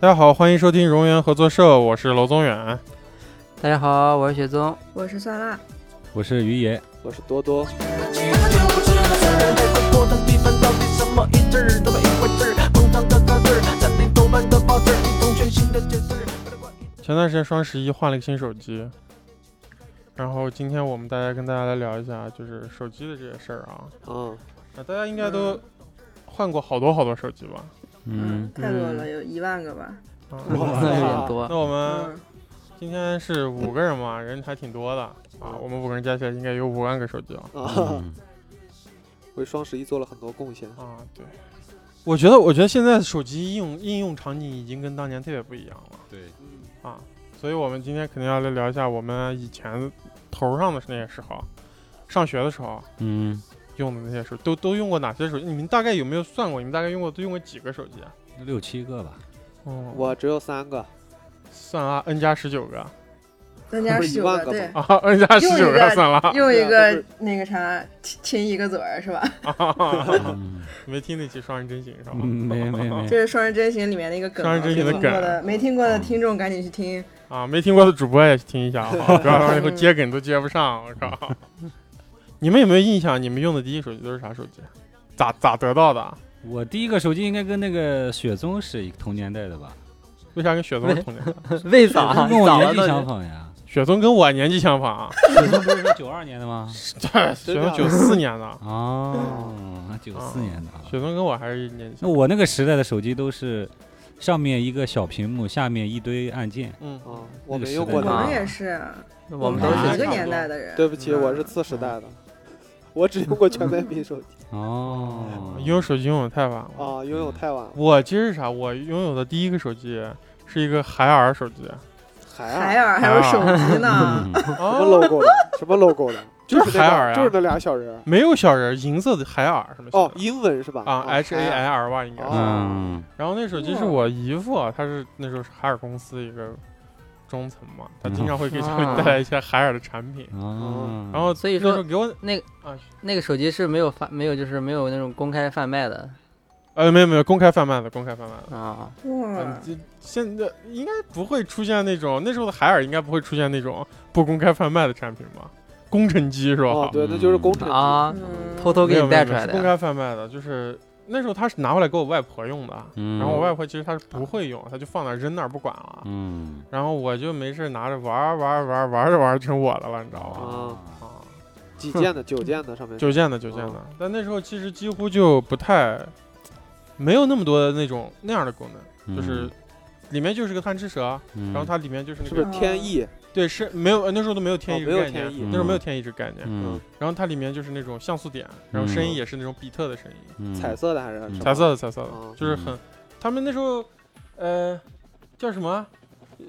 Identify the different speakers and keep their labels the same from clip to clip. Speaker 1: 大家好，欢迎收听荣源合作社，我是娄宗远。
Speaker 2: 大家好，我是雪宗。
Speaker 3: 我是酸辣，
Speaker 4: 我是于爷，
Speaker 5: 我是多多，
Speaker 4: 嗯
Speaker 1: 前段时间双十一换了一个新手机，然后今天我们大家跟大家来聊一下，就是手机的这些事儿啊。
Speaker 5: 嗯，
Speaker 1: 啊，大家应该都换过好多好多手机吧？
Speaker 4: 嗯，
Speaker 3: 太多了，有一万个吧。
Speaker 1: 啊，
Speaker 5: 哇
Speaker 2: 那有点多。
Speaker 1: 那我们
Speaker 3: 嗯，
Speaker 1: 今天是五个人嘛，人还挺多的啊。我们五个人加起来应该有五万个手机了。
Speaker 5: 啊， 为双十一做了很多贡献。
Speaker 1: 啊，对。我觉得，我觉得现在手机应用应用场景已经跟当年特别不一样了。
Speaker 4: 对，
Speaker 5: 嗯，
Speaker 1: 啊，所以我们今天肯定要来聊一下我们以前头上的那些时候，上学的时候
Speaker 4: 嗯，
Speaker 1: 用的那些手，都都用过哪些手机？你们大概有没有算过？你们大概用过都用过几个手机啊？
Speaker 4: 六七个吧，
Speaker 1: 哦
Speaker 5: 我只有三个，
Speaker 1: 算啊，N 加十九个
Speaker 3: 咱家
Speaker 5: 不是
Speaker 3: 是有
Speaker 5: 一万
Speaker 3: 个
Speaker 5: 个
Speaker 3: 对，
Speaker 1: 啊，N 加十九
Speaker 3: 用一个
Speaker 1: 算了啊
Speaker 3: 用一
Speaker 5: 对啊
Speaker 3: 个那个啥亲亲一个嘴儿是吧？
Speaker 1: 啊，
Speaker 4: 嗯，
Speaker 1: 没听那期双人真行是吧？
Speaker 4: 没没没，
Speaker 3: 这是《双人真行》里面的一个梗啊，
Speaker 1: 双人真行的
Speaker 3: 没听过
Speaker 1: 梗
Speaker 3: 的没听过的听众赶紧去听。
Speaker 1: 啊，没听过的主播也听一下啊， 不要到以后接梗都接不上，我靠！ 你们有没有印象？你们用的第一手机都是啥手机？啊咋咋得到的啊？
Speaker 4: 我第一个手机应该跟那个雪宗是一同年代的吧？
Speaker 1: 为啥跟雪宗是同年 代？
Speaker 2: 为
Speaker 4: 雪宗跟我年纪相仿呀。
Speaker 1: 雪宗跟我年纪相仿啊，
Speaker 4: 雪宗不是说九二年的吗？
Speaker 1: 对，雪宗九四年的，啊
Speaker 4: 哦，九四年的啊。
Speaker 1: 雪宗跟我还是年纪
Speaker 4: 那
Speaker 1: 相。
Speaker 4: 我那个时代的手机都是上面一个小屏幕，下面一堆按键。
Speaker 1: 嗯，
Speaker 5: 啊，我
Speaker 4: 那个
Speaker 5: 没
Speaker 4: 时
Speaker 5: 用
Speaker 4: 代
Speaker 5: 过
Speaker 3: 我
Speaker 4: 的
Speaker 5: 它
Speaker 3: 们。也是，
Speaker 2: 我们
Speaker 3: 都
Speaker 2: 都
Speaker 3: 是
Speaker 2: 是
Speaker 1: 啊
Speaker 3: 一个年代的人。
Speaker 5: 对不起，
Speaker 1: 嗯
Speaker 5: 我是次时代的， 我只用过全面屏手机
Speaker 4: 哦，
Speaker 1: 拥有手机拥有太晚了。
Speaker 5: 啊，拥有太晚了。
Speaker 1: 我其实是啥？我拥有的第一个手机是一个海尔手机，
Speaker 5: 海
Speaker 3: 海
Speaker 5: 尔
Speaker 3: 尔还有手机呢，
Speaker 4: 嗯
Speaker 5: 什
Speaker 1: 啊
Speaker 5: 么 logo 的？什么 logo 的？
Speaker 1: 就是
Speaker 5: 那
Speaker 1: 海尔
Speaker 5: 俩
Speaker 1: 呀
Speaker 5: 就是那俩小人儿。
Speaker 1: 没有小人，银色的海尔什么
Speaker 5: 哦，英文是吧？
Speaker 1: 啊，H A
Speaker 5: 海
Speaker 1: I
Speaker 5: 尔
Speaker 1: R 吧，应该是。
Speaker 5: 哦
Speaker 4: 嗯
Speaker 1: 然后那手机是我姨父，他是那时候是海尔公司一个中层嘛，他经常会给
Speaker 2: 嗯
Speaker 1: 他们带来一些海尔的产品。
Speaker 4: 哦，
Speaker 1: 然后
Speaker 2: 所以
Speaker 1: 那
Speaker 2: 说
Speaker 1: 时候给我
Speaker 2: 那个手机是没有贩，没有就是没有那种公开贩卖的
Speaker 1: 呃没有没有公开贩卖的，公开贩卖的。
Speaker 2: 啊。
Speaker 3: 哇
Speaker 1: 嗯，，这现在应该不会出现那种那时候的海尔应该不会出现那种不公开贩卖的产品吧？工程机是吧？
Speaker 5: 哦，对，那就是工程机。
Speaker 2: 啊，
Speaker 3: 嗯
Speaker 2: 偷偷
Speaker 1: 没
Speaker 2: 给
Speaker 1: 有
Speaker 2: 你
Speaker 1: 没有
Speaker 2: 带
Speaker 1: 没
Speaker 2: 出
Speaker 1: 有是
Speaker 2: 来的
Speaker 1: 公
Speaker 2: 呀。
Speaker 1: 开贩卖的，就是那时候他是拿回来给我外婆用的，
Speaker 4: 嗯
Speaker 1: 然后我外婆其实她是不会用，她就放那儿扔那儿不管了，
Speaker 4: 嗯，
Speaker 1: 然后我就没事拿着玩儿玩儿玩儿玩儿着玩儿成我的了，你知道吧？
Speaker 5: 啊哦
Speaker 1: 啊，
Speaker 5: 几键的？九键的上面是。
Speaker 1: 九键的九键的，但那时候其实几乎就不太没有那么多的那种那样的功能，
Speaker 4: 嗯
Speaker 1: 就是里面就是个贪吃蛇，啊然后它里面就是那
Speaker 5: 是
Speaker 1: 个
Speaker 5: 不是天翼？
Speaker 1: 对，是没有，呃那时候都没有天
Speaker 5: 哦
Speaker 1: 翼这
Speaker 5: 没
Speaker 1: 个
Speaker 5: 有
Speaker 1: 概念，
Speaker 5: 天翼
Speaker 1: 那时候没有天翼这个概念。
Speaker 4: 嗯
Speaker 1: 然后它里面就是那种像素点，然后声音也是那种比特的声音，
Speaker 4: 嗯
Speaker 5: 彩色的还是什么
Speaker 1: 彩色的彩色的，
Speaker 5: 哦
Speaker 1: 就是很，他们那时候，呃，叫什么啊？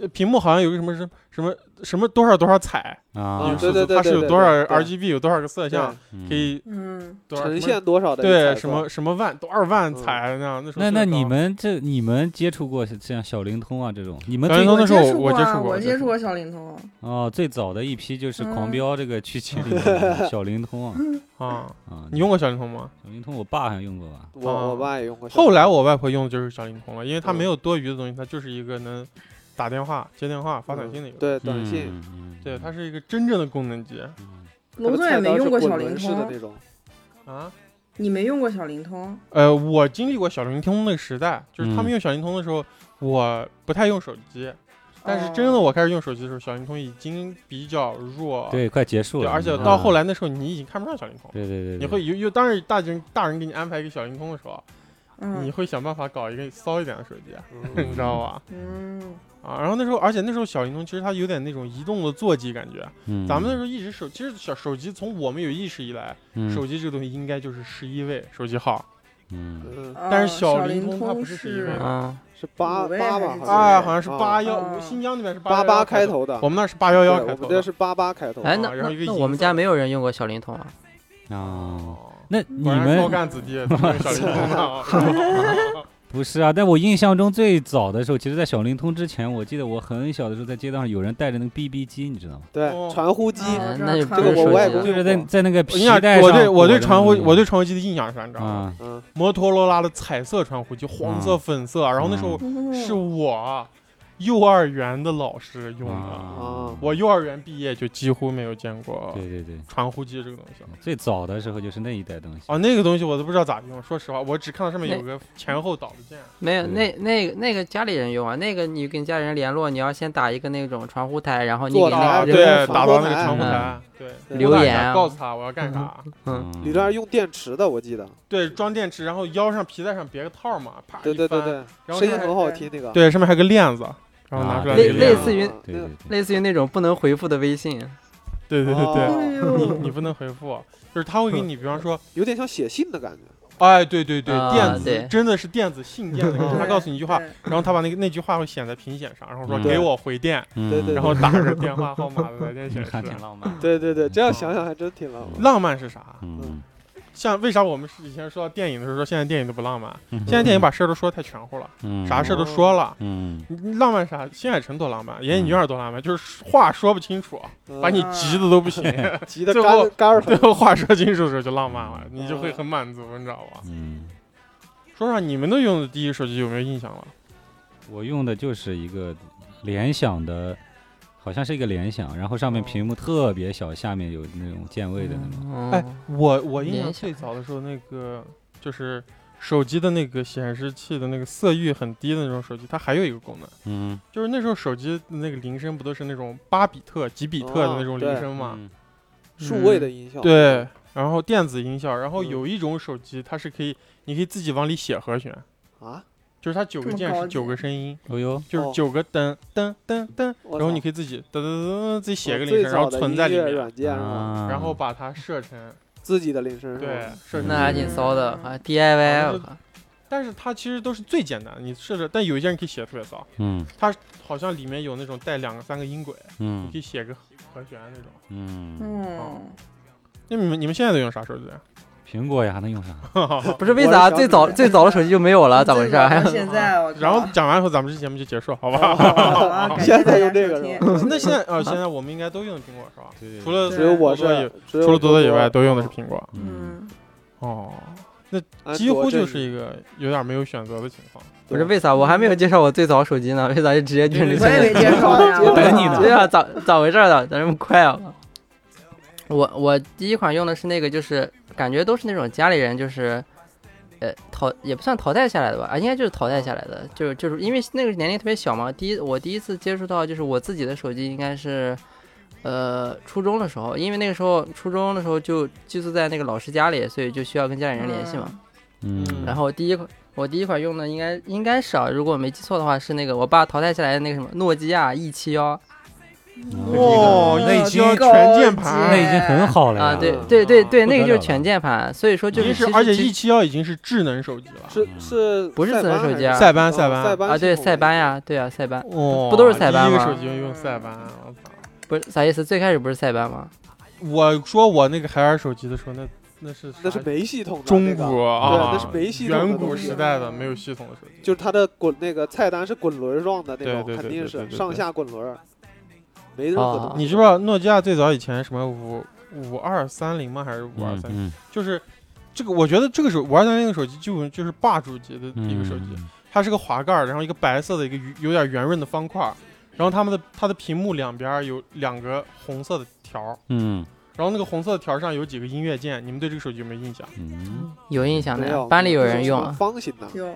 Speaker 1: 呃屏幕好像有个什么什么什么什么多少多少彩，
Speaker 4: 啊
Speaker 1: 有
Speaker 5: 对哦
Speaker 1: 数字
Speaker 5: 对
Speaker 1: 它是有
Speaker 5: 对
Speaker 1: 多少
Speaker 5: 对
Speaker 1: RGB，有多少个色相，可以
Speaker 3: 嗯，
Speaker 1: 多少
Speaker 5: 呈
Speaker 1: 什么
Speaker 5: 现多少的
Speaker 1: 对
Speaker 5: 彩色
Speaker 1: 什么什么万多少
Speaker 5: 嗯
Speaker 1: 万彩那样。那时候
Speaker 4: 那那
Speaker 1: 最高
Speaker 4: 你们这你们接触过像小灵通啊这种？你们
Speaker 1: 小灵
Speaker 4: 最
Speaker 1: 通那时候
Speaker 3: 我
Speaker 1: 我
Speaker 3: 接
Speaker 1: 接触
Speaker 3: 啊，
Speaker 1: 过
Speaker 3: 我
Speaker 1: 我接
Speaker 3: 接
Speaker 1: 触
Speaker 3: 触过小灵通，
Speaker 4: 哦最早的一批就是
Speaker 3: 嗯
Speaker 4: 狂飙这个去 区里的小灵通啊
Speaker 1: 啊？
Speaker 4: 啊！
Speaker 1: 你用过小灵通吗？
Speaker 4: 小灵通，我爸好像用过吧？
Speaker 1: 啊
Speaker 5: 我我爸也用过小屏。
Speaker 1: 后来我外婆用的就是小灵通了，因为它
Speaker 5: 嗯
Speaker 1: 没有多余的东西，它就是一个能打电话、接电话、发短信的一个。
Speaker 5: 嗯对短信，
Speaker 4: 嗯，
Speaker 1: 对，它
Speaker 4: 是
Speaker 1: 是一个真正的功能机
Speaker 3: 楼总也没用过小灵
Speaker 5: 式的
Speaker 3: 通，
Speaker 5: 那种。
Speaker 1: 啊。
Speaker 3: 你没用过小灵通，
Speaker 1: 呃，我经历过小灵通那个时代，就是他们
Speaker 4: 嗯
Speaker 1: 用小灵通的时候，我不太用手机，但是
Speaker 3: 哦
Speaker 1: 真正的我开始用手机的时候，小灵通已经比较弱。
Speaker 4: 对，快结束
Speaker 1: 对，
Speaker 4: 了。
Speaker 1: 而且
Speaker 4: 嗯
Speaker 1: 到后，来那时候，你已经看不上小灵通了。
Speaker 4: 对对对，
Speaker 1: 你
Speaker 4: 对
Speaker 1: 会有有，当然大人大人给你安排一个小灵通的时候，你
Speaker 3: 嗯
Speaker 1: 会想办法搞一个骚一点的手机，啊
Speaker 5: 嗯
Speaker 1: 你知道吧？
Speaker 3: 嗯，
Speaker 1: 啊，然后那时候，而且那时候小灵通其实它有点那种移动的座机感觉，
Speaker 4: 嗯
Speaker 1: 咱们那时候一直手，其实小手机从我们有意识以来，
Speaker 4: 嗯
Speaker 1: 手机这个东西应该就是十一位手机号，
Speaker 4: 嗯
Speaker 5: 嗯，
Speaker 1: 但是
Speaker 3: 哦
Speaker 1: 小
Speaker 3: 小
Speaker 1: 灵通
Speaker 3: 通
Speaker 1: 它不是十一位
Speaker 3: 是
Speaker 2: 啊，
Speaker 5: 是八
Speaker 3: 五位还
Speaker 5: 八吧
Speaker 4: 嗯
Speaker 3: 是？几位
Speaker 1: 哎，好像是
Speaker 5: 啊
Speaker 1: 八幺，
Speaker 3: 嗯
Speaker 1: 新疆那边是
Speaker 5: 八
Speaker 1: 八
Speaker 5: 八
Speaker 1: 开
Speaker 5: 开，头的，
Speaker 1: 我们那是八幺
Speaker 5: 对
Speaker 1: 幺
Speaker 5: 我
Speaker 1: 开
Speaker 5: 们
Speaker 1: 头
Speaker 5: 这
Speaker 1: 的。
Speaker 5: 是八八开头的。
Speaker 2: 哎，那
Speaker 1: 然
Speaker 2: 那
Speaker 1: 后一个
Speaker 2: 那
Speaker 1: 银
Speaker 2: 我们
Speaker 1: 色
Speaker 2: 家没有人用过小灵通啊。
Speaker 4: 哦，
Speaker 1: 哦
Speaker 4: 那你
Speaker 1: 果然是高
Speaker 4: 们
Speaker 1: 干子弟，他们有小灵通啊
Speaker 4: 不是啊，但我印象中最早的时候，其实，在小灵通之前，我记得我很小的时候，在街道上有人带着那个 BB 机，你知道吗？
Speaker 5: 对
Speaker 1: 哦，
Speaker 5: 传呼机，
Speaker 3: 啊
Speaker 2: 哎那就不
Speaker 5: 这个
Speaker 2: 是
Speaker 5: 我外
Speaker 2: 手机了。
Speaker 5: 公
Speaker 4: 就是在在那个
Speaker 1: 你
Speaker 4: 皮
Speaker 1: 想
Speaker 4: 带，上
Speaker 1: 我
Speaker 4: 裹着
Speaker 1: 对
Speaker 4: 那个。
Speaker 1: 我对传呼我对传呼机的印象是啥，你知道吗？
Speaker 4: 啊，
Speaker 5: 嗯，
Speaker 1: 摩托罗拉的彩色传呼机，黄色、
Speaker 4: 啊
Speaker 1: 粉色，然后那时候
Speaker 3: 嗯
Speaker 1: 是我幼儿园的老师用的，
Speaker 4: 啊
Speaker 1: 我幼儿园毕业就几乎没有见过
Speaker 4: 对嗯对对，
Speaker 1: 传呼机这个东西了。
Speaker 4: 最早的时候就是那一代东西。
Speaker 1: 啊，那个东西我都不知道咋用，说实话，我只看到上面有个前后导的键。
Speaker 2: 没有，
Speaker 4: 对
Speaker 2: 那那个那个家里人用啊，那个你跟家人联络，你要先打一个那种传呼台，然后你
Speaker 5: 做
Speaker 2: 给
Speaker 5: 打
Speaker 2: 那
Speaker 1: 啊，
Speaker 2: 个
Speaker 5: 人
Speaker 1: 对，
Speaker 2: 人
Speaker 5: 工防
Speaker 1: 打
Speaker 5: 火
Speaker 1: 到那个
Speaker 5: 台
Speaker 1: 传呼
Speaker 4: 嗯
Speaker 1: 台，对，
Speaker 2: 留
Speaker 1: 拨打一下
Speaker 2: 言
Speaker 1: 告诉他我要干啥，
Speaker 2: 哎嗯
Speaker 5: 理论上用电池的，我记得，
Speaker 1: 对，装电池，然后腰上皮带上别个套儿嘛，啪，
Speaker 5: 对对对
Speaker 1: 一翻，
Speaker 5: 对，
Speaker 1: 然后那
Speaker 5: 声音
Speaker 1: 个
Speaker 5: 很好听那个，
Speaker 1: 对，上面还有个链子，然后拿
Speaker 4: 啊
Speaker 1: 出来
Speaker 4: 对
Speaker 1: 一个
Speaker 2: 类
Speaker 1: 链
Speaker 2: 类
Speaker 1: 子
Speaker 2: 似于
Speaker 5: 啊
Speaker 4: 对
Speaker 5: 那个
Speaker 4: 对对，
Speaker 2: 类似于那种不能回复的微信，
Speaker 1: 对对对对，
Speaker 3: 哎
Speaker 1: 你
Speaker 3: 呦
Speaker 1: 你不能回复，就是他会给你，比方说，
Speaker 5: 有点像写信的感觉。
Speaker 1: 哎，对对对，
Speaker 2: 啊
Speaker 1: 电
Speaker 2: 对
Speaker 1: 子真的是电子信件的 感觉，
Speaker 5: 嗯
Speaker 1: 他告诉你一句话，
Speaker 3: 对
Speaker 1: 然后他把那个那句话会显在屏显上，然后说
Speaker 4: 嗯
Speaker 1: 给我回电，
Speaker 4: 嗯
Speaker 5: 对对
Speaker 1: 然后打着电话号码的来电显
Speaker 4: 看
Speaker 1: 示
Speaker 4: 嗯挺。浪漫。
Speaker 5: 对对对，这样想想还真挺浪漫。
Speaker 1: 浪漫是啥？
Speaker 4: 嗯，
Speaker 1: 像为啥我们是以前说到电影的时候说现在电影都不浪漫？
Speaker 4: 嗯
Speaker 1: 现在电影把事儿都说太全乎了，
Speaker 4: 嗯
Speaker 1: 啥事儿都说了。
Speaker 4: 嗯，
Speaker 1: 你你浪漫啥？新海诚多浪漫，岩井俊二多浪漫，就是话说不清楚，
Speaker 5: 嗯
Speaker 1: 把你急的都不行。
Speaker 4: 嗯
Speaker 5: 急得
Speaker 1: 最
Speaker 5: 肝
Speaker 1: 后
Speaker 5: 肝儿
Speaker 1: 最
Speaker 5: 疼。
Speaker 1: 后话说清楚的时候就浪漫了，你就
Speaker 5: 嗯
Speaker 1: 会很满足，你知道吧？
Speaker 4: 嗯，
Speaker 1: 说实话，你们都用的第一手机有没有印象了？
Speaker 4: 我用的就是一个联想的，好像是一个联想，然后上面屏幕特别小，下面有那种键位的那种。
Speaker 2: 嗯
Speaker 1: 哎，我我印
Speaker 2: 联
Speaker 1: 象
Speaker 2: 想
Speaker 1: 最早的时候，那个就是手机的那个显示器的那个色域很低的那种手机，它还有一个功能，
Speaker 4: 嗯，
Speaker 1: 就是那时候手机的那个铃声不都是那种八比特、几比特的那种
Speaker 5: 哦
Speaker 1: 铃
Speaker 5: 对
Speaker 1: 声嘛？
Speaker 4: 嗯
Speaker 5: 数位的音效。
Speaker 1: 对，然后电子音效，然后
Speaker 5: 嗯
Speaker 1: 有一种手机它是可以，你可以自己往里写和弦，
Speaker 5: 啊，
Speaker 1: 就是它九个
Speaker 3: 这么
Speaker 1: 键
Speaker 3: 高
Speaker 1: 是
Speaker 3: 级
Speaker 1: 九个声音，
Speaker 4: 哦哟，
Speaker 1: 就是
Speaker 5: 哦
Speaker 1: 九个噔噔噔噔，
Speaker 5: 我
Speaker 1: 然后
Speaker 5: 操
Speaker 1: 你可以自己噔噔噔噔自己写
Speaker 5: 我
Speaker 1: 个铃
Speaker 5: 最
Speaker 1: 声，然后
Speaker 5: 早的
Speaker 1: 存
Speaker 5: 音
Speaker 1: 在里
Speaker 5: 乐
Speaker 1: 面，
Speaker 5: 软嗯件是吗？
Speaker 4: 啊
Speaker 1: 然后把它设成
Speaker 5: 自己的铃声是
Speaker 1: 对
Speaker 5: 吗？
Speaker 1: 设成
Speaker 2: 那还
Speaker 1: 这个
Speaker 2: 挺骚的啊
Speaker 1: 啊
Speaker 2: ，DIY，
Speaker 1: 那
Speaker 2: 我
Speaker 1: 就
Speaker 2: 靠
Speaker 1: 但是它其实都是最简单的，你设置，但有一些人可以写的特别骚，
Speaker 4: 嗯
Speaker 1: 好像里面有那种带两个三个音轨，
Speaker 4: 嗯
Speaker 1: 可以写个和弦那种。
Speaker 4: 嗯，
Speaker 3: 嗯，
Speaker 1: 那你们你们现在都用啥手机？
Speaker 4: 苹果呀，还能用啥？
Speaker 2: 不是为啥最早最早的手机就没有了，咋回事啊儿？
Speaker 3: 最早到现在我靠
Speaker 1: 然后讲完以后，咱们这节目就结束，好吧？
Speaker 3: 好啊，感谢
Speaker 5: 现
Speaker 3: 大
Speaker 5: 在
Speaker 3: 家
Speaker 5: 用这
Speaker 3: 收
Speaker 5: 个 是
Speaker 3: 听。
Speaker 5: 吧？
Speaker 1: 那现在啊、呃现在我们应该都用的苹果是吧？
Speaker 4: 对
Speaker 1: 除了
Speaker 3: 对
Speaker 5: 只有我是
Speaker 1: 多多以，
Speaker 5: 除
Speaker 1: 除了多多以外，都用的是苹果。
Speaker 4: 嗯，
Speaker 3: 嗯，
Speaker 1: 哦，
Speaker 5: 啊
Speaker 2: 哎
Speaker 1: 几乎就是一个有点没有选择的情况。
Speaker 2: 不是为啥我还没有介绍我最早手机呢？为啥就直接就是
Speaker 3: 我也没 介绍呀，
Speaker 5: 我
Speaker 4: 等你呢
Speaker 2: 对啊，咋咋回事儿呢？咋这么快啊？我我第一款用的是那个，就是感觉都是那种家里人就是，呃淘也不算淘汰下来的吧，啊应该就是淘汰下来的，就就是因为那个年龄特别小嘛。第一我第一次接触到就是我自己的手机应该是，呃初中的时候，因为那个时候初中的时候就寄宿在那个老师家里，所以就需要跟家里人联系嘛。
Speaker 4: 嗯，
Speaker 2: 然
Speaker 4: 后
Speaker 2: 后第一款我第一款用的应该应该是啊，如果我没记错的话是那个我爸淘汰下来的那个什么诺基亚 E 七幺
Speaker 1: 哦那已经全键盘
Speaker 4: 那已经很好哎了呀
Speaker 2: 啊，对
Speaker 5: 嗯
Speaker 2: 对对
Speaker 1: 嗯
Speaker 2: 对，
Speaker 4: 不
Speaker 2: 那
Speaker 4: 得
Speaker 2: 个就是
Speaker 4: 了
Speaker 2: 全键盘，所以说就
Speaker 1: 已经
Speaker 2: 是
Speaker 1: 是
Speaker 2: 其，实
Speaker 1: 而且
Speaker 2: 其
Speaker 1: E
Speaker 2: 实
Speaker 1: 七幺已经是智能手机了。
Speaker 5: 是是
Speaker 2: 嗯不是
Speaker 5: 塞
Speaker 2: 智能
Speaker 5: 班
Speaker 2: 手
Speaker 5: 还
Speaker 2: 机啊
Speaker 5: 是
Speaker 1: 塞班
Speaker 5: 哦
Speaker 1: 塞班
Speaker 5: 塞班
Speaker 2: 啊对
Speaker 5: 系统
Speaker 2: 塞班
Speaker 5: 的
Speaker 2: 呀，对啊塞班，
Speaker 1: 哦
Speaker 2: 不都是塞班
Speaker 1: 第一个
Speaker 2: 吗
Speaker 1: 手机用塞班，我操！
Speaker 2: 不是啥意思？最开始不是塞班吗？
Speaker 1: 我说我那个海尔手机的时候，那那是啥
Speaker 5: 那是没系统的
Speaker 1: 中
Speaker 5: 那个
Speaker 1: 国
Speaker 5: 对，
Speaker 1: 啊，
Speaker 5: 那是没系统
Speaker 1: 远
Speaker 5: 的
Speaker 1: 古
Speaker 5: 东
Speaker 1: 时
Speaker 5: 西，
Speaker 1: 代的没有系统的手机。
Speaker 5: 就是它的滚那个菜单是滚轮状的
Speaker 1: 对
Speaker 5: 那
Speaker 1: 对
Speaker 5: 种，
Speaker 1: 对
Speaker 5: 肯定
Speaker 1: 对对
Speaker 5: 是
Speaker 1: 对对
Speaker 5: 上下滚轮，没任何东
Speaker 2: 啊
Speaker 5: 西。
Speaker 1: 你知不知道诺基亚最早以前什么五五二三零吗？还是五二三？
Speaker 4: 嗯
Speaker 1: 就是这个，我觉得这个手五二三零的手机就就是霸主级的
Speaker 4: 嗯
Speaker 1: 一个手机，它是个滑盖儿，然后一个白色的一个圆有点圆润的方块儿，然后它们的它的屏幕两边儿有两个红色的条儿，
Speaker 4: 嗯
Speaker 1: 然后那个红色的条儿上有几个音乐键，你们对这个手机有没有印象？
Speaker 4: 嗯
Speaker 2: 有印象的
Speaker 5: 没
Speaker 2: 呀
Speaker 5: 有，，
Speaker 2: 班里有人
Speaker 5: 就是
Speaker 2: 用
Speaker 5: 什么
Speaker 2: 啊，
Speaker 5: 方形的，
Speaker 3: 就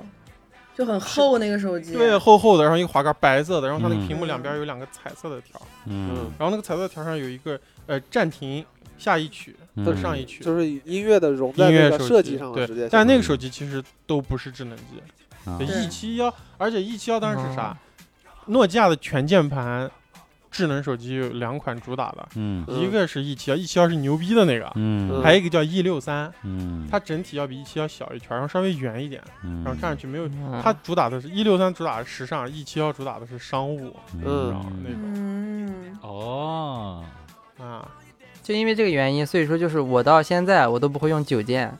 Speaker 3: 就很厚那个手机，
Speaker 1: 对，啊厚厚的，然后一个滑盖儿白色的，然后它那个
Speaker 4: 嗯
Speaker 1: 屏幕两边儿有两个彩色的条儿，
Speaker 4: 嗯
Speaker 1: 然后那个彩色条上有一个呃暂停下一曲
Speaker 4: 嗯，
Speaker 1: 或者上一曲，
Speaker 5: 就是音乐的融在
Speaker 1: 音
Speaker 5: 那
Speaker 1: 乐
Speaker 5: 个
Speaker 1: 手
Speaker 5: 设
Speaker 1: 机
Speaker 5: 计上了，直
Speaker 1: 对
Speaker 5: 接。
Speaker 1: 但
Speaker 5: 是
Speaker 1: 那个手机其实都不是智能机
Speaker 4: 啊
Speaker 1: 嗯对嗯
Speaker 3: 对
Speaker 1: ，E 七幺，而且 E 七幺当时是啥？诺基亚的全键盘智能手机有两款主打的，
Speaker 4: 嗯
Speaker 5: 嗯
Speaker 1: 一个是 E 七幺，E 七幺是牛逼的那个，
Speaker 4: 嗯，
Speaker 1: 还有一个叫 E 六三，
Speaker 4: 嗯，
Speaker 1: 它整体要比 E 七幺小一圈，然后稍微圆一点，
Speaker 4: 嗯
Speaker 1: 然后看上去没有。
Speaker 2: 嗯
Speaker 1: 它主打的是 E 六三主打的时尚，E 七幺主打的是商务
Speaker 5: 嗯
Speaker 1: 呃那种
Speaker 3: 嗯，
Speaker 4: 哦，
Speaker 1: 啊。
Speaker 2: 就因为这个原因，所以说就是我到现在我都不会用九键，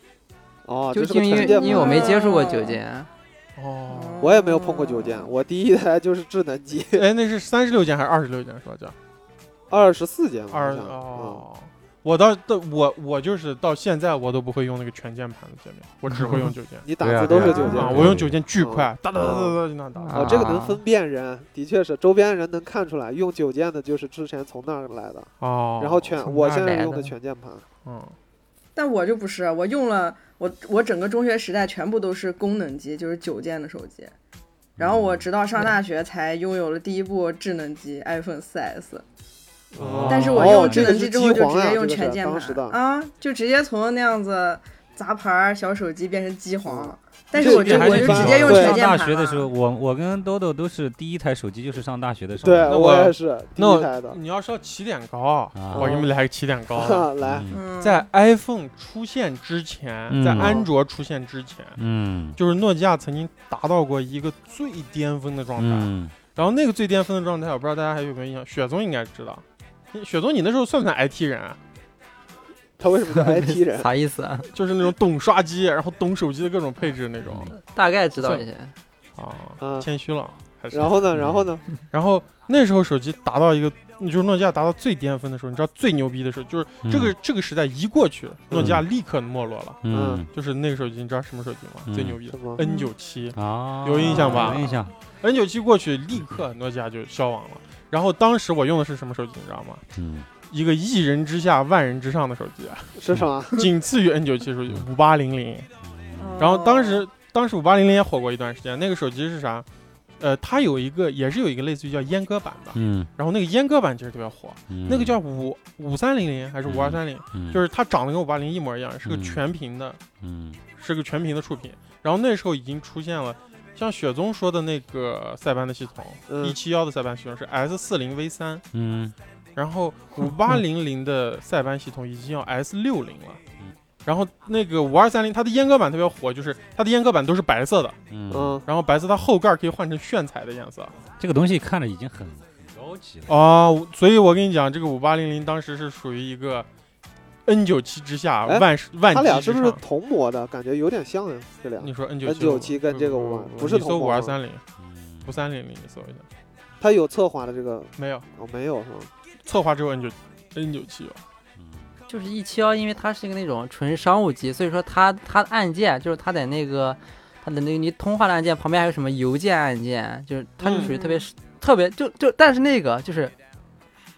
Speaker 5: 哦，
Speaker 2: 就
Speaker 5: 这是个
Speaker 2: 因为
Speaker 5: 全键
Speaker 2: 因为我没接触过
Speaker 3: 哦
Speaker 2: 九键，
Speaker 1: 哦，哦，
Speaker 5: 我也没有碰过九键，我第一台就是智能机，
Speaker 1: 哎，那是三十六键还是二十六键刷家？
Speaker 5: 二十四键吧，好
Speaker 1: 二
Speaker 5: 像嗯，
Speaker 1: 哦。我到到我我就是到现在我都不会用那个全键盘的界面，我只会用九键
Speaker 5: 你打
Speaker 4: 对啊
Speaker 5: 字都是
Speaker 3: 对啊
Speaker 5: 九键
Speaker 1: 啊，
Speaker 5: 盘。
Speaker 1: 我用九键巨快，哒哒哒哒哒就那打。
Speaker 5: 哦，这个能分辨人，的确是周边人能看出来，用九键的就是之前从那儿来的，
Speaker 1: 哦，
Speaker 5: 然后全
Speaker 1: 从
Speaker 5: 我
Speaker 1: 那
Speaker 5: 现
Speaker 1: 来
Speaker 5: 在
Speaker 2: 来
Speaker 5: 用的
Speaker 2: 的
Speaker 5: 全键盘，
Speaker 1: 嗯，
Speaker 3: 但我就不是，我用了我我整个中学时代全部都是功能机，就是九键的手机。然后我直到上大学才拥有了第一部智能机 iPhone 4S，
Speaker 1: 哦
Speaker 3: 嗯但是我
Speaker 5: 哦
Speaker 3: 用智
Speaker 5: 这个
Speaker 3: 能
Speaker 5: 是
Speaker 3: 机之后
Speaker 5: 机
Speaker 3: 就
Speaker 5: 皇
Speaker 3: 直
Speaker 5: 啊
Speaker 3: 接
Speaker 5: 这
Speaker 3: 用
Speaker 5: 个是
Speaker 3: 全键
Speaker 5: 当时
Speaker 3: 盘
Speaker 5: 的
Speaker 3: 啊，就直接从那样子杂牌儿小手机变成机皇
Speaker 5: 嗯。
Speaker 3: 但
Speaker 5: 这
Speaker 3: 是我
Speaker 5: 这
Speaker 3: 就
Speaker 5: 还
Speaker 3: 我
Speaker 5: 是
Speaker 3: 就
Speaker 5: 翻
Speaker 3: 直接用
Speaker 5: 对
Speaker 3: 全
Speaker 4: 上
Speaker 3: 键盘了。
Speaker 4: 大
Speaker 2: 啊
Speaker 4: 学的时候，我我跟豆豆都是第一台手机就是上大学的时候。
Speaker 5: 对
Speaker 1: 那
Speaker 5: 我
Speaker 1: 我
Speaker 5: 也是第
Speaker 1: 那
Speaker 5: 一
Speaker 1: 我
Speaker 5: 台的，
Speaker 1: 你要说起点高
Speaker 4: 啊，
Speaker 1: 我给你们来个起点高 的。
Speaker 5: 哈来，
Speaker 4: 嗯
Speaker 3: 嗯，
Speaker 1: 在 iPhone 出现之前，
Speaker 4: 嗯
Speaker 1: 在安卓出现之前，
Speaker 4: 嗯
Speaker 1: 就是诺基亚曾经达到过一个最巅峰的状态。
Speaker 4: 嗯，
Speaker 1: 然后那个最巅峰的状态，我不知道大家还有没有印象，雪松应该知道。雪松，你那时候算不算 IT 人啊？
Speaker 5: 他为什么叫 IT 人？
Speaker 2: 啥意思啊？
Speaker 1: 就是那种懂刷机，然后懂手机的各种配置那种
Speaker 4: 嗯
Speaker 2: 大概知道一些。
Speaker 1: 啊，
Speaker 5: 嗯
Speaker 1: 谦虚了。还是
Speaker 5: 然后呢，然后呢？
Speaker 1: 然后那时候手机达到一个，就是诺基亚达到最巅峰的时候，你知道最牛逼的时候，就是这个、这个时代一过去，诺基亚立刻没落了。
Speaker 4: 嗯
Speaker 1: 就是那个手机，你知道什么手机吗？
Speaker 4: 嗯
Speaker 1: 最牛逼的
Speaker 5: 什么？
Speaker 1: N 九七
Speaker 4: 啊，
Speaker 1: 有印象吧
Speaker 4: 有印象。
Speaker 1: ，N 九七过去立刻诺基亚就消亡了。然后当时我用的是什么手机，你知道吗？
Speaker 4: 嗯，
Speaker 1: 一个一人之下万人之上的手机，啊
Speaker 5: 是什么？
Speaker 1: 仅次于 N 九七手机五八零零。
Speaker 3: 哦
Speaker 1: 然后当时当时五八零零也火过一段时间，那个手机是啥？呃，它有一个也是有一个类似于叫阉割版的，
Speaker 4: 嗯，
Speaker 1: 然后那个阉割版其实特别火，
Speaker 4: 嗯
Speaker 1: 那个叫五五三零零还是五二三零，
Speaker 4: 嗯
Speaker 1: 就是它长得跟五八零一模一样，是个
Speaker 4: 嗯
Speaker 1: 全屏的，
Speaker 4: 嗯
Speaker 1: 是个全屏的触屏。然后那时候已经出现了，像雪宗说的那个塞班的系统，
Speaker 5: 嗯
Speaker 4: 呃
Speaker 1: 一七幺的塞班系统是 S 四零 V 三，
Speaker 4: 嗯
Speaker 1: 然后五八零零的塞班系统已经要 S 六零了
Speaker 4: 嗯。
Speaker 1: 然后那个五二三零，它的阉割版特别火，就是它的阉割版都是白色的，
Speaker 4: 嗯，
Speaker 5: 嗯，
Speaker 1: 然后白色它后盖可以换成炫彩的啊颜色。
Speaker 4: 这个东西看着已经很很高级了。
Speaker 1: 哦，所以我跟你讲，这个五八零零当时是属于一个 N 九七之下
Speaker 5: 哎
Speaker 1: 万万
Speaker 5: 他俩
Speaker 1: 机
Speaker 5: 是
Speaker 1: 之
Speaker 5: 不是
Speaker 1: 上。
Speaker 5: 同模的？感觉有点像呀，这俩。
Speaker 1: 你说 N 九
Speaker 5: N97 跟这个
Speaker 1: 五
Speaker 5: 5不是
Speaker 1: 你
Speaker 5: 同
Speaker 1: 搜五
Speaker 5: 模
Speaker 1: 二
Speaker 5: 吗
Speaker 1: 三零
Speaker 4: 嗯
Speaker 1: 五三零零，你搜一下，
Speaker 5: 它有侧滑的这个
Speaker 1: 没有
Speaker 5: 哦，没有是吗？
Speaker 1: 策划只有 N 九 N 九七有。
Speaker 4: 嗯
Speaker 2: 就是一七幺，因为它是一个那种纯商务机，所以说它它的按键就是它在那个它的那个你通话的按键旁边还有什么邮件按键，就是它就属于特别、特别就就但是那个就是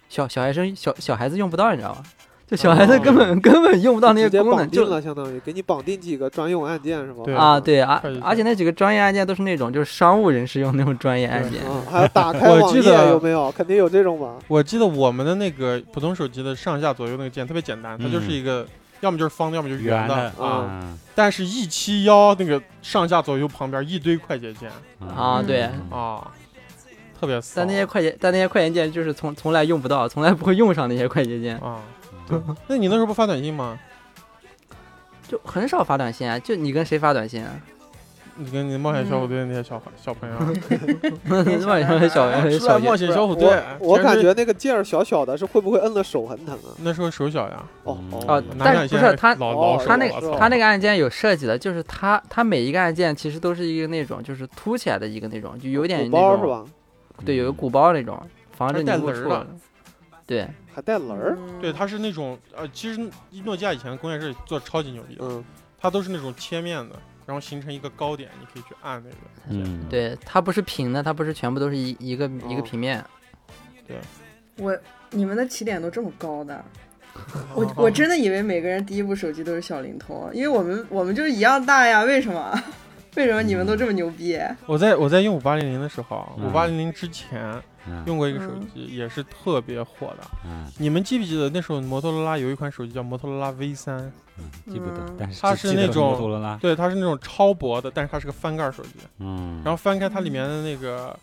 Speaker 2: 小小学生小小孩子用不到，你知道吗？就小孩子
Speaker 5: 哦
Speaker 2: 根本、根本用不到那
Speaker 5: 直
Speaker 2: 些
Speaker 5: 接
Speaker 2: 功
Speaker 5: 绑
Speaker 2: 能，
Speaker 5: 定
Speaker 2: 就
Speaker 5: 了，相当于给你绑定几个专用按键是吗？
Speaker 1: 对
Speaker 2: 啊对啊
Speaker 1: 快捷键，
Speaker 2: 而且那几个专业按键都是那种就是商务人士用那种专业按键，
Speaker 5: 嗯，还有打开
Speaker 1: 我
Speaker 5: 网
Speaker 1: 记
Speaker 5: 页
Speaker 1: 得
Speaker 5: 有没有？肯定有这种吧？
Speaker 1: 我记得我们的那个普通手机的上下左右那个键特别简单，它就是
Speaker 4: 嗯
Speaker 1: 一个要么就是方的，要么就是圆的。嗯
Speaker 4: 的
Speaker 5: 啊
Speaker 1: 但是 E 七幺那个上下左右旁边一堆快捷键
Speaker 2: 啊对
Speaker 4: 啊
Speaker 1: 啊，特别骚
Speaker 2: 但那些快捷但那些快捷键就是从从来用不到，从来不会用上那些快捷键，
Speaker 1: 啊。那你那时候不发短信吗？
Speaker 2: 就很少发短信啊，就你跟谁发短信啊？
Speaker 1: 你跟你冒险
Speaker 2: 嗯
Speaker 1: 小虎队那些小孩小朋 友，
Speaker 2: 那那小学小
Speaker 1: 出来
Speaker 2: 小
Speaker 1: 冒
Speaker 2: 学
Speaker 1: 险
Speaker 5: 不是
Speaker 1: 小虎队
Speaker 5: 我，我
Speaker 1: 全是
Speaker 5: 感觉那个劲儿小小的，是会不会摁了手很疼啊？
Speaker 1: 那时候手小呀，
Speaker 5: 哦
Speaker 4: 啊
Speaker 5: 哦，
Speaker 2: 嗯
Speaker 1: 拿
Speaker 2: 但是
Speaker 1: 两
Speaker 2: 不
Speaker 1: 线
Speaker 2: 是他
Speaker 1: 老
Speaker 5: 哦
Speaker 1: 老手
Speaker 2: 他那
Speaker 1: 我
Speaker 5: 个
Speaker 1: 操
Speaker 2: 它那个按键有设计的，就是它它每一个按键其实都是一个那种就是凸起来的一个那种，就有点
Speaker 5: 鼓
Speaker 2: 那
Speaker 5: 包是
Speaker 2: 种
Speaker 5: 吧？
Speaker 2: 对，有
Speaker 4: 嗯
Speaker 2: 个鼓包那种，防止
Speaker 1: 还
Speaker 2: 你
Speaker 1: 带
Speaker 2: 误
Speaker 1: 轮儿
Speaker 2: 触
Speaker 1: 的。
Speaker 2: 对，
Speaker 5: 还带轮儿？
Speaker 3: 嗯
Speaker 1: 对，它是那种呃，其实诺基亚以前的工业设计做得超级牛逼的，
Speaker 5: 嗯，
Speaker 1: 它都是那种切面的，然后形成一个高点，你可以去按那个。
Speaker 4: 嗯，
Speaker 2: 对，它不是平的，它不是全部都是一一个
Speaker 1: 哦
Speaker 2: 一个平面。
Speaker 3: 我你们的起点都这么高的，我我真的以为每个人第一部手机都是小灵通，因为我们我们就是一样大呀，为什么？ 为什么你们都这么牛逼？
Speaker 1: 我在我在用五八零零的时候，
Speaker 4: 嗯
Speaker 1: 五八零零之前
Speaker 4: 嗯
Speaker 1: 用过一个手
Speaker 3: 嗯
Speaker 1: 机，也是特别火的。
Speaker 4: 嗯
Speaker 1: 你们记不记得那时候摩托罗拉有一款手机叫摩托罗拉 V 三？
Speaker 4: 嗯记不得
Speaker 3: 嗯，
Speaker 4: 但是
Speaker 1: 它
Speaker 4: 记
Speaker 1: 是
Speaker 4: 记得
Speaker 1: 那
Speaker 4: 有
Speaker 1: 种
Speaker 4: 摩托罗拉，
Speaker 1: 对，它是那种超薄的，但是它是个翻盖手机。
Speaker 4: 嗯，
Speaker 1: 然后翻开它里面的那个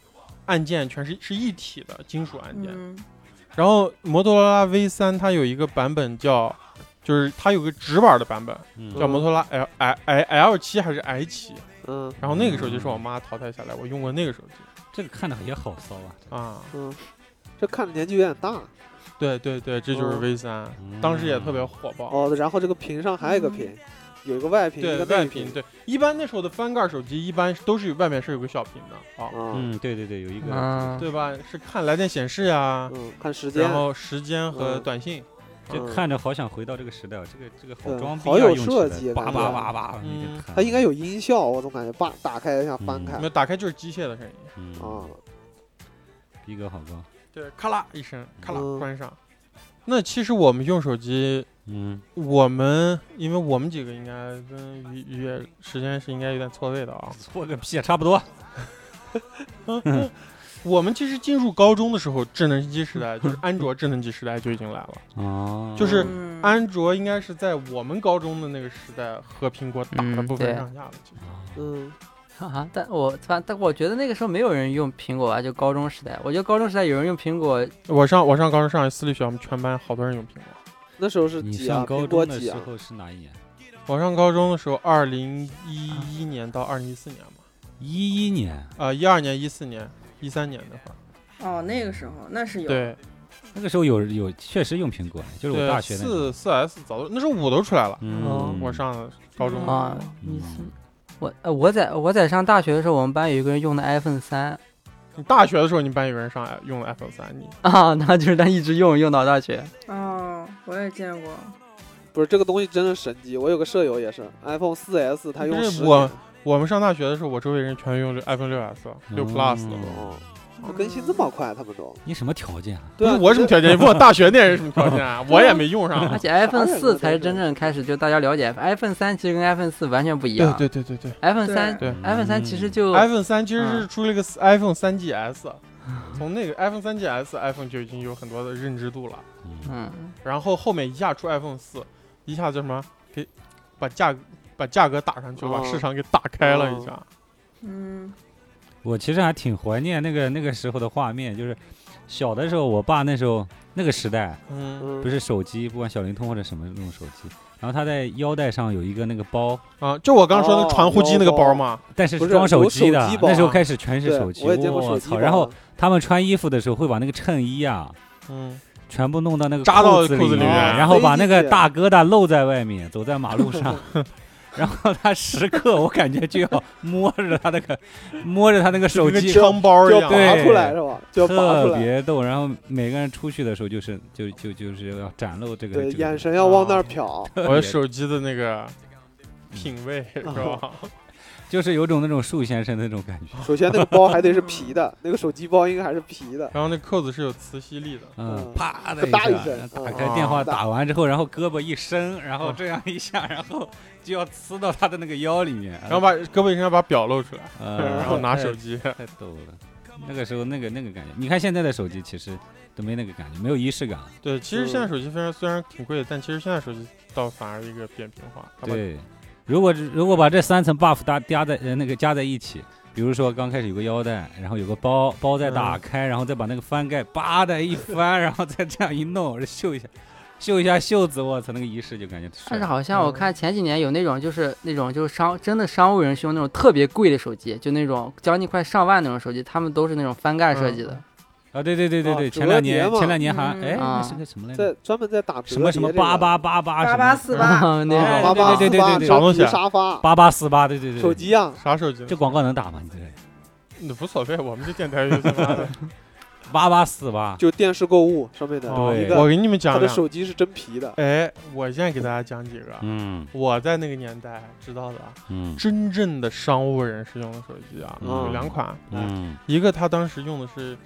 Speaker 1: 按键，全是是一体的金属按键。
Speaker 3: 嗯，
Speaker 1: 然后摩托罗拉 V 三它有一个版本叫，就是它有个直板的版本
Speaker 4: 嗯
Speaker 1: 叫摩托罗拉 L I I L 七还是 I 七？
Speaker 5: 嗯
Speaker 1: 然后那个手机是我妈淘汰下来，我用过那个手机
Speaker 4: 这个看着也好骚啊，
Speaker 1: 啊。
Speaker 5: 嗯，这看着年纪有点大
Speaker 1: 对对对，这就是
Speaker 5: 嗯
Speaker 1: V 三，当时也特别火爆。
Speaker 5: 哦。然后这个屏上还有一个屏，有一个外哦屏，一
Speaker 1: 对
Speaker 5: 个
Speaker 1: 外
Speaker 5: 内
Speaker 1: 屏，对，一般那时候的翻盖手机一般都是有外面是有个小屏的啊，
Speaker 5: 啊，
Speaker 4: 嗯，对对对，有一个，
Speaker 2: 啊，
Speaker 1: 对吧？是看来电显示啊呀，
Speaker 5: 嗯，看时间
Speaker 1: 然，后时间和
Speaker 5: 嗯
Speaker 1: 短信，
Speaker 4: 就
Speaker 5: 嗯
Speaker 4: 看着好想回到这个时代，哦，这个这个好
Speaker 5: 对
Speaker 4: 装逼
Speaker 5: 好
Speaker 4: 啊，
Speaker 5: 有
Speaker 4: 用起
Speaker 5: 设
Speaker 4: 来
Speaker 5: 计
Speaker 4: 叭
Speaker 5: 感
Speaker 4: 叭
Speaker 5: 觉
Speaker 4: 叭叭，
Speaker 1: 嗯
Speaker 4: 它
Speaker 5: 它应该有音效，我总感觉叭打开一下翻开
Speaker 1: 没有打开就是机械的声音，
Speaker 5: 啊
Speaker 4: 嗯，，逼格好高，
Speaker 1: 对，咔啦一声，咔啦
Speaker 5: 嗯
Speaker 1: 关上。那其实我们用手机，
Speaker 4: 嗯
Speaker 1: 我们因为我们几个应该跟于于也时间是应该有点错位的啊。嗯
Speaker 4: 错个屁，差不多，
Speaker 1: 我们其实进入高中的时候，智能机时代就是安卓智能机时代就已经来了。
Speaker 4: 哦，
Speaker 1: 就是
Speaker 3: 嗯，
Speaker 1: 安卓应该是在我们高中的那个时代和苹果打的
Speaker 2: 嗯
Speaker 1: 不分
Speaker 2: 对
Speaker 1: 上下的。其实
Speaker 5: 嗯，
Speaker 2: 啊，但我但但我觉得那个时候没有人用苹果啊，就高中时代，我觉得高中时代有人用苹果，
Speaker 1: 我上我上高中上私立学校，我们全班好多人用苹果。
Speaker 5: 那时候是
Speaker 4: 你
Speaker 5: 几啊？
Speaker 4: 上高
Speaker 5: 苹果
Speaker 4: 中的
Speaker 5: 几
Speaker 4: 时
Speaker 5: 啊？
Speaker 4: 候是哪一年？
Speaker 1: 我上高中的时候，二零一一年到二零一四年吧，
Speaker 4: 一一年，
Speaker 1: 啊，一二年、一四年、一三年那会儿，
Speaker 3: 哦，那个时候那是有，
Speaker 1: 对
Speaker 4: 那个时候有有确实用苹果，就是我
Speaker 1: 对，
Speaker 4: 大学那
Speaker 1: 四四 S 早都那时候五都出来了，
Speaker 4: 嗯
Speaker 1: 我上的高中
Speaker 2: 啊
Speaker 4: 嗯
Speaker 2: 你是我呃我在我在上大学的时候，我们班有一个人用的 iPhone 三
Speaker 1: 你大学的时候，你班有人上用了 iPhone 三，你
Speaker 2: 啊，那就是他一直用用到大学，
Speaker 3: 哦，我也见过，
Speaker 5: 不是这个东西真的神机，我有个舍友也是 iPhone 四 S，他用
Speaker 1: 不是
Speaker 5: 十
Speaker 1: 我
Speaker 5: 年，
Speaker 1: 我们上大学的时候，我周围人全用 iPhone 六 S、六啊 Plus 了。
Speaker 5: 哦，他更新这么快，他们都
Speaker 4: 你什么条件啊？
Speaker 1: 不
Speaker 5: 对
Speaker 1: 是
Speaker 5: 啊，
Speaker 1: 我什么
Speaker 5: 这
Speaker 1: 条件？你问我大学那人什么条件 啊？我也没用上。
Speaker 2: 而且
Speaker 5: 人
Speaker 2: iPhone
Speaker 5: 了
Speaker 2: 四才
Speaker 5: 这
Speaker 2: 是
Speaker 5: 是
Speaker 2: 真正开始就大家了解 iPhone 三，其实跟 iPhone 四完全不一
Speaker 1: 对
Speaker 5: 哎
Speaker 2: 样。
Speaker 1: 对对对对嗯
Speaker 2: iPhone 三
Speaker 1: 对
Speaker 4: 嗯
Speaker 2: ，iPhone 三其实就
Speaker 1: ，iPhone 三其实
Speaker 5: 嗯
Speaker 1: 是出了一个 iPhone 三 GS，从那个 iPhone 三 GS，iPhone 就已经有很多的认知度了。
Speaker 4: 嗯
Speaker 2: 嗯
Speaker 1: 然后后面一下出 iPhone 四，一下叫什么？给把价把价格打上去，把
Speaker 5: 哦
Speaker 1: 市场给打开了一下。
Speaker 3: 嗯，
Speaker 4: 我其实还挺怀念那个那个时候的画面，就是小的时候，我爸那时候那个时代，
Speaker 1: 嗯
Speaker 4: 不
Speaker 5: 嗯
Speaker 4: 是手机，不管小灵通或者什么那种手机，然后他在腰带上有一个那个包，
Speaker 1: 啊，就我刚刚说那
Speaker 5: 哦
Speaker 1: 传呼机那个包嘛，
Speaker 4: 但是
Speaker 5: 不是
Speaker 4: 装
Speaker 5: 有
Speaker 4: 机的
Speaker 5: 手机，包啊
Speaker 4: 那时候开始全是
Speaker 5: 对
Speaker 4: 手机，
Speaker 5: 我也见过
Speaker 4: 我
Speaker 5: 手机
Speaker 4: 操！
Speaker 5: 包
Speaker 4: 然后他们穿衣服的时候会把那个衬衣啊。
Speaker 1: 嗯，
Speaker 4: 全部弄到那个
Speaker 1: 扎到
Speaker 4: 子
Speaker 1: 裤子
Speaker 4: 里
Speaker 1: 里
Speaker 4: 面
Speaker 1: 面
Speaker 4: 然后把那
Speaker 5: 飞
Speaker 4: 个
Speaker 5: 进去
Speaker 4: 大疙瘩露在外面，走在马 路上。然后他时刻，我感觉就要摸着他那个，摸着他那个手
Speaker 1: 就跟
Speaker 4: 机，
Speaker 1: 枪包一
Speaker 5: 就
Speaker 1: 样。
Speaker 4: 对
Speaker 5: 拔出来是吧？就拔出
Speaker 4: 特
Speaker 5: 来，
Speaker 4: 别逗。然后每个人出去的时候，就是就就就是要展露这个
Speaker 5: 对，
Speaker 4: 这个
Speaker 5: 眼神要往那儿 瞟，
Speaker 1: 我的手机的那个品味是吧？
Speaker 4: 就是有种那种树先生的那种感觉。
Speaker 5: 首先那个包还得是皮的，那个手机包应该还是皮的，
Speaker 1: 然后那扣子是有磁吸力的。
Speaker 4: 嗯
Speaker 5: 嗯，
Speaker 4: 啪的
Speaker 5: 哒一
Speaker 4: 下
Speaker 5: 声
Speaker 4: 打
Speaker 5: 嗯
Speaker 4: 开电话
Speaker 5: 啊
Speaker 4: 打完之后，然后胳膊一伸，然后这样一下，然后就要呲到他的那个腰里面，然
Speaker 1: 然后把胳膊一伸，把表露出来，
Speaker 4: 呃，
Speaker 1: 然后拿手机。
Speaker 4: 太逗了。那个时候那个那个感觉，你看现在的手机其实都没那个感觉，没有仪式感。
Speaker 1: 对，其实现在手机虽然虽然挺贵的，但其实现在手机倒反而一个扁平化。它把，
Speaker 4: 对，如果如果把这三层 buff 搭加在呃那个加在一起，比如说刚开始有个腰带，然后有个包，包再打开，然后再把那个翻盖叭的一翻，然后再这样一弄，秀一下，秀一下袖子，我操，那个仪式就感觉帅
Speaker 2: 但是
Speaker 4: 了。
Speaker 2: 好像我看前几年有那种就是那种就是商真的商务人士用那种特别贵的手机，就那种将近快上万那种手机，他们都是那种翻盖设计的。
Speaker 1: 嗯
Speaker 4: 啊，对对对对对，
Speaker 5: 哦
Speaker 4: 前两
Speaker 5: 折
Speaker 4: 年
Speaker 5: 叠嘛
Speaker 4: 前两年还
Speaker 3: 嗯
Speaker 4: 哎
Speaker 2: 啊
Speaker 4: 那是个什么来着？
Speaker 5: 在专门在打折
Speaker 4: 什么什么八八八八
Speaker 3: 八
Speaker 4: 什
Speaker 3: 八
Speaker 4: 么
Speaker 3: 四八，
Speaker 4: 哎
Speaker 2: 那
Speaker 5: 嗯八
Speaker 2: 种
Speaker 5: 八
Speaker 4: 对对对对对
Speaker 1: 啥东西啊
Speaker 5: 沙发
Speaker 4: 八八四八，对对对，
Speaker 5: 手机啊，
Speaker 1: 啥手机？
Speaker 4: 这广告能打吗？你这
Speaker 1: 那无所谓，我们这电台就他妈的。
Speaker 4: 八八四八，
Speaker 5: 就电视购物上面的
Speaker 1: 哦
Speaker 5: 一
Speaker 4: 对
Speaker 1: 我
Speaker 5: 个，
Speaker 1: 给你们
Speaker 5: 他
Speaker 1: 讲
Speaker 5: 的
Speaker 1: 两个。
Speaker 5: 手机是真皮的，
Speaker 1: 哎，我现在给大家讲几个
Speaker 4: 嗯
Speaker 1: 我在那个年代知道的啊，
Speaker 4: 嗯
Speaker 1: 真正的商务人士用的手机啊，
Speaker 4: 嗯
Speaker 1: 有两款，
Speaker 4: 嗯
Speaker 1: 一个他当时用的是，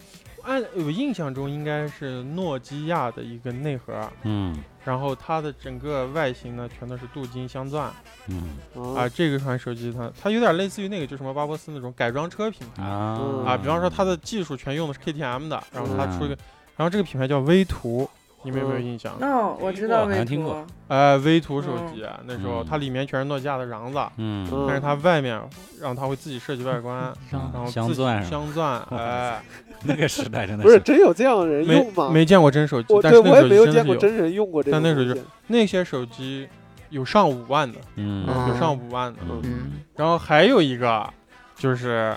Speaker 1: 按我印象中应该是诺基亚的一个内核，
Speaker 4: 嗯
Speaker 1: 然后它的整个外形呢全都是镀金镶钻。
Speaker 4: 嗯
Speaker 1: 啊，
Speaker 5: 啊，
Speaker 1: 这个款手机它它有点类似于那个，就什么巴博斯那种改装车品牌啊
Speaker 5: 嗯
Speaker 4: 啊
Speaker 1: 比方说它的技术全用的是 KTM 的，然后它出一个，
Speaker 4: 嗯
Speaker 1: 然后这个品牌叫威图，你们有没有印象？
Speaker 3: 哦，我知道
Speaker 4: 好像
Speaker 3: 微
Speaker 4: 听过
Speaker 3: 博，
Speaker 1: 哎，威图手机、那时候
Speaker 4: 嗯
Speaker 1: 它里面全是诺基亚的瓤子，
Speaker 4: 嗯
Speaker 5: 嗯
Speaker 1: 但是它外面让它会自己设计外观，
Speaker 4: 嗯
Speaker 1: 然后
Speaker 4: 镶
Speaker 1: 自己
Speaker 4: 钻是吧
Speaker 1: 镶钻，哎，
Speaker 4: 那个时代真的
Speaker 5: 不是真有这样的人
Speaker 1: 没
Speaker 5: 用吗？
Speaker 1: 没见过真手机
Speaker 5: 我，
Speaker 1: 但
Speaker 5: 对
Speaker 1: 是那
Speaker 5: 我
Speaker 1: 个
Speaker 5: 也
Speaker 1: 手
Speaker 5: 没
Speaker 1: 机
Speaker 5: 见
Speaker 1: 的
Speaker 5: 过
Speaker 1: 有，
Speaker 5: 真人用过这
Speaker 1: 但
Speaker 5: 种
Speaker 1: 那
Speaker 5: 东
Speaker 1: 时候
Speaker 5: 西，
Speaker 1: 那些手机有上五万的，
Speaker 4: 嗯
Speaker 2: 嗯
Speaker 1: 有上五万的，
Speaker 2: 嗯，
Speaker 1: 然后还有一个就是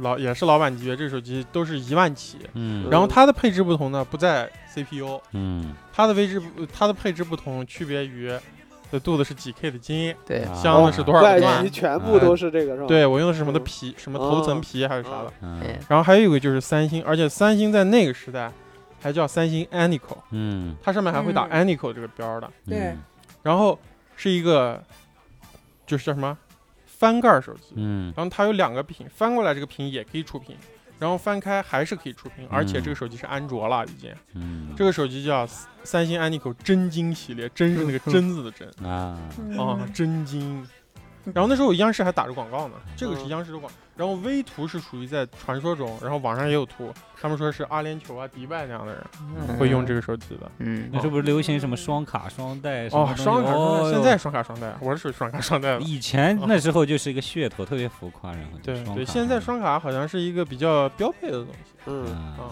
Speaker 1: 老也是老板级别，这个手机都是一万起。
Speaker 4: 嗯
Speaker 1: 然后它的配置不同呢，不在 CPU，
Speaker 4: 嗯
Speaker 1: 它的位置不它的配置不同，区别于的肚子是几 K 的金，
Speaker 2: 对，
Speaker 4: 啊
Speaker 1: 箱子是多少
Speaker 5: 外
Speaker 1: 个
Speaker 5: 皮
Speaker 1: 钻？
Speaker 5: 全部都是这个是吧？，
Speaker 1: 哎对我用的是什么的皮，什么头层皮还是啥的。
Speaker 4: 嗯
Speaker 2: 哎
Speaker 1: 然后还有一个就是三星，而且三星在那个时代还叫三星 Anico，
Speaker 4: 嗯，
Speaker 1: 它上面还会打 Anico 这个标儿的。
Speaker 3: 对
Speaker 1: 然后是一个就是叫什么翻盖手机，
Speaker 4: 嗯，
Speaker 1: 然后它有两个屏，翻过来这个屏也可以触屏，然后翻开还是可以触屏，而且这个手机是安卓了已经。
Speaker 4: 嗯嗯，
Speaker 1: 这个手机叫三星 Anico 真金系列，真是那 个真字的真
Speaker 4: 啊，
Speaker 1: 啊，
Speaker 3: 嗯，
Speaker 1: 真金
Speaker 3: 嗯。
Speaker 1: 然后那时候央视还打着广告呢，这个是
Speaker 5: 嗯
Speaker 1: 央视的广。然后微图是属于在传说中，然后网上也有图，他们说是阿联酋啊、迪拜那样的人会用这个手机的。
Speaker 2: 嗯
Speaker 4: 那，是不是流行什么双卡双待什么
Speaker 1: 哦，
Speaker 4: 东西？
Speaker 1: 双卡双
Speaker 4: 哦
Speaker 1: 待，现在双卡双待，我是属于双卡双待的。
Speaker 4: 以前那时候就是一个噱头，特别浮夸，然后就
Speaker 1: 对
Speaker 4: 双
Speaker 1: 对，
Speaker 4: 卡嗯
Speaker 1: 现在双卡好像是一个比较标配的东西
Speaker 5: 嗯，
Speaker 1: 啊
Speaker 4: 啊，。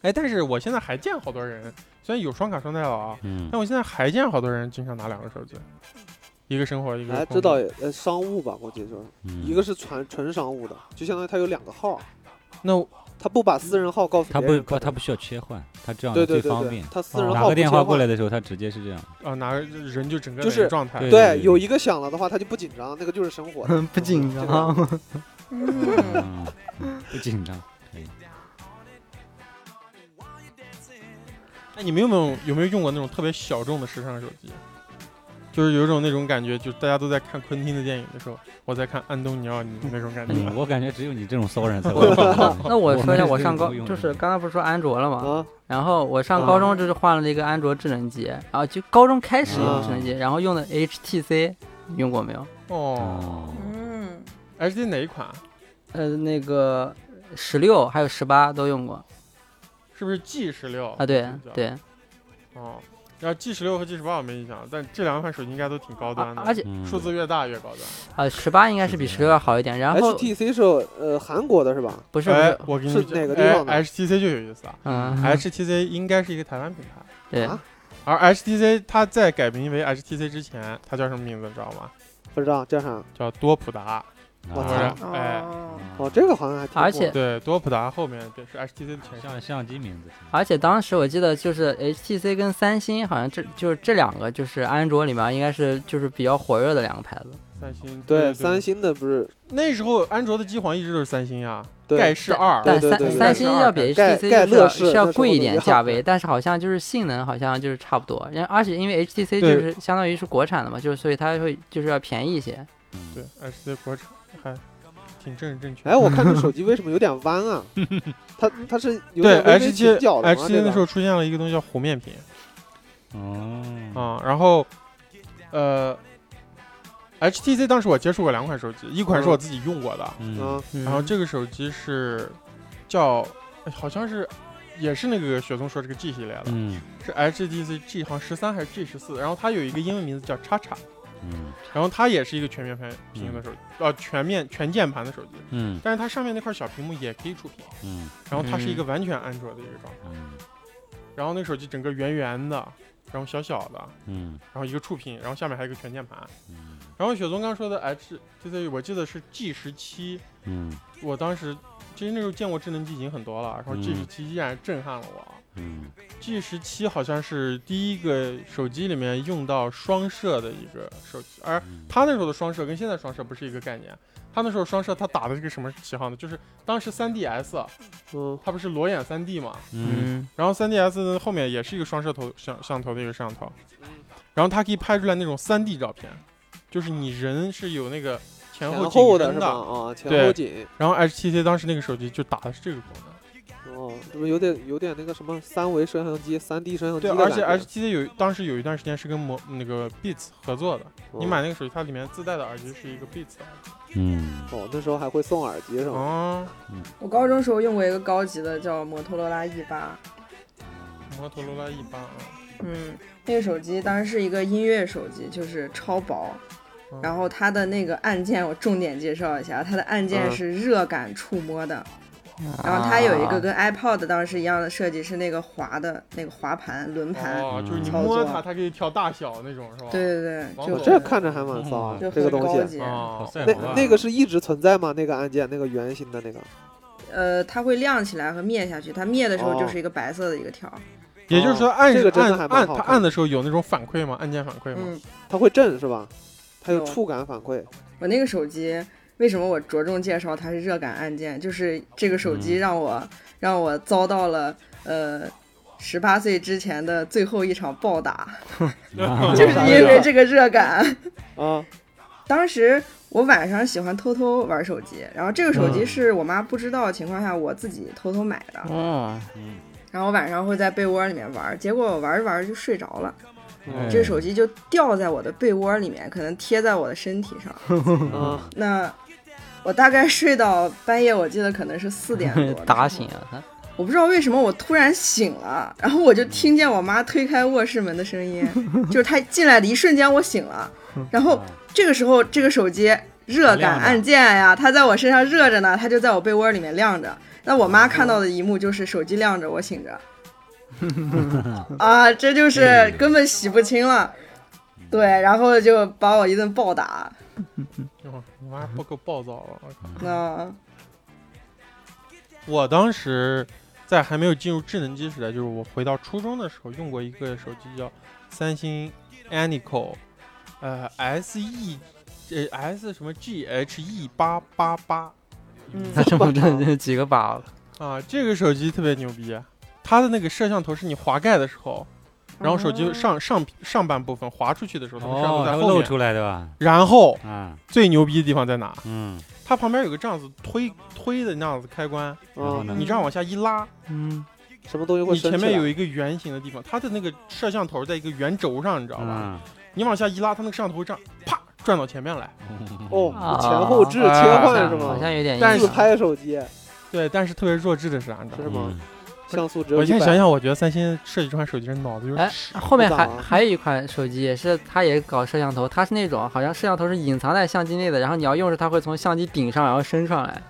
Speaker 1: 哎，但是我现在还见好多人，虽然有双卡双待了啊，
Speaker 4: 嗯
Speaker 1: 但我现在还见好多人经常拿两个手机，一个生活一个
Speaker 5: 哎，
Speaker 1: 工
Speaker 5: 知道
Speaker 1: 作
Speaker 5: 呃商务吧，估计就是
Speaker 4: 嗯，
Speaker 5: 一个是纯纯商务的，就相当于他有两个号，
Speaker 1: 那我
Speaker 5: 他不把私人号告诉
Speaker 4: 他
Speaker 5: 别人
Speaker 4: 不
Speaker 5: 可能，
Speaker 4: 他不需要切换，他这样
Speaker 5: 对
Speaker 4: 最
Speaker 5: 对对
Speaker 4: 方
Speaker 5: 对
Speaker 4: 便，。嗯
Speaker 5: 他私人
Speaker 4: 打
Speaker 5: 号
Speaker 4: 个电话过
Speaker 5: 来，
Speaker 4: 来的时候，他直接是这样。
Speaker 1: 啊拿个人就整个
Speaker 5: 就
Speaker 1: 人
Speaker 5: 是
Speaker 1: 状态
Speaker 4: 对
Speaker 5: 对，有一个响了的话，他就不紧张，那个就是生活的。
Speaker 6: 不紧张，
Speaker 5: 啊
Speaker 3: 嗯，
Speaker 4: 嗯，嗯不紧张。
Speaker 1: 哎，你们有没有有没有用过那种特别小众的时尚手机？就是有一种那种感觉，就是大家都在看昆汀的电影的时候，我在看安东尼奥尼的那种感觉。
Speaker 4: 嗯，我感觉只有你这种骚人才会
Speaker 2: 我
Speaker 4: 用这种。
Speaker 2: 那我说一下，我
Speaker 4: 们
Speaker 2: 上
Speaker 4: 这
Speaker 2: 高
Speaker 4: 种用
Speaker 2: 就是
Speaker 4: 的
Speaker 2: 刚刚不是嗯说安卓了吗？
Speaker 5: 啊，
Speaker 2: 然后我上
Speaker 5: 啊
Speaker 2: 高中就是换了一个安卓智能机，啊，就高中开始用智能机，
Speaker 4: 啊
Speaker 2: 然后用的 HTC，你用过没有？啊
Speaker 1: 哦
Speaker 4: 哦，
Speaker 3: 嗯，
Speaker 1: ，H D 哪一款？
Speaker 2: 呃，那个十六还有十八都用过
Speaker 1: 是不是 G 十六
Speaker 2: 啊，对对，
Speaker 1: 哦，然后 G 十六和 G 十八我没印象，但这两款手机应该都挺高端
Speaker 2: 啊
Speaker 1: 的，
Speaker 2: 而且
Speaker 4: 嗯
Speaker 1: 数字越大越高端。
Speaker 2: 啊十八应该是比十六要好一点，然后
Speaker 5: HTC 是呃韩国的是吧？
Speaker 2: 不是不
Speaker 1: 哎
Speaker 2: 是，，
Speaker 1: 我跟你
Speaker 5: 是
Speaker 1: 讲
Speaker 5: 哪个地方的
Speaker 1: 哎，HTC 就有意思了。
Speaker 2: 嗯，
Speaker 1: HTC 应该是一个台湾品牌，
Speaker 2: 对
Speaker 5: 啊
Speaker 1: 而 HTC 它在改名为 HTC 之前，它叫什么名字你知道吗？
Speaker 5: 不知道叫啥？
Speaker 1: 叫多普达，
Speaker 2: 啊
Speaker 4: 啊
Speaker 5: 我
Speaker 1: 或
Speaker 5: 操
Speaker 1: 者哎，
Speaker 3: 哦，
Speaker 5: 哦，这个好像还挺火的。
Speaker 2: 而 且
Speaker 1: 对，多普达后面便是 HTC 的前身。
Speaker 4: 相相机名字。
Speaker 2: 而且当时我记得就是 HTC 跟三星好像这就是这两个就是安卓里面应该是就是比较火热的两个牌子，
Speaker 1: 三星
Speaker 5: 对三星的不是
Speaker 1: 那时候安卓的机皇一直都是三星呀，盖
Speaker 5: 对
Speaker 1: 世二，
Speaker 2: 但
Speaker 5: 对
Speaker 2: 三
Speaker 5: 对对
Speaker 2: 三星要比
Speaker 5: 盖
Speaker 2: HTC 就是
Speaker 5: 盖
Speaker 2: 要
Speaker 5: 乐视
Speaker 2: 是要
Speaker 5: 那时候
Speaker 2: 贵一点
Speaker 5: 都一样
Speaker 2: 价位，但是好像就是性能好像就是差不多，然后而且因为 HTC 就
Speaker 1: 对
Speaker 2: 是相当于是国产的嘛，就是所以它会就是要便宜一些。
Speaker 4: 嗯
Speaker 1: 对 HTC 国产还挺正正确。
Speaker 5: 哎，我看这手机为什么有点弯啊？它它是有
Speaker 1: 对
Speaker 5: 点微微
Speaker 1: HTC
Speaker 5: 倾角的吗？
Speaker 1: HTC 那时
Speaker 5: 候
Speaker 1: 候出现了一个东西叫弧面屏
Speaker 4: 哦，
Speaker 1: 啊，然后呃，HTC 当时我接触过两款手机，一款是我自己用过的，
Speaker 4: 嗯
Speaker 5: 啊，
Speaker 1: 然后这个手机是叫哎好像是也是那个雪松说这个 G 系列的，
Speaker 4: 嗯
Speaker 1: 是 HTC G 好像十三还是 G 十四，然后它有一个英文名字叫叉叉，
Speaker 4: 嗯
Speaker 1: 然后它也是一个全面屏屏的手机，呃，全面全键盘的手机，
Speaker 4: 嗯
Speaker 1: 但是它上面那块小屏幕也可以触屏，
Speaker 4: 嗯
Speaker 1: 然后它是一个完全安卓的一个状态，
Speaker 4: 嗯
Speaker 1: 然后那个手机整个圆圆的，然后小小的，
Speaker 4: 嗯
Speaker 1: 然后一个触屏，然后下面还有一个全键盘，
Speaker 4: 嗯
Speaker 1: 然后雪松刚说的 HTC 我记得是 G 十七，
Speaker 4: 嗯
Speaker 1: 我当时其实那时候见过智能机已经很多了，然后
Speaker 4: 嗯
Speaker 1: G 十七依然震撼了我。
Speaker 4: 嗯
Speaker 1: G 十七好像是第一个手机里面用到双摄的一个手机，而
Speaker 4: 嗯，
Speaker 1: 它那时候的双摄跟现在双摄不是一个概念。它那时候双摄，它打的是个什么旗号呢？就是当时 3DS
Speaker 5: 嗯
Speaker 1: 它不是裸眼 3D 嘛，
Speaker 4: 嗯，
Speaker 1: 然后 3DS 的后面也是一个双摄头像像头的一个摄像头，然后它可以拍出来那种 3D 照片，就是你人是有那个前后景
Speaker 5: 前后
Speaker 1: 深
Speaker 5: 的是吧？
Speaker 1: 的。
Speaker 5: 啊，前
Speaker 1: 对
Speaker 5: 后紧
Speaker 1: 然后 HTC 当时那个手机就打的是这个功能。
Speaker 5: 哦，这不有点有点那个什么三维摄像机、三 D 摄像机
Speaker 1: 对，
Speaker 5: 的
Speaker 1: 而
Speaker 5: 感
Speaker 1: 且
Speaker 5: 觉。
Speaker 1: HTC 有当时有一段时间是跟摩那个 Beats 合作的，你
Speaker 5: 哦
Speaker 1: 买那个手机，它里面自带的耳机是一个 Beats 的耳机。
Speaker 4: 嗯，
Speaker 5: 哦，那时候还会送耳机是吧？
Speaker 1: 哦，
Speaker 3: 我高中时候用过一个高级的叫摩托罗拉 E 八，
Speaker 1: 摩托罗拉一般啊，
Speaker 3: 嗯，那个手机当时是一个音乐手机，就是超薄。
Speaker 1: 嗯
Speaker 3: 然后它的那个按键，我重点介绍一下，它的按键
Speaker 5: 嗯
Speaker 3: 是热感触摸的，然
Speaker 2: 然
Speaker 3: 后它有一
Speaker 2: 啊
Speaker 3: 个跟 iPod 当时一样的设计，是那个滑的那个滑盘轮盘，
Speaker 1: 哦，就是你
Speaker 3: 操
Speaker 1: 摸
Speaker 3: 作
Speaker 1: 它，它可以调大小那种，是吧？
Speaker 3: 对对对，
Speaker 1: 王
Speaker 3: 就
Speaker 5: 我
Speaker 1: 总
Speaker 5: 这看着还蛮骚啊，
Speaker 4: 嗯
Speaker 3: 就
Speaker 5: 这
Speaker 3: 很
Speaker 5: 个东
Speaker 3: 高
Speaker 5: 西。
Speaker 3: 级。
Speaker 1: 哦，
Speaker 4: 赛
Speaker 5: 那
Speaker 4: 博啊
Speaker 5: 那个是一直存在吗？那个按键，那个圆形的那个。
Speaker 3: 呃，它会亮起来和灭下去，它灭的时候
Speaker 5: 哦
Speaker 3: 就是一个白色的一个条儿，
Speaker 1: 也就是说按
Speaker 5: 这个真的
Speaker 1: 按
Speaker 5: 还蛮
Speaker 1: 按
Speaker 5: 好
Speaker 1: 它
Speaker 5: 看
Speaker 1: 按的时候有那种反馈吗？按键反馈吗？
Speaker 3: 嗯，
Speaker 5: 它会震是吧？它有
Speaker 3: 有
Speaker 5: 触感反馈，
Speaker 3: 我那个手机为什么我着重介绍它是热感按键？就是这个手
Speaker 4: 嗯
Speaker 3: 机让我、让我遭到了呃十八岁之前的最后一场暴打， 就是
Speaker 4: 哎
Speaker 5: 啥
Speaker 3: 因
Speaker 5: 意思
Speaker 1: 哎
Speaker 3: 为
Speaker 5: 啊
Speaker 3: 这个热感。
Speaker 5: 啊，
Speaker 3: 当时我晚上喜欢偷偷玩手机，然后这个手机是我妈不知道的情况下我自己偷偷买的，
Speaker 2: 哦，
Speaker 4: 嗯嗯，
Speaker 3: 然后晚上会在被窝里面玩，结果我玩着玩着就睡着了，
Speaker 5: 啊
Speaker 4: 哎
Speaker 3: 这个手机就掉在我的被窝里面，可能贴在我的身体上。
Speaker 1: 嗯
Speaker 5: 啊，
Speaker 3: 那我大概睡到半夜，我记得可能是四点 多，
Speaker 2: 打醒。啊！
Speaker 3: 我不知道为什么我突然醒了，然后我就听见我妈推开卧室门的 声音，就是她进来的一瞬间我醒了，然后
Speaker 4: 嗯
Speaker 3: 这个时候这个手机热感按键呀，它在我身上热着呢，它就在我被窝里面亮着。那我妈看到的一幕就是手机亮着，我 醒着，啊，这
Speaker 2: 哎
Speaker 3: 就是根本洗不清了，对，然后就把我一顿暴打，
Speaker 1: 哦你妈不够暴躁了！我靠！
Speaker 4: 嗯
Speaker 3: 那
Speaker 1: 我当时在还没有进入智能机时代，就是我回到初中的时候，用过一个手机叫三星 Anico，呃，S E 呃 S 什么 G H E 八八八
Speaker 3: 嗯，
Speaker 2: 他这么这几个把，
Speaker 1: 啊，这个手机特别牛逼，它的那个摄像头是你滑盖的时候，然后手
Speaker 3: 哦
Speaker 1: 机上上上半部分滑出去的时候，它摄像头
Speaker 4: 哦，
Speaker 1: 在
Speaker 4: 它会
Speaker 1: 后
Speaker 4: 露
Speaker 1: 面。
Speaker 4: 出来对吧？
Speaker 1: 然后
Speaker 4: 啊，
Speaker 1: 最牛逼的地方在哪？
Speaker 4: 嗯，
Speaker 1: 它旁边有个这样子推推的那样子开关，
Speaker 4: 然后
Speaker 5: 啊，
Speaker 4: 呢
Speaker 1: 你这样往下一拉，
Speaker 2: 嗯，
Speaker 5: 什么东西会
Speaker 1: 嗯
Speaker 5: 啊
Speaker 1: 你
Speaker 5: 升
Speaker 1: 前
Speaker 5: 起
Speaker 1: 面
Speaker 5: 来
Speaker 1: 有一个圆形的地方，它的那个摄像头在一个圆轴上，你知道吧？
Speaker 4: 嗯
Speaker 1: 你往下一拉，它那个摄像头会这样啪转到前面来。
Speaker 4: 嗯
Speaker 5: 哦，
Speaker 2: 啊
Speaker 5: 前后置切
Speaker 1: 好
Speaker 5: 换
Speaker 1: 像
Speaker 5: 是
Speaker 2: 好
Speaker 5: 吗？
Speaker 2: 像有点意思。
Speaker 1: 但
Speaker 5: 自拍手机
Speaker 1: 对，但是特别弱智的是啥，啊你知道
Speaker 5: 是
Speaker 1: 吗？
Speaker 5: 吗？像素只有
Speaker 1: 我现在
Speaker 5: 100
Speaker 1: 想想，我觉得三星设计这款手机人脑子有点
Speaker 2: 哎
Speaker 1: 屎。
Speaker 2: 后面还
Speaker 5: 不咋啊
Speaker 2: 还有一款手机也是，它也搞摄像头，它是那种好像摄像头是隐藏在相机内的，然后你要用时它会从相机顶上然后升上来。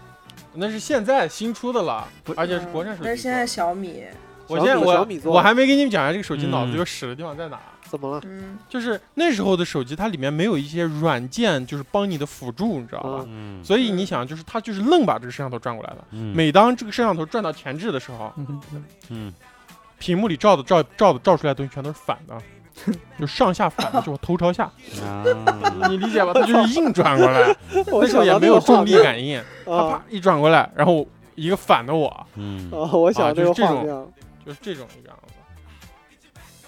Speaker 1: 那是现在新出的了，而且是国产手机。
Speaker 3: 嗯但是现在小米，
Speaker 1: 我现在
Speaker 5: 小
Speaker 1: 我
Speaker 5: 米做的
Speaker 1: 我还没跟你们讲一下这个手机
Speaker 4: 嗯
Speaker 1: 脑子有屎的地方在哪。
Speaker 5: 怎么了？
Speaker 3: 嗯，
Speaker 1: 就是那时候的手机，它里面没有一些软件，就是帮你的辅助，你知道吧？
Speaker 5: 嗯
Speaker 4: 嗯，
Speaker 1: 所以你想，就是它就是愣把这个摄像头转过来了。
Speaker 4: 嗯
Speaker 1: 每当这个摄像头转到前置的时候，
Speaker 4: 嗯
Speaker 1: 屏幕里照的照照的照出来的东西全都是反 的，就上下反的，就是头朝下，
Speaker 4: 啊，
Speaker 1: 你理解吧？它就是硬转过来，
Speaker 5: 我
Speaker 1: 那时候
Speaker 5: 想
Speaker 1: 也
Speaker 5: 到
Speaker 1: 没
Speaker 5: 那
Speaker 1: 有
Speaker 5: 个画
Speaker 1: 重力
Speaker 5: 面
Speaker 1: 感应，它
Speaker 5: 啊
Speaker 1: 啪一转过来，然后一个反的我，
Speaker 4: 嗯，
Speaker 5: 啊！我想
Speaker 1: 啊
Speaker 5: 到那
Speaker 1: 就是
Speaker 5: 个
Speaker 1: 这
Speaker 5: 画
Speaker 1: 种
Speaker 5: 面，
Speaker 1: 就是这种一个样子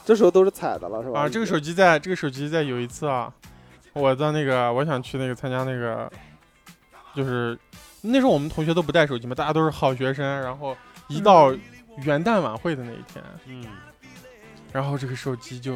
Speaker 5: 这时候都是彩的了是 吧？
Speaker 1: 啊。这个手机在这个手机在有一次啊，我在那个我想去那个参加那个，就是那时候我们同学都不带手机嘛，大家都是好学生，然后一到元旦晚会的那一天，
Speaker 4: 嗯，
Speaker 1: 然后这个手机就，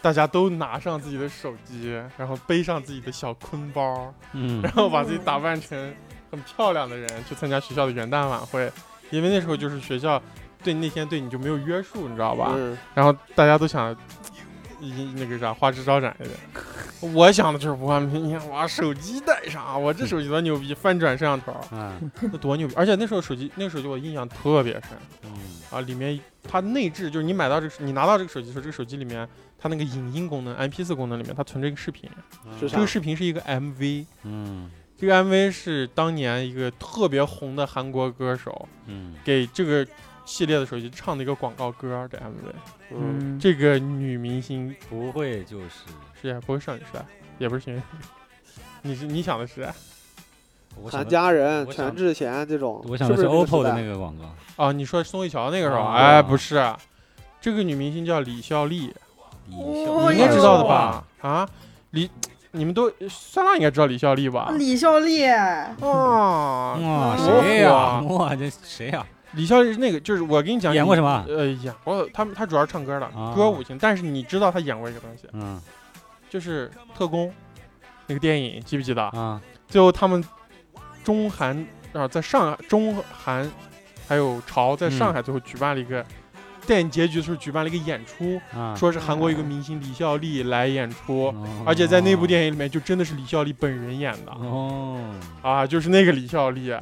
Speaker 1: 大家都拿上自己的手机，然后背上自己的小坤包，
Speaker 4: 嗯
Speaker 1: 然后把自己打扮成很漂亮的人去参加学校的元旦晚会，因为那时候就是学校对那天对你就没有约束，你知道吧？
Speaker 5: 嗯，
Speaker 1: 然后大家都想，一那个啥花枝招展一点。我想的就是我明天我把手机带上，我这手机多牛逼，翻转摄像头，
Speaker 4: 啊，
Speaker 1: 那多牛逼！而且那时候手机，那个手机我印象特别深。
Speaker 4: 嗯
Speaker 1: 啊，里面它内置就是你买到这个，你拿到这个手机的时候，这个手机里面它那个影音功能、MP 4功能里面，它存着一个视频。
Speaker 5: 是啥
Speaker 1: 这个视频是一个 MV，
Speaker 4: 嗯
Speaker 1: 这个 MV 是当年一个特别红的韩国歌手
Speaker 4: 嗯
Speaker 1: 给这个系列的手机唱的一个广告歌的 MV。
Speaker 5: 嗯，
Speaker 1: 这个女明星
Speaker 4: 不会就是
Speaker 1: 是也不会少女时代，也不是学，你是你想的是啊
Speaker 4: 我想
Speaker 5: 韩
Speaker 4: 到
Speaker 5: 家人、
Speaker 4: 我想
Speaker 5: 全智贤这种，
Speaker 4: 我想
Speaker 5: 是不
Speaker 4: 的是
Speaker 5: 是
Speaker 4: OPPO 的那
Speaker 5: 个
Speaker 4: 个广告，
Speaker 1: 啊？你说宋慧乔那个时候？
Speaker 4: 啊
Speaker 1: 哎，不是，这个女明星叫李孝利。
Speaker 3: 哦
Speaker 1: 你应该知道的吧
Speaker 4: 哇？
Speaker 1: 啊，李，你们都酸辣应该知道李孝利吧？
Speaker 3: 哦李孝利，
Speaker 1: 嗯啊，
Speaker 4: 哇，
Speaker 1: 哦
Speaker 4: 谁呀？
Speaker 1: 哇
Speaker 4: 哇，这谁呀？
Speaker 1: 李孝利是那个，就是我跟你讲，
Speaker 4: 演过
Speaker 1: 你
Speaker 4: 什么
Speaker 1: 呃，演过，他们他主要是唱歌的，
Speaker 4: 啊
Speaker 1: 歌舞型。但是你知道他演过一个东西，
Speaker 4: 嗯
Speaker 1: 就是特工那个电影，记不记得？
Speaker 4: 啊，
Speaker 1: 最后他们中韩啊，在上海中韩还有朝在上海
Speaker 3: 嗯
Speaker 1: 最后举办了一个。电影结局的时候举办了一个演出，
Speaker 4: 啊
Speaker 1: 说是韩国一个明星李孝利来演
Speaker 3: 嗯
Speaker 1: 出，
Speaker 4: 哦
Speaker 1: 而且在那部电影里面就真的是李孝利本人演的。
Speaker 3: 嗯
Speaker 4: 哦，
Speaker 1: 啊，就是那个李孝利。啊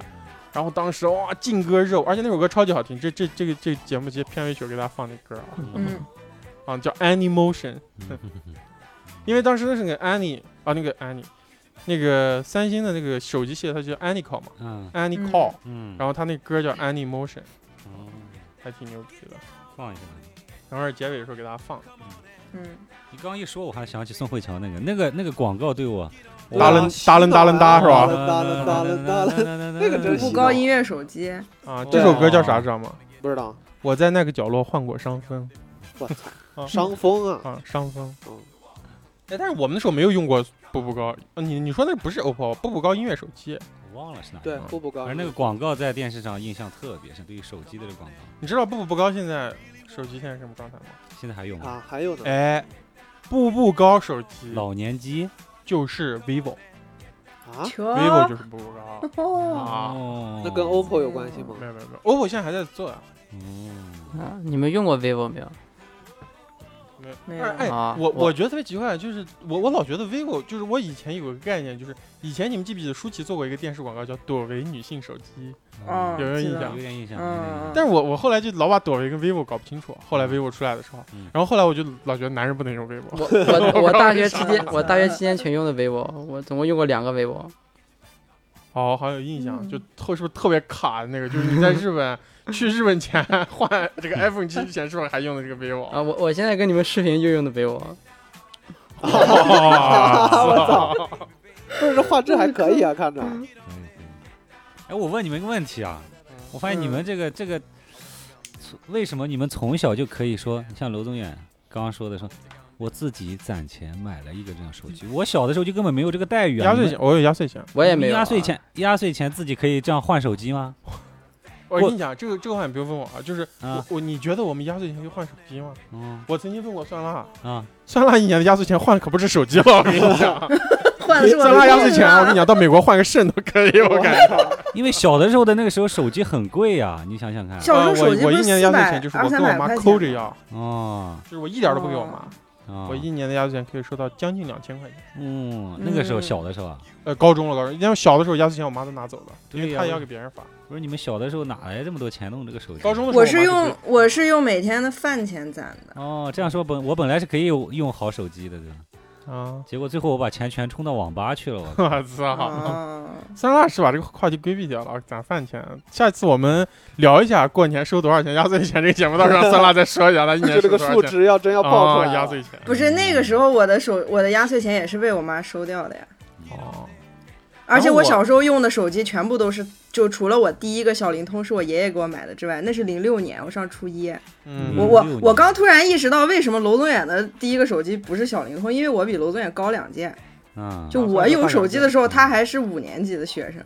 Speaker 1: 然后当时哇，劲歌热舞，而且那首歌超级好听。这这这个这节目节片尾曲给大家放那歌啊，
Speaker 3: 嗯，
Speaker 1: 啊叫 Annie Motion，
Speaker 4: 嗯
Speaker 1: 因为当时那是那个 Annie 啊，那个 Annie，那个三星的那个手机系列它叫 Annie Call 嘛
Speaker 4: 嗯
Speaker 1: ，Annie
Speaker 3: 嗯
Speaker 1: Call，、
Speaker 4: 嗯，
Speaker 1: 然后它那歌叫 Annie Motion，
Speaker 4: 后
Speaker 1: 还挺牛逼的。
Speaker 4: 放一下。
Speaker 1: 等会儿结尾的时候给大家放。啊
Speaker 3: 嗯，
Speaker 4: 你刚一说，我还想起宋慧乔那个那个那个广告对我，
Speaker 5: 啊
Speaker 1: 达楞达楞达楞达是吧
Speaker 5: 达楞达楞达
Speaker 4: 嗯
Speaker 5: 楞，
Speaker 4: 那
Speaker 5: 那个真
Speaker 3: 步
Speaker 5: 是
Speaker 3: 步高音乐手机，
Speaker 5: 哦
Speaker 1: 啊，
Speaker 4: 对
Speaker 1: 这首歌叫啥知道吗？
Speaker 5: 不知道，
Speaker 1: 我在那个角落患过伤风
Speaker 5: 我操，
Speaker 1: 啊
Speaker 5: 伤风啊！
Speaker 1: 啊，伤风。
Speaker 5: 嗯
Speaker 1: 哎，但是我们那时候没有用过步步高，呃你你说那不是 OPPO 步步高音乐手机？
Speaker 4: 我忘了是哪。
Speaker 5: 对，步步高
Speaker 4: 而
Speaker 5: 音，
Speaker 4: 那个广告在电视上印象特别深，对于手机的这个广告，
Speaker 1: 你知道步步高现在手机现在是什么状态吗？
Speaker 4: 现在还有吗？
Speaker 5: 啊，还有呢，
Speaker 1: 哎，步步高手机
Speaker 4: 老年机
Speaker 1: 就是 vivo，vivo、
Speaker 5: 啊，
Speaker 3: 球，
Speaker 1: 就是步步 高。
Speaker 3: 哦，
Speaker 1: 啊
Speaker 4: 哦，
Speaker 5: 那跟 OPPO 有关系吗？
Speaker 1: 没有没有没有，OPPO 现在还在做啊。
Speaker 4: 嗯
Speaker 2: 啊，你们用过 vivo 没 有？
Speaker 1: 没有
Speaker 3: 没有
Speaker 1: 哎，
Speaker 2: 啊
Speaker 1: 我
Speaker 2: 我
Speaker 1: 我觉得特别奇怪，就是我我老觉得 vivo 就是我以前有个概念，就是以前你们记不记得舒淇做过一个电视广告叫“朵唯女性手机
Speaker 3: 嗯
Speaker 1: 啊有没有印象
Speaker 4: 有点印象。
Speaker 3: 嗯，”，，
Speaker 1: 但是我我后来就老把朵唯跟 vivo 搞不清楚，后来 vivo 出来的时候
Speaker 4: 嗯，
Speaker 1: 然后后来我就老觉得男人不能用 vivo，
Speaker 2: 我我我大学期间我大学期间全用的 vivo，我总共用过两个 vivo。
Speaker 1: 哦，好像有印象，
Speaker 3: 嗯
Speaker 1: 就特是不是特别卡的那个，就是你在日本去日本前换这个 iPhone 七之前是不是还用的这个 vivo？
Speaker 2: 啊，我我现在跟你们视频就用的 vivo，
Speaker 4: 哦
Speaker 5: 哦
Speaker 1: 我操！
Speaker 5: 啊不是这画质还可以啊，看着
Speaker 1: 嗯
Speaker 4: 可以可以哎，我问你们一个问题啊，我发现你
Speaker 2: 嗯
Speaker 4: 们这个这个，从为什么你们从小就可以说像楼宗远刚刚说的说，我自己攒钱买了一个这样手机，我小的时候就根本没有这个待遇
Speaker 1: 嗯
Speaker 4: 啊。
Speaker 1: 压
Speaker 4: 你
Speaker 1: 岁
Speaker 4: 们
Speaker 1: 钱，我有压岁钱。
Speaker 2: 我也没有、
Speaker 4: 你
Speaker 2: 啊。
Speaker 4: 压岁钱，压岁钱自己可以这样换手机吗？
Speaker 1: 我跟你讲，这个这个话你不用问我啊，就是我
Speaker 4: 啊
Speaker 1: 我你觉得我们压岁钱可以换手机吗？
Speaker 4: 嗯
Speaker 1: 我曾经问过酸辣，
Speaker 4: 啊，
Speaker 1: 酸辣一年的压岁钱换的可不是手机了， 我跟你讲，
Speaker 3: 换的是我
Speaker 1: 酸
Speaker 3: 的
Speaker 1: 辣压
Speaker 3: 电
Speaker 1: 岁钱，
Speaker 3: 脑
Speaker 1: 我跟你讲，到美国换个肾都可以，我感觉。
Speaker 4: 因为小的时候的那个时候手机很贵呀、你想想看。
Speaker 3: 小时
Speaker 1: 啊
Speaker 3: 候手机
Speaker 1: 我我
Speaker 3: 不
Speaker 1: 一
Speaker 3: 是
Speaker 1: 年的
Speaker 3: 四
Speaker 1: 压岁钱
Speaker 3: 百
Speaker 1: 就是
Speaker 3: 二
Speaker 1: 我跟
Speaker 3: 三
Speaker 1: 我
Speaker 3: 百
Speaker 1: 妈
Speaker 3: 块
Speaker 1: 抠着
Speaker 3: 钱吗，
Speaker 1: 要，
Speaker 4: 哦，
Speaker 1: 就是我一点都不给我妈，
Speaker 4: 啊
Speaker 1: 我一年的压岁钱可以收到将近两千块钱。
Speaker 4: 嗯，那个时候
Speaker 3: 嗯
Speaker 4: 小的时候啊，
Speaker 1: 呃，高中了，高中，因为小的时候压岁钱我妈都拿走了，因
Speaker 4: 对
Speaker 1: 为
Speaker 4: 呀
Speaker 1: 她也要给别人发。
Speaker 4: 不是你们小的时候哪来这么多钱弄这个手机？
Speaker 1: 高中的时候
Speaker 3: 我
Speaker 1: 妈
Speaker 3: 是
Speaker 1: 就
Speaker 3: 用我是用每天的饭钱攒的，
Speaker 4: 哦，这样说本我本来是可以用用好手机的，对吧？
Speaker 1: 啊，
Speaker 4: 结果最后我把钱全充到网吧去了，我
Speaker 1: 我操！
Speaker 3: 啊，
Speaker 1: 三辣是把这个话题规避掉了，攒饭钱。下次我们聊一下过年收多少钱压岁钱这个节目，到时候让三辣再说一下，他一 年
Speaker 5: 就
Speaker 1: 收
Speaker 5: 这个
Speaker 1: 多少
Speaker 5: 数
Speaker 1: 钱
Speaker 5: 值要真要爆出
Speaker 1: 啊
Speaker 5: 来
Speaker 1: 压
Speaker 5: 了，
Speaker 1: 岁钱。
Speaker 3: 不是那个时候我的手我的压岁钱也是被我妈收掉的呀。
Speaker 1: 哦，
Speaker 3: 而且
Speaker 1: 然后
Speaker 3: 我
Speaker 1: 我
Speaker 3: 小时候用的手机全部都是，就除了我第一个小灵通是我爷爷给我买的之外，那是零六年我上初一。
Speaker 1: 嗯，
Speaker 3: 我
Speaker 4: 嗯
Speaker 3: 我
Speaker 4: 06年
Speaker 3: 我刚突然意识到为什么娄宗远的第一个手机不是小灵通，因为我比娄宗远高两
Speaker 1: 啊
Speaker 3: 届。
Speaker 4: 嗯，
Speaker 3: 就我有手机的时候，他
Speaker 1: 嗯
Speaker 3: 还是五年级的学生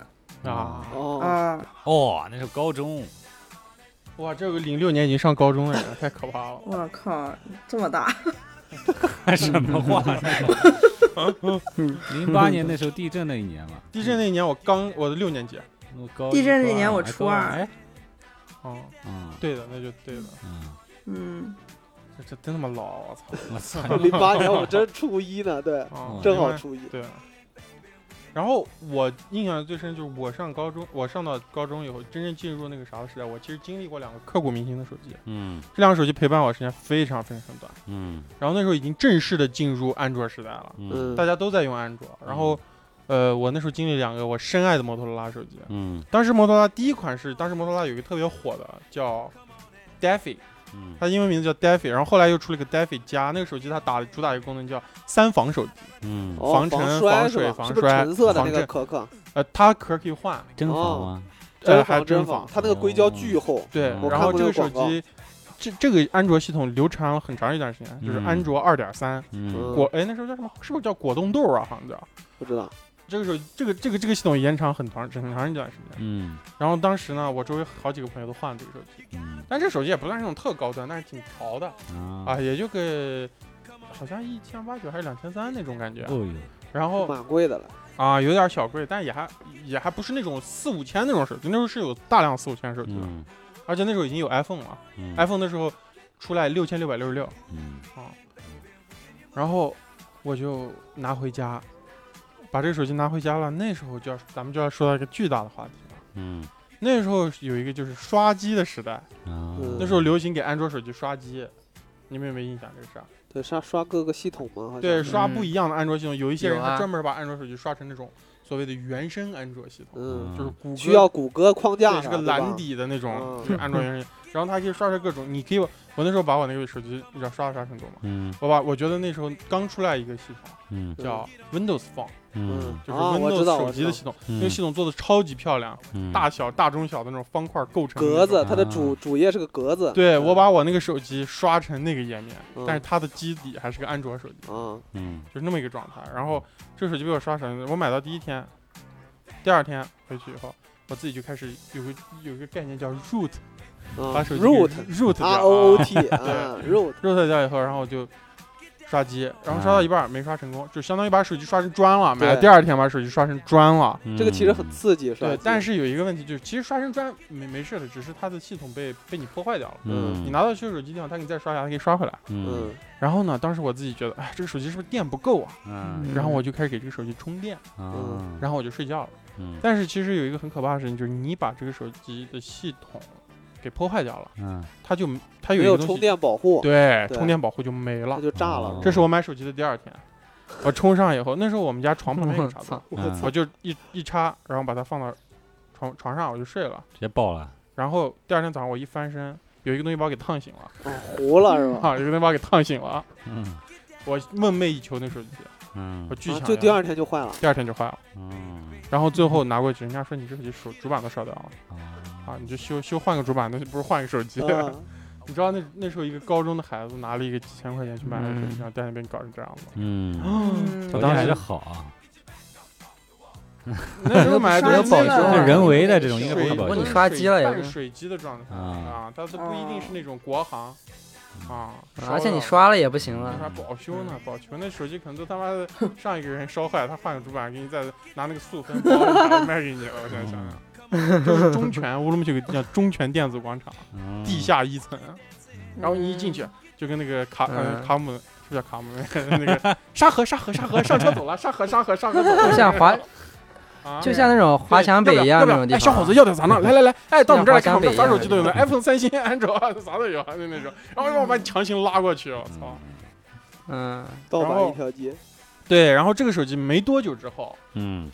Speaker 1: 啊，
Speaker 5: 哦，
Speaker 3: 啊！
Speaker 4: 哦，那是高中，
Speaker 1: 哇，这个零六年已经上高中了呀，太可怕了。
Speaker 3: 我靠，这么大！
Speaker 4: 什么话？ 零八年那时候地震那一年嘛，
Speaker 1: 地震那一年我刚我的六年级。
Speaker 4: 我高
Speaker 3: 地震那年我
Speaker 4: 哎
Speaker 3: 初
Speaker 4: 高
Speaker 3: 二
Speaker 4: 哎，
Speaker 1: 哦，
Speaker 4: 嗯
Speaker 1: 对的，那就对了。
Speaker 4: 嗯，
Speaker 3: 嗯，
Speaker 1: 这这真他妈老，我操！
Speaker 4: 我 操，
Speaker 5: 零八年我真初一呢，对，
Speaker 1: 啊
Speaker 4: 哦，
Speaker 5: 正
Speaker 1: 另
Speaker 5: 好
Speaker 1: 外
Speaker 5: 初一，
Speaker 1: 对。啊然后我印象最深就是我上高中，我上到高中以后，真正进入那个啥的时代，我其实经历过两个刻骨铭心的手机。
Speaker 4: 嗯
Speaker 1: 这两个手机陪伴我时间非常非常短。
Speaker 4: 嗯
Speaker 1: 然后那时候已经正式的进入安卓时代了，
Speaker 3: 呃
Speaker 4: 嗯
Speaker 5: 嗯
Speaker 1: 大，家都在用安卓。然后，呃，我那时候经历两个我深爱的摩托罗拉手机。
Speaker 4: 嗯
Speaker 1: 当时摩托罗拉第一款是，当时摩托罗拉有一个特别火的叫 Daffy，
Speaker 4: 嗯
Speaker 1: 它英文名字叫 Daffy，然后后来又出了一个 Daffy 加，那个手机它打主打一个功能叫三防手机，
Speaker 4: 嗯，
Speaker 5: 哦
Speaker 1: 防尘
Speaker 5: 摔
Speaker 1: 防
Speaker 5: 是
Speaker 1: 水
Speaker 5: 吧？
Speaker 1: 防
Speaker 5: 是不是
Speaker 1: 摔
Speaker 5: 橙色的
Speaker 1: 防
Speaker 5: 那个
Speaker 1: 震
Speaker 5: 可可？
Speaker 1: 呃，它壳可以换，
Speaker 4: 真好啊
Speaker 5: 哦
Speaker 4: 吗？
Speaker 1: 呃，还
Speaker 5: 防
Speaker 1: 真防，，
Speaker 5: 防
Speaker 1: 哦
Speaker 5: 它那个硅胶巨厚，
Speaker 1: 对
Speaker 4: 嗯，我
Speaker 1: 然
Speaker 4: 看
Speaker 1: 后
Speaker 5: 过
Speaker 1: 这个
Speaker 5: 那个
Speaker 1: 手
Speaker 5: 广
Speaker 1: 机。这这个安卓系统流传了很长一段时间，就是
Speaker 4: 嗯
Speaker 1: 安卓二点三
Speaker 3: 哦
Speaker 4: 嗯
Speaker 3: 呃
Speaker 5: 嗯
Speaker 1: 果，哎，那时候叫什么？是不是叫果冻豆啊？好像叫。
Speaker 5: 不知道，
Speaker 1: 这个手这个这个这个系统延长很长很长一段时间。
Speaker 4: 嗯
Speaker 1: 然后当时呢，我周围好几个朋友都换了这个手机，
Speaker 4: 嗯
Speaker 1: 但这手机也不算是那种特高端，但是挺潮的啊，
Speaker 4: 啊，
Speaker 1: 也就个好像一千八九还是两千三那种感觉。
Speaker 4: 哦哟，
Speaker 1: 然后
Speaker 5: 蛮贵的了。
Speaker 1: 啊，有点小贵，但也还也还不是那种四五千那种手机，那时候是有大量四五千手机的，
Speaker 4: 嗯
Speaker 1: 而且那时候已经有 iPhone 了、
Speaker 4: 嗯
Speaker 1: i p h o n e 那时候出来六千六百六十六，
Speaker 4: 嗯
Speaker 1: 然后我就拿回家，把这个手机拿回家了。那时候就要咱们就要说到一个巨大的话题了。
Speaker 4: 嗯
Speaker 1: 那时候有一个就是刷机的时代，
Speaker 4: 啊，
Speaker 1: 那时候流行给安卓手机刷机，你们有没有印象这个事儿？
Speaker 5: 对，刷刷各个系统嘛，好像
Speaker 1: 对，
Speaker 5: 是
Speaker 1: 刷不一样的安卓系统，有一些人
Speaker 2: 有啊
Speaker 1: 他专门把安卓手机刷成那种所谓的原生安卓系统，
Speaker 5: 嗯，
Speaker 1: 就是谷歌
Speaker 5: 需要谷歌框架
Speaker 1: 对
Speaker 5: 的，
Speaker 1: 是个
Speaker 5: 对吧
Speaker 1: 蓝，底的那种
Speaker 5: 嗯
Speaker 1: 就是安卓原生。然后它可以刷出来各种，你可以把我那时候把我那个手机你知道刷了刷成多吗？
Speaker 4: 嗯
Speaker 1: 我把我觉得那时候刚出来一个系统
Speaker 4: 嗯
Speaker 1: 叫 Windows Phone，
Speaker 3: 呃
Speaker 4: 嗯
Speaker 1: 就是
Speaker 5: 啊我知
Speaker 1: Windows
Speaker 5: 道
Speaker 1: 手
Speaker 5: 我知
Speaker 1: 机的
Speaker 5: 道
Speaker 1: 系统，那个
Speaker 4: 嗯
Speaker 1: 系统做的超级漂亮，
Speaker 4: 嗯
Speaker 1: 大小大中小的那种方块构成的那
Speaker 5: 格
Speaker 1: 种
Speaker 5: 子，它的主主页是个格子。
Speaker 1: 嗯对我把我那个手机刷成那个页面，
Speaker 5: 嗯
Speaker 1: 但是它的基底还是个安卓手机，
Speaker 5: 嗯
Speaker 4: 嗯
Speaker 1: 就是那么一个状态。然后这个手机被我刷成，我买到第一天，第二天回去以后，我自己就开始有个有一个概念叫 root，
Speaker 5: 嗯
Speaker 1: 把手机给
Speaker 5: root
Speaker 1: root 掉
Speaker 5: R O O
Speaker 1: 啊
Speaker 5: T 啊 root
Speaker 1: root 掉以后，然后我就刷机，然后刷到一半儿没刷成功，就相当于把手机刷成砖了。买了
Speaker 5: 嗯对
Speaker 1: 第二天把手机刷成砖了。
Speaker 4: 嗯
Speaker 5: 这个其实很刺激，是吧
Speaker 1: 对，？但是有一个问题就是，其实刷成砖没没事的，只是它的系统被被你破坏掉了。
Speaker 4: 嗯
Speaker 1: 你拿到旧手机地方，它给你再刷一下，它可以刷回来。
Speaker 4: 嗯
Speaker 5: 嗯
Speaker 1: 然后呢，当时我自己觉得，哎，这个手机是不是电不够啊？
Speaker 4: 嗯
Speaker 1: 然后我就开始给这个手机充电，
Speaker 4: 啊
Speaker 1: 然后我就睡觉了。
Speaker 4: 嗯
Speaker 1: 但是其实有一个很可怕的事情，就是你把这个手机的系统给破坏掉了，
Speaker 4: 嗯
Speaker 1: 它就它
Speaker 5: 没
Speaker 1: 一
Speaker 5: 有
Speaker 1: 个
Speaker 5: 充
Speaker 1: 东西，
Speaker 5: 电保护，
Speaker 1: 对，
Speaker 5: 对
Speaker 1: 充电保护就没
Speaker 5: 它
Speaker 1: 了。
Speaker 5: 就炸了
Speaker 4: 哦。
Speaker 1: 这是我买手机的第二天，我充上以后，那时候我们家床旁边有
Speaker 2: 我
Speaker 1: 插座
Speaker 2: 啊 操，，
Speaker 5: 我
Speaker 4: 嗯
Speaker 5: 操
Speaker 1: 我就一一插，然后把它放到床床上，我就睡了。
Speaker 4: 直接爆了，
Speaker 1: 然后第二天早上我一翻身，有一个东西把我给烫醒了，
Speaker 5: 嗯糊了是吧？
Speaker 1: 啊，有一个东西把我给烫醒了，
Speaker 4: 嗯
Speaker 1: 我梦寐以求那手机，
Speaker 4: 嗯
Speaker 1: 我巨
Speaker 5: 啊
Speaker 1: 想要，
Speaker 5: 就第二天就坏 了。
Speaker 1: 第二天就坏了。
Speaker 4: 嗯
Speaker 1: 然后最后拿过去，人家说你这手机手主板都烧掉了啊
Speaker 4: 啊，
Speaker 1: 你就修修换个主板，那不是换个手机？
Speaker 5: 嗯
Speaker 1: 你知道那那时候一个高中的孩子拿了一个几千块钱去买了个手机，
Speaker 2: 嗯
Speaker 1: 然后在那边搞成这样子。
Speaker 4: 嗯，
Speaker 1: 我
Speaker 4: 条
Speaker 1: 当
Speaker 4: 件
Speaker 1: 时
Speaker 4: 还是好啊，
Speaker 1: 那时候买的
Speaker 2: 那
Speaker 1: 东
Speaker 2: 不
Speaker 1: 西
Speaker 2: 是保修
Speaker 1: 都
Speaker 2: 吗
Speaker 1: 是
Speaker 4: 是人为的这种应该不
Speaker 1: 水
Speaker 4: 会保
Speaker 2: 问
Speaker 4: 修
Speaker 2: 你
Speaker 1: 都是。
Speaker 2: 刷
Speaker 1: 水
Speaker 2: 机了也
Speaker 1: 半
Speaker 2: 是
Speaker 1: 水机的状态
Speaker 4: 啊
Speaker 1: 啊，它都不一定是那种国行啊，烧
Speaker 2: 而且你
Speaker 1: 了
Speaker 2: 刷了也不行
Speaker 1: 为
Speaker 2: 了，
Speaker 1: 啥保修呢？保修那手机可能都他妈的上一个人烧坏，他换个主板给你再拿那个塑封包一下卖给你，我现在想想，就是中泉乌鲁木齐有个叫中泉电子广场，
Speaker 4: 嗯
Speaker 1: 地下一层， 啊然后你一进
Speaker 3: 嗯
Speaker 1: 去就跟那个卡呃
Speaker 2: 嗯
Speaker 1: 卡姆是不是叫卡姆 那个沙河沙河沙河上车走了，沙 河沙河沙河走了，
Speaker 2: 就像华
Speaker 1: 啊
Speaker 2: 就像那种华强北一样那种地
Speaker 1: 哎，小伙
Speaker 2: 方
Speaker 1: 子。要点啥呢？ 来来来，哎，到我们这儿来看，我们这儿啥
Speaker 2: 像华强
Speaker 1: 手
Speaker 2: 北
Speaker 1: 机都有呢
Speaker 2: 一
Speaker 1: ，iPhone、三星、安卓啥都有，就那种， 然后让我把你强行拉过去，我操！
Speaker 2: 嗯，
Speaker 5: 盗
Speaker 1: 然后
Speaker 5: 版一条街，
Speaker 1: 对，然后这个手机没多久之后，
Speaker 4: 嗯，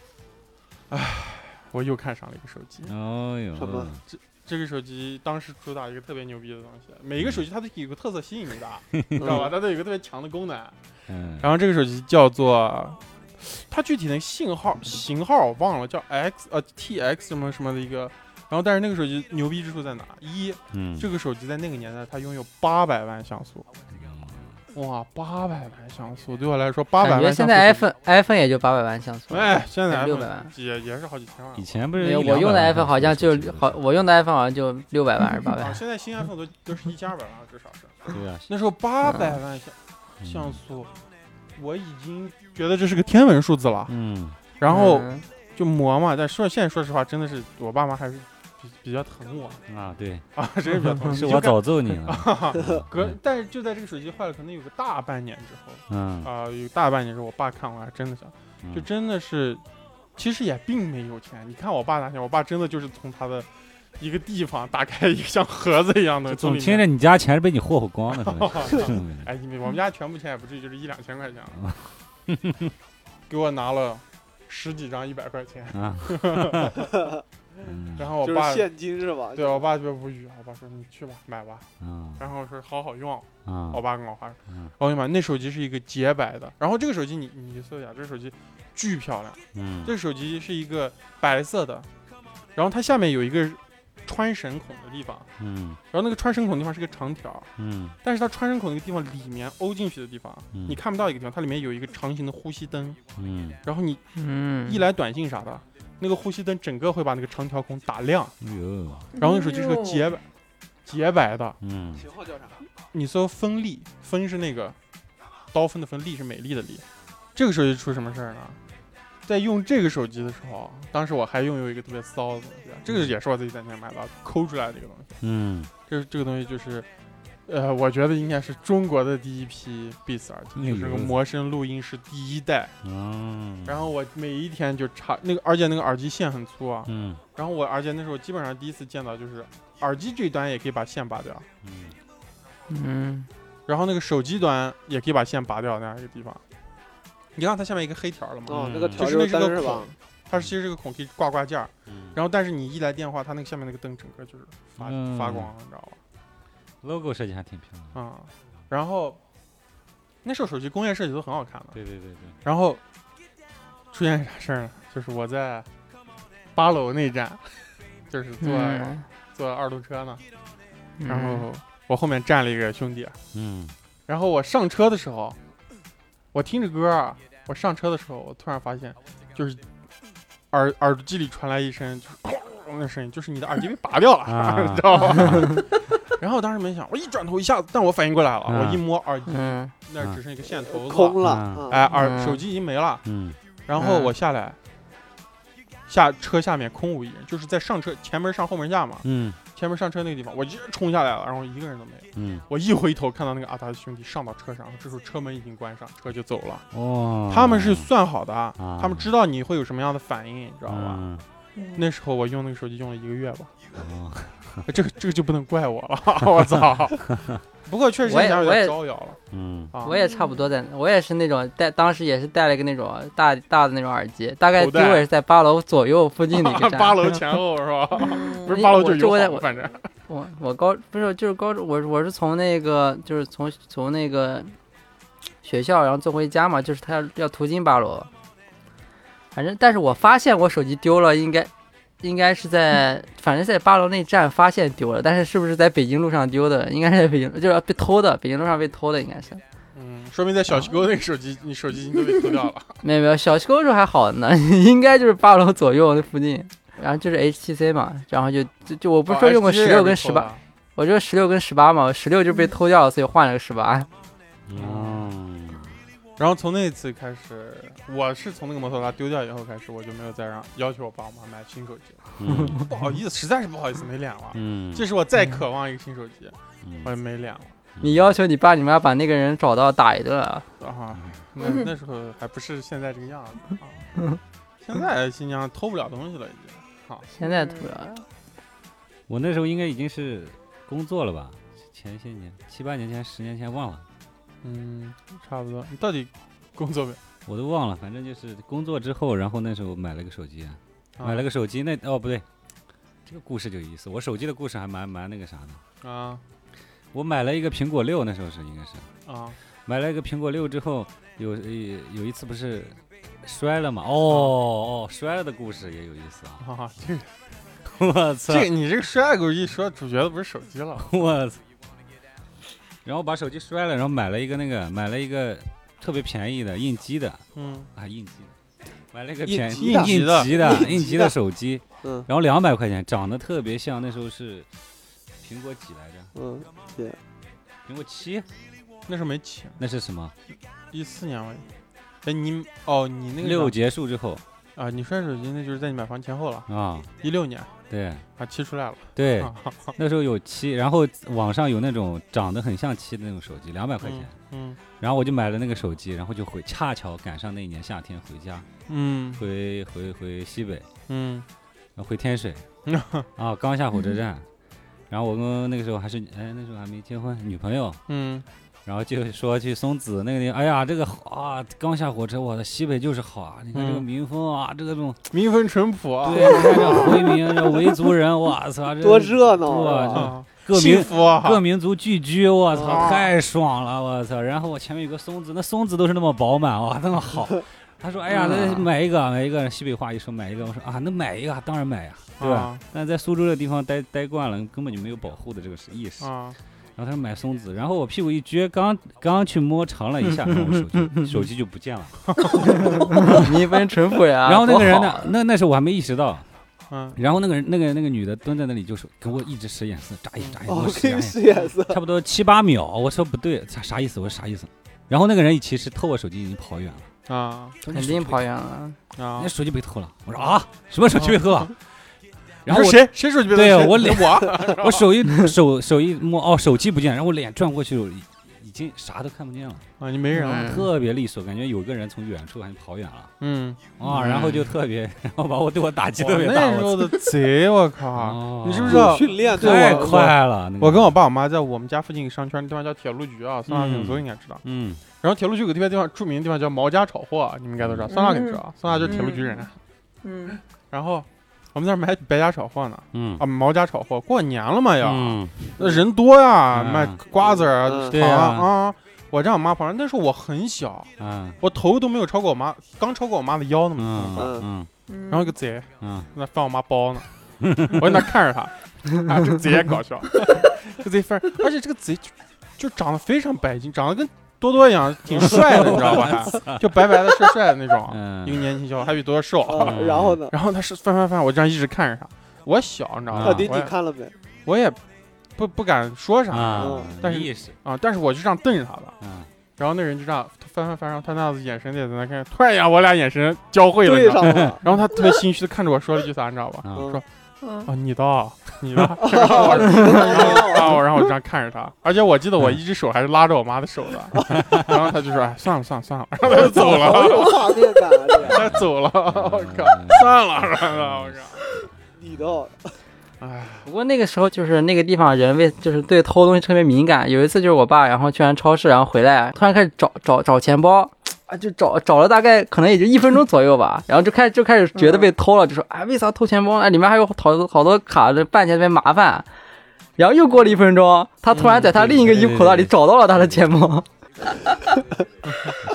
Speaker 1: 我又看上了一个手机。
Speaker 4: 哦
Speaker 1: 嗯
Speaker 4: 呦，
Speaker 5: 什么
Speaker 1: 这个手机当时主打一个特别牛逼的东西，每一个手机它都有个特色吸引 你的，
Speaker 5: 你
Speaker 1: 知道吧？？它都有一个特别强的功能。
Speaker 4: 嗯
Speaker 1: 然后这个手机叫做，它具体的信号型号我忘了，叫 X 呃 TX 什么什么的一个。然后但是那个手机牛逼之处在哪？一，
Speaker 4: 嗯，
Speaker 1: 这个手机在那个年代它拥有八百万像素，哇，八百万像素对我来说八百
Speaker 2: 感
Speaker 1: 万像
Speaker 2: 觉
Speaker 1: 素。
Speaker 2: 现在 iPhone iPhone 也就八百万像素。
Speaker 1: 哎，现在
Speaker 2: 还
Speaker 1: iPhone
Speaker 2: 有600万
Speaker 1: 也也是好几千万
Speaker 4: 以。前不
Speaker 2: 没
Speaker 4: 是
Speaker 2: 有，
Speaker 4: 一两
Speaker 2: 我用的
Speaker 4: 百万
Speaker 2: iPhone 好像
Speaker 4: 手
Speaker 2: 就
Speaker 4: 机
Speaker 2: 好，我用的 iPhone 好像就六百万还是八百
Speaker 1: 啊，
Speaker 2: 万。
Speaker 1: 现在新 iPhone 都都是一千二百万了，至少是。
Speaker 4: 对啊，
Speaker 1: 那时候八百万像
Speaker 4: 嗯
Speaker 1: 像素，我已经觉得这是个天文数字了。
Speaker 4: 嗯
Speaker 1: 然后
Speaker 2: 嗯
Speaker 1: 就磨嘛，但说现在说实话，真的是我爸妈还是比比较疼我
Speaker 4: 啊，对，
Speaker 1: 啊，真是比较疼。
Speaker 4: 是
Speaker 1: 你就
Speaker 4: 我嗯
Speaker 1: 看
Speaker 4: 早揍你了，
Speaker 1: 隔，但是就在这个手机坏了，可能有个大半年之后
Speaker 4: 嗯，
Speaker 1: 啊、有大半年之后，我爸看我还真的想，
Speaker 4: 嗯
Speaker 1: 就真的是，其实也并没有钱。你看我爸拿钱，我爸真的就是从他的一个地方打开一个像盒子一样的，从
Speaker 4: 总
Speaker 1: 里
Speaker 4: 听
Speaker 1: 面
Speaker 4: 着你家钱是被你霍霍光的，是不是
Speaker 1: 哎，你们我们家全部钱也不至于就是一两千块钱了， 给我拿了十几张一百块钱，
Speaker 4: 啊， 嗯
Speaker 1: 然后我
Speaker 5: 就是
Speaker 1: 爸
Speaker 5: 现金是吧？
Speaker 1: 对我哦爸特别无语，我爸说你去吧，买吧，
Speaker 4: 嗯
Speaker 1: 然后我说好好用，
Speaker 4: 啊
Speaker 1: 我爸跟我话说，
Speaker 4: 嗯
Speaker 1: 然后我就买那手机是一个洁白的，然后这个手机你你搜一下，这个手机巨漂亮，
Speaker 4: 嗯
Speaker 1: 这个手机是一个白色的，然后它下面有一个穿绳孔的地方，
Speaker 4: 嗯
Speaker 1: 然后那个穿绳孔的地方是个长条，
Speaker 4: 嗯
Speaker 1: 但是它穿绳孔那个地方里面凹进去的地方，
Speaker 4: 嗯
Speaker 1: 你看不到一个地方，它里面有一个长形的呼吸灯，
Speaker 4: 嗯，
Speaker 1: 然后你
Speaker 2: 嗯，
Speaker 1: 一来短信啥的，那个呼吸灯整个会把那个长条孔打亮，
Speaker 4: 哎呦，
Speaker 1: 然后那手机是个洁白洁白的，
Speaker 4: 嗯
Speaker 5: 型号叫啥？
Speaker 1: 你搜锋利，锋是那个刀锋的锋，利是美丽的利。这个手机出什么事儿呢？在用这个手机的时候，当时我还拥有一个特别骚的东西，啊这个也是我自己在那买的，抠出来的一个东西。
Speaker 4: 嗯，
Speaker 1: 这这个东西就是，呃，我觉得应该是中国的第一批 Beats 耳机，就是那个魔声录音室第一代。
Speaker 4: 嗯，
Speaker 1: 然后我每一天就插那个，而且那个耳机线很粗啊。
Speaker 4: 嗯
Speaker 1: 然后我，而且那时候基本上第一次见到，就是耳机这一端也可以把线拔掉，
Speaker 4: 嗯
Speaker 2: 嗯，
Speaker 1: 然后那个手机端也可以把线拔掉那样一个地方。你看它下面一个黑条了吗？
Speaker 5: 哦，
Speaker 4: 嗯
Speaker 5: 那个
Speaker 4: 就
Speaker 5: 条
Speaker 1: 是那
Speaker 5: 就是
Speaker 1: 个
Speaker 5: 灯是
Speaker 1: 孔
Speaker 5: 吧？，
Speaker 1: 它其实是个孔，可以挂挂件儿。
Speaker 4: 嗯，
Speaker 1: 然后但是你一来电话，它那个下面那个灯整个就是发、
Speaker 4: 嗯
Speaker 1: 发光，你知道吧？
Speaker 4: logo 设计还挺漂亮的。
Speaker 1: 啊、然后那时候手机工业设计都很好看的。
Speaker 4: 对对对对，
Speaker 1: 然后出现啥事儿呢？就是我在八楼那站， 就是坐、
Speaker 2: 嗯，
Speaker 1: 坐二路车呢，啊
Speaker 2: 嗯
Speaker 1: 然后我后面站了一个兄弟，啊
Speaker 4: 嗯，
Speaker 1: 然后我上车的时候，我听着歌啊，我上车的时候，我突然发现，就是耳耳机里传来一声就是哐的声音，就是你的耳机被拔掉了，
Speaker 4: 啊
Speaker 1: 你知 道吗？然后我当时没想，我一转头一下子，但我反应过来了，
Speaker 4: 啊
Speaker 1: 我一摸耳机
Speaker 2: 嗯
Speaker 1: 那儿只剩一个线头子了，
Speaker 5: 空了
Speaker 4: 嗯
Speaker 5: 啊，
Speaker 1: 哎，耳
Speaker 2: 嗯
Speaker 1: 手机已经没了。
Speaker 4: 嗯
Speaker 1: 然后我下来，下车下面空无一人，就是在上车前门上后门下嘛，
Speaker 4: 嗯
Speaker 1: 前门上车那个地方，我直接冲下来了，然后一个人都没有。
Speaker 4: 嗯，
Speaker 1: 我一回头看到那个阿达的兄弟上到车上，这时候车门已经关上，车就走了。
Speaker 4: 哦，
Speaker 1: 他们是算好的，
Speaker 4: 啊
Speaker 1: 他们知道你会有什么样的反应，你知道吧？
Speaker 4: 嗯
Speaker 1: 那时候我用那个手机用了一个月吧，
Speaker 4: 哦
Speaker 1: 这个这个就不能怪我了，我操！不过确实
Speaker 2: 我也
Speaker 1: 现在有
Speaker 2: 我
Speaker 1: 点
Speaker 2: 也
Speaker 1: 招摇了
Speaker 4: 嗯
Speaker 1: 啊！
Speaker 2: 我也差不多在，我也是那种戴，当时也是戴了一个那种大大的那种耳机，大概
Speaker 1: 头
Speaker 2: 低
Speaker 1: 戴
Speaker 2: 位是在八楼左右附近的 一个站。
Speaker 1: 八楼前后是吧？不
Speaker 3: 嗯
Speaker 1: 是八楼就是
Speaker 2: 我
Speaker 1: 友
Speaker 2: 我
Speaker 1: 好，反正
Speaker 2: 我我高不是就是高中，我我是从那个就是从从那个学校，然后坐回家嘛，就是他要要途经八楼。反正，但是我发现我手机丢了，应该应该是在，反正在八楼那站发现丢了，但是是不是在北京路上丢的？应该是在北京，就是被偷的，北京路上被偷的应该是。
Speaker 1: 嗯，说明在小西沟那个手机，你手机已经都被偷掉了。
Speaker 2: 没有没有，小西沟时候还好呢， 应该就是八楼左右那附近。然后就是 HTC 嘛，然后就就就我不是说
Speaker 1: 哦
Speaker 2: 用过十六跟十八、我就十六跟十八嘛，十六就被偷掉了，所以换了个十八。
Speaker 4: 嗯
Speaker 1: 然后从那次开始，我是从那个摩托罗拉丢掉以后开始，我就没有再让要求我爸我妈买新手机了。
Speaker 4: 嗯
Speaker 1: 不好意思，实在是不好意思，没脸了。
Speaker 4: 嗯，
Speaker 1: 这是我再渴望一个新手机，
Speaker 4: 嗯
Speaker 1: 我也没脸了。
Speaker 2: 你要求你爸你妈把那个人找到打一顿啊？
Speaker 1: 啊，
Speaker 4: 嗯
Speaker 1: 那那时候还不是现在这个样子啊。 现在新疆偷不了东西了，已经。好，
Speaker 2: 现在突然，
Speaker 4: 我那时候应该已经是工作了吧？前些年，七八年前、十年前忘了，
Speaker 1: 嗯，差不多。你到底工作没？
Speaker 4: 我都忘了。反正就是工作之后，然后那时候买了个手机，
Speaker 1: 啊
Speaker 4: 买了个手机。那哦不对，这个故事就有意思。我手机的故事还蛮蛮那个啥的。
Speaker 1: 啊
Speaker 4: 我买了一个苹果六，那时候是应该是
Speaker 1: 啊
Speaker 4: 买了一个苹果六之后，有呃有一次不是摔了嘛？哦哦，摔了的故事也有意思啊！
Speaker 1: 啊！这个
Speaker 4: 我操
Speaker 1: 这，个，你这个摔狗一说，主角的不是手机了。
Speaker 4: 我操！然后把手机摔了，然后买了一个那个买了一个特别便宜的应急的，
Speaker 1: 嗯，
Speaker 4: 啊，应急的，买了一个
Speaker 5: 应
Speaker 4: 便宜
Speaker 5: 急的
Speaker 4: 应急的应
Speaker 5: 应
Speaker 4: 急
Speaker 5: 急
Speaker 4: 的
Speaker 5: 的
Speaker 4: 手机，
Speaker 5: 嗯
Speaker 4: 然后两百块钱，长得特别像那时候是苹果几来着？
Speaker 5: 嗯，
Speaker 4: 苹果七？
Speaker 1: 那时候没钱，
Speaker 4: 那是什么？
Speaker 1: 一四年我也。哎，你哦，你那个
Speaker 4: 六结束之后
Speaker 1: 啊，你摔手机那就是在你买房前后了，
Speaker 4: 啊，
Speaker 1: 一六年
Speaker 4: 对
Speaker 1: 啊，七出来了。
Speaker 4: 对，
Speaker 1: 啊
Speaker 4: 那时候有七，然后网上有那种长得很像七的那种手机，两百块钱，
Speaker 1: 嗯
Speaker 4: 然后我就买了那个手机，然后就回，恰巧赶上那一年夏天回家，
Speaker 1: 嗯
Speaker 4: 回回回西北，
Speaker 1: 嗯
Speaker 4: 啊回 天水，啊，刚下火车站，然后我跟那个时候还是哎那时候还没结婚，女朋友。
Speaker 1: 嗯
Speaker 4: 然后就说去松子那个地方，哎呀，这个好啊，刚下火车，我的西北就是好啊！你看这个
Speaker 1: 嗯
Speaker 4: 民风啊，这个种，
Speaker 1: 民风淳朴啊，
Speaker 4: 对，你看这回民、这维族人，我操，这
Speaker 5: 多热闹
Speaker 4: 哇
Speaker 5: 啊！
Speaker 1: 啊，
Speaker 4: 嗯各
Speaker 1: 幸
Speaker 4: 民
Speaker 1: 福啊，
Speaker 4: 各民族聚居，我操，
Speaker 1: 啊
Speaker 4: 太爽了，我操！然后我前面有个松子，那松子都是那么饱满，哇，那 么好。他说：“哎呀，那
Speaker 2: 嗯
Speaker 4: 买一个，买一个。”西北话一说买一个，我说啊，那买一个，当然买呀，对吧
Speaker 1: 啊？
Speaker 4: 但在苏州这地方待待惯了，根本就没有保护的这个意识。
Speaker 1: 啊，
Speaker 4: 然后他说买松子，然后我屁股一撅，刚刚去摸尝了一下，然后我 手机手机就不见了。
Speaker 2: 你一分淳朴呀。
Speaker 1: 啊
Speaker 4: 然后那个人
Speaker 2: 多
Speaker 4: 呢
Speaker 2: 好？，啊
Speaker 4: 那那时候我还没意识到。
Speaker 1: 嗯
Speaker 4: 然后那个人，那个那个女的蹲在那里，就是给我一直使眼色，眨眼
Speaker 1: 哎
Speaker 4: 眨眼，给
Speaker 5: 哦
Speaker 4: 我，使
Speaker 5: 给
Speaker 4: 眼
Speaker 5: 你
Speaker 4: 色，
Speaker 5: 使眼色，
Speaker 4: 差不多七八秒。我说不对，啥啥意思？我说啥意思？然后那个人其实偷我手机已经跑远了，
Speaker 1: 啊
Speaker 4: 说
Speaker 2: 肯定跑，远了。
Speaker 1: 啊
Speaker 4: 那，手机被偷了。我说啊，什么手机被偷了？ 然后
Speaker 1: 你
Speaker 4: 我
Speaker 1: 说谁谁手机被
Speaker 4: 对
Speaker 1: 偷
Speaker 4: 我
Speaker 1: 谁
Speaker 4: 脸
Speaker 1: 我
Speaker 4: 我手一手手一摸，哦，手机不见，然后我脸转过去，已已经啥都看不见了。
Speaker 1: 啊，你没人了，
Speaker 2: 嗯
Speaker 4: 特别利索，感觉有个人从远处还跑远了
Speaker 1: 嗯，
Speaker 4: 啊，
Speaker 2: 嗯
Speaker 4: 然后就特别，然后把我对我打击特别大，
Speaker 1: 那时
Speaker 4: 我
Speaker 1: 候的贼，我靠！
Speaker 4: 操！
Speaker 1: 你知不知
Speaker 4: 哦
Speaker 1: 道
Speaker 5: 训练
Speaker 1: 对
Speaker 4: 太
Speaker 5: 的
Speaker 1: 我
Speaker 4: 快了？那个
Speaker 1: 我跟我，爸我妈在我们家附近商圈，地方叫铁路局啊，酸辣
Speaker 4: 嗯
Speaker 1: 粉所有应该知道。
Speaker 4: 嗯
Speaker 1: 然后铁路局有个地方地方著名的地方啊
Speaker 4: 嗯
Speaker 1: 叫毛家炒货，你们应该都知道，酸辣肯知道，酸辣就是铁路局人。
Speaker 3: 嗯
Speaker 1: 然后我们在那儿买白家炒货呢，
Speaker 4: 嗯
Speaker 1: 啊，毛家炒货，过年了嘛要，
Speaker 4: 嗯，
Speaker 1: 那人多呀，
Speaker 4: 嗯
Speaker 1: 卖瓜子儿啊
Speaker 5: 嗯
Speaker 4: 对
Speaker 1: 糖
Speaker 4: 啊
Speaker 1: 啊啊。我站我妈旁边，那时候我很小，
Speaker 4: 嗯
Speaker 1: 我头都没有超过我妈，刚超过我妈的腰那么
Speaker 4: 嗯
Speaker 1: 高。
Speaker 4: 嗯
Speaker 1: 然后一个贼
Speaker 4: 嗯
Speaker 1: 在那翻我妈包 呢，我在那看着他，啊，这个贼也搞笑， 这个贼翻，而且这个贼就就长得非常白净，长得跟多多一样，挺帅 的，你知道吧？还就白白的、帅帅的那种，一个
Speaker 4: 嗯，
Speaker 1: 年轻小伙，还比多多瘦。
Speaker 5: 啊
Speaker 4: 嗯
Speaker 5: 然后呢？
Speaker 1: 然后他是翻翻翻，我这样一直看着他。我小，你知道
Speaker 4: 啊
Speaker 1: 吧
Speaker 5: 到底？
Speaker 1: 我
Speaker 5: 你
Speaker 1: 也
Speaker 5: 看了没？
Speaker 1: 我也不不敢说啥
Speaker 4: 啊，
Speaker 1: 但是
Speaker 4: 意识，
Speaker 1: 啊，但是我就这样瞪着他了。
Speaker 4: 嗯，
Speaker 1: 然后那人就这样翻翻翻，然后他那样子眼神也在那看，突然一下我俩眼神交汇了，你
Speaker 5: 对
Speaker 1: 知道
Speaker 5: 上
Speaker 1: 吗。
Speaker 5: 了
Speaker 1: 然后他特别心虚的看着我说了一句啥，你知道吧？
Speaker 4: 啊
Speaker 5: 嗯
Speaker 1: 说
Speaker 3: 嗯，
Speaker 1: 啊，你的啊，你 的啊，然后我然
Speaker 5: 哦
Speaker 1: 后然后我这样看着他，而且我记得我一只手还是拉着我妈的手的， 然后他就说，哎，算了算了算了，然后他就走
Speaker 5: 好
Speaker 1: 了，
Speaker 5: 有画面感啊！这个
Speaker 1: 他走了，
Speaker 4: 哦
Speaker 1: 我靠，算了，然后我靠，
Speaker 5: 你的
Speaker 1: 哎，
Speaker 2: 不过那个时候就是那个地方人为就是对偷东西特别敏感。有一次就是我爸，然后去完超市，然后回来，突然开始找找找钱包。啊，就找找了大概可能也就一分钟左右吧，然后就开就开始觉得被偷了，就说哎，为啥偷钱包？哎，里面还有好多好多卡，这办起来特别麻烦。然后又过了一分钟，他突然在他
Speaker 4: 嗯对
Speaker 2: 另一个
Speaker 4: 对
Speaker 2: 衣
Speaker 4: 对
Speaker 2: 服口袋里
Speaker 4: 对
Speaker 2: 找到了他的钱包。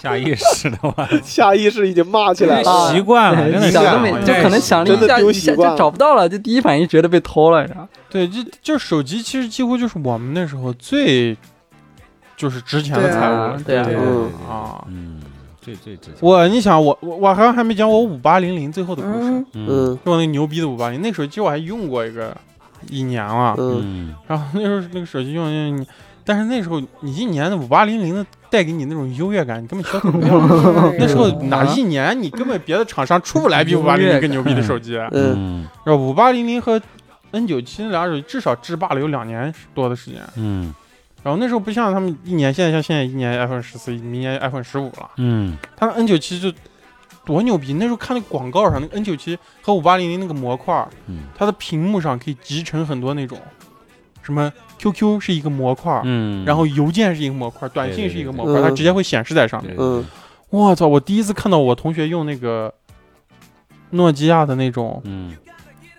Speaker 4: 下意识的话，
Speaker 5: 下意识已经骂起来了。
Speaker 2: 啊
Speaker 4: 习惯了，真的
Speaker 1: 对
Speaker 2: 想都没，
Speaker 1: 对
Speaker 2: 就
Speaker 1: 对
Speaker 2: 可能想了
Speaker 5: 真
Speaker 2: 一
Speaker 5: 的
Speaker 2: 下，
Speaker 5: 丢
Speaker 2: 一
Speaker 5: 习
Speaker 2: 下就
Speaker 5: 惯了
Speaker 2: 找不到了，就第一反应觉得被偷了，你知道吗？
Speaker 1: 对，就就手机其实几乎就是我们那时候最就是值钱的
Speaker 3: 对啊
Speaker 1: 财物了，
Speaker 2: 对啊
Speaker 1: 对
Speaker 5: 嗯
Speaker 1: 啊。
Speaker 4: 嗯，最最值钱，
Speaker 1: 我，你想我我我好像还没讲我五八零零最后的故事，
Speaker 3: 嗯，
Speaker 4: 嗯
Speaker 5: 嗯
Speaker 1: 就我那个牛逼的五八零，那手机我还用过一个一年了，
Speaker 5: 嗯，
Speaker 4: 嗯
Speaker 1: 然后那时候那个手机用用你，但是那时候你一年的五八零零的带给你那种优越感，你根本消费不了。
Speaker 3: 嗯
Speaker 1: 那时候哪一年你根本别的厂商出不来比五八零零更牛逼的手机，
Speaker 5: 嗯
Speaker 4: 嗯
Speaker 1: 然后五八零零和 N 九七那俩手机至少制霸了有两年多的时间。
Speaker 4: 嗯
Speaker 1: 然后那时候不像他们一年，现在像现在一年 iPhone 十四，明年 iPhone 十五了。
Speaker 4: 嗯
Speaker 1: 他们 N 九七就多牛逼！那时候看那个广告上，那个 N 九七和五八零零那个模块儿，
Speaker 4: 嗯
Speaker 1: 它的屏幕上可以集成很多那种，什么 QQ 是一个模块儿，
Speaker 4: 嗯，
Speaker 1: 然后邮件是一个模块儿，短信是一个模块儿，
Speaker 5: 对对
Speaker 1: 它
Speaker 5: 对
Speaker 1: 直接会显示在上面。
Speaker 4: 对
Speaker 5: 嗯
Speaker 1: 我操！我第一次看到我同学用那个诺基亚的那种
Speaker 4: 嗯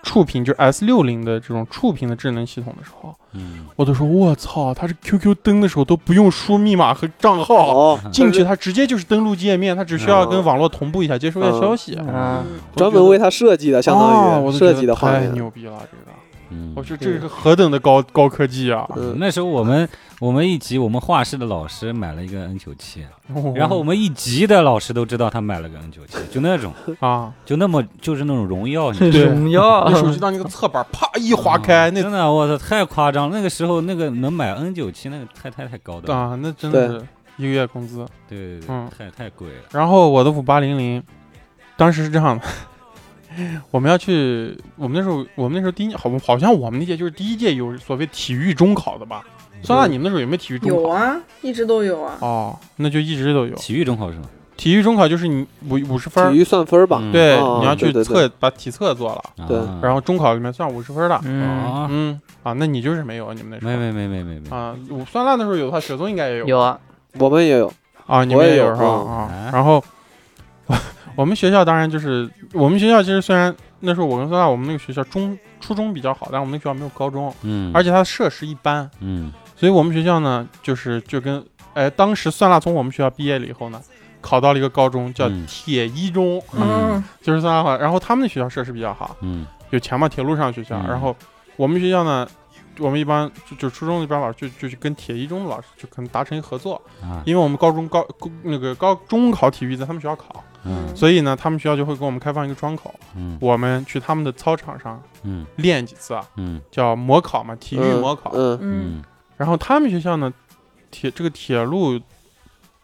Speaker 1: 触屏，就是 S 六零的这种触屏的智能系统的时候，
Speaker 4: 嗯
Speaker 1: 我都说我操，它是 QQ 登的时候都不用输密码和账号。
Speaker 5: 哦，
Speaker 1: 进去，它直接就是登录界面，它只需要跟网络同步一下，接收一下消息。
Speaker 2: 嗯，
Speaker 1: 我
Speaker 5: 专
Speaker 1: 觉
Speaker 5: 门
Speaker 1: 得
Speaker 5: 为他设计的，相
Speaker 1: 啊
Speaker 5: 当
Speaker 1: 我
Speaker 5: 于
Speaker 1: 都
Speaker 5: 设
Speaker 1: 觉
Speaker 5: 计
Speaker 1: 得
Speaker 5: 的画
Speaker 1: 太
Speaker 5: 面。
Speaker 1: 牛逼了，这个
Speaker 4: 嗯，
Speaker 1: 我觉得这是何等的高高科技啊！
Speaker 5: 嗯，
Speaker 4: 那时候我们我们一级我们画室的老师买了一个 N 九七，然后我们一级的老师都知道他买了个 N 九七，就那种
Speaker 5: 嗯
Speaker 1: 啊，
Speaker 4: 就那么就是那种荣耀，你知道吗
Speaker 1: 对
Speaker 2: 荣耀
Speaker 1: 那，手机当那个侧板啪一划开，那
Speaker 4: 嗯
Speaker 5: 嗯
Speaker 4: 真的我操太夸张了，那个时候那个能买 N 九七那个太太太高的了，
Speaker 1: 啊那真的是一个月工资。
Speaker 4: 对对
Speaker 1: 嗯
Speaker 4: 对，太太贵了，
Speaker 1: 然后我的五八零零，当时是这样的， 我们要去，我们那时候我们那时候第一年好好像我们那届就是第一届有所谓体育中考的吧？酸
Speaker 5: 嗯
Speaker 1: 辣，你们那时候有没有体育中考？
Speaker 3: 有啊，一直都有啊。
Speaker 1: 哦，那就一直都有。
Speaker 4: 体育中考是吗？
Speaker 1: 体育中考就是你五五十分儿
Speaker 5: 体，育算分儿吧。
Speaker 4: 嗯
Speaker 1: 对，
Speaker 5: 哦
Speaker 1: 你要去
Speaker 5: 对对对
Speaker 1: 测把体测做了。
Speaker 5: 对
Speaker 4: 啊
Speaker 1: 然后中考里面算五十分的。
Speaker 2: 嗯，
Speaker 4: 啊，
Speaker 1: 嗯啊，那你就是没有你们那时候
Speaker 4: 没没没没没没
Speaker 1: 啊，我算烂的时候有的话，雪松应该也有
Speaker 2: 有啊，
Speaker 5: 我们也有，
Speaker 1: 啊，你们
Speaker 5: 我也
Speaker 1: 有
Speaker 5: 有
Speaker 1: 是吧？
Speaker 5: 嗯
Speaker 1: 啊
Speaker 4: 啊，
Speaker 1: 然后我们学校当然就是我们学校其实虽然那时候我跟酸辣我们那个学校中初中比较好，但我们那个学校没有高中，
Speaker 4: 嗯，
Speaker 1: 而且它的设施一般，
Speaker 4: 嗯
Speaker 1: 所以我们学校呢就是就跟哎当时酸辣从我们学校毕业了以后呢。考到了一个高中叫
Speaker 4: 嗯
Speaker 1: 铁一中，
Speaker 4: 嗯
Speaker 3: 嗯，
Speaker 1: 就是酸辣话。然后他们的学校设施比较好，
Speaker 4: 嗯
Speaker 1: 有钱嘛，铁路上学校。
Speaker 4: 嗯
Speaker 1: 然后我们学校呢，我们一般就就初中一般老师就就去跟铁一中的老师就可能达成一合作，
Speaker 4: 啊
Speaker 1: 因为我们高中高高那个高中考体育在他们学校考，
Speaker 4: 嗯
Speaker 1: 所以呢，他们学校就会给我们开放一个窗口，
Speaker 4: 嗯
Speaker 1: 我们去他们的操场上
Speaker 4: 嗯
Speaker 1: 练几次啊，
Speaker 4: 嗯
Speaker 1: 叫模考嘛，体育
Speaker 5: 嗯
Speaker 1: 模考。
Speaker 5: 嗯
Speaker 3: 嗯，
Speaker 4: 嗯
Speaker 1: 然后他们学校呢，铁这个铁路。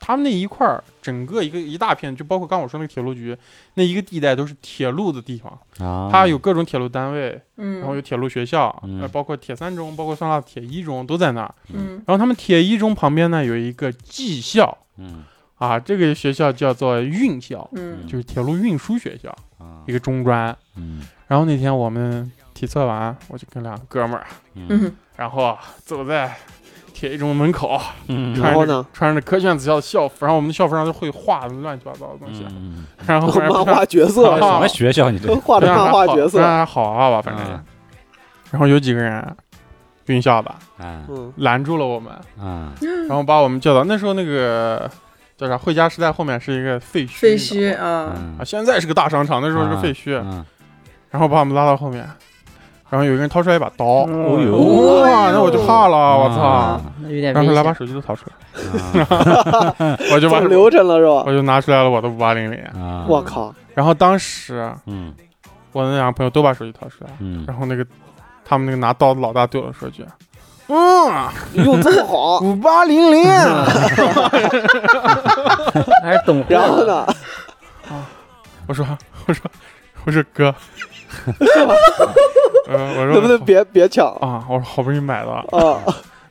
Speaker 1: 他们那一块儿，整个一个一大片，就包括刚我说那个铁路局，那一个地带都是铁路的地方，
Speaker 4: 啊，
Speaker 1: 它有各种铁路单位，
Speaker 3: 嗯，
Speaker 1: 然后有铁路学校，
Speaker 4: 嗯
Speaker 1: 呃，包括铁三中，包括酸辣铁一中都在那儿。
Speaker 3: 嗯
Speaker 1: 然后他们铁一中旁边呢有一个技校
Speaker 4: 嗯
Speaker 1: 啊，这个学校叫做运校，
Speaker 3: 嗯
Speaker 1: 就是铁路运输学校，
Speaker 4: 啊
Speaker 1: 一个中专。
Speaker 4: 嗯
Speaker 1: 然后那天我们体测完，我就跟两个哥们儿，
Speaker 4: 嗯
Speaker 3: 嗯
Speaker 1: 然后啊走在铁一中门口
Speaker 4: 嗯
Speaker 5: 然
Speaker 1: 穿
Speaker 5: 后
Speaker 1: 着
Speaker 5: 呢
Speaker 1: 穿着柯炫子校的校服，然后我们的校服上都会画乱七八糟的东西，
Speaker 4: 嗯，
Speaker 1: 然后还
Speaker 5: 漫 画角
Speaker 1: 啊
Speaker 5: 色
Speaker 4: 什么学校你这
Speaker 1: 哦
Speaker 5: 都画的漫画角色，
Speaker 1: 那好啊吧，反正也
Speaker 4: 啊。
Speaker 1: 然后有几个人军校的
Speaker 4: 啊
Speaker 5: 嗯，
Speaker 1: 拦住了我们，
Speaker 4: 啊
Speaker 3: 嗯
Speaker 1: 然后把我们叫到那时候那个叫啥惠家时代后面是一个废墟，
Speaker 3: 废
Speaker 1: 你知
Speaker 3: 墟啊，
Speaker 1: 道吗啊，现在是个大商场，那时候是废墟，
Speaker 4: 啊
Speaker 1: 然后把我们拉到后面，然后有一个人掏出来一把刀，
Speaker 4: 哦呦
Speaker 1: 哇，那我就怕了，我操！
Speaker 4: 啊
Speaker 2: 那有点
Speaker 1: 然后
Speaker 2: 哎危
Speaker 1: 他来
Speaker 2: 险
Speaker 1: 把。手机都掏出来，
Speaker 4: 啊
Speaker 1: 我就把
Speaker 5: 走流程了是
Speaker 1: 我
Speaker 5: 吧？
Speaker 1: 就拿出来了我的五八零零，
Speaker 4: 啊
Speaker 5: 我靠，
Speaker 1: 然后当时
Speaker 4: 嗯
Speaker 1: 我那两个朋友都把手机掏出来，
Speaker 4: 嗯
Speaker 1: 然后那个他们那个拿刀的老大对我说句：“嗯，
Speaker 5: 用这 么好，
Speaker 1: 五八零零。
Speaker 2: 还是懂货。
Speaker 5: 然后呢？”
Speaker 1: 我说：“ 我说，我说哥，嗯，我说
Speaker 5: 能不能别别抢啊？
Speaker 1: 啊？我说好不容易买的，
Speaker 5: 啊，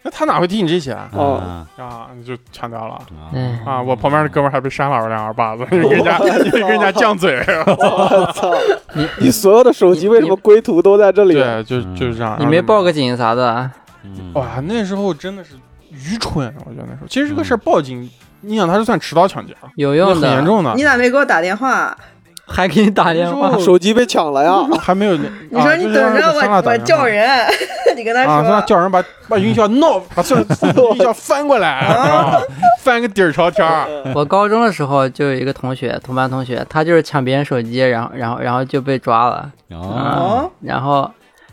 Speaker 1: 那他哪会听你这些啊？
Speaker 4: 啊
Speaker 1: 啊，你就抢掉了。”
Speaker 2: 哎，
Speaker 1: 啊！我旁边的哥们儿还被扇了两耳巴子，因为 跟人 家，因为跟人家犟嘴。
Speaker 5: 哦我操！
Speaker 2: 你
Speaker 5: 你所有的手机为什么归途都在这里？啊
Speaker 1: 对，啊就就是这样。
Speaker 2: 你没报个警啥的啊？
Speaker 4: 嗯
Speaker 1: 哇，那时候真的是愚蠢，我觉得那时候。其实这个事儿报警，你想他是算持刀抢劫，啊
Speaker 2: 有
Speaker 1: 那
Speaker 2: 用
Speaker 1: 很严
Speaker 2: 的，
Speaker 1: 重的
Speaker 3: 你。咋没给我打电话？
Speaker 2: 还给你 打电
Speaker 1: 那
Speaker 2: 话
Speaker 1: 时。候
Speaker 5: 啊手机被 抢了呀！
Speaker 1: 还没有啊你，
Speaker 3: 你说你等着我，我叫人， 你跟他
Speaker 1: 啊，让他
Speaker 3: 说。
Speaker 1: 叫人把把云霄闹， 把算云霄翻过来，啊翻个底儿朝天儿。
Speaker 2: 我高中的时候就有一个同学，同班同学，他就是抢别人手机，然后然后然后就被抓了。
Speaker 3: 啊
Speaker 1: 啊
Speaker 4: 哦，
Speaker 2: 然后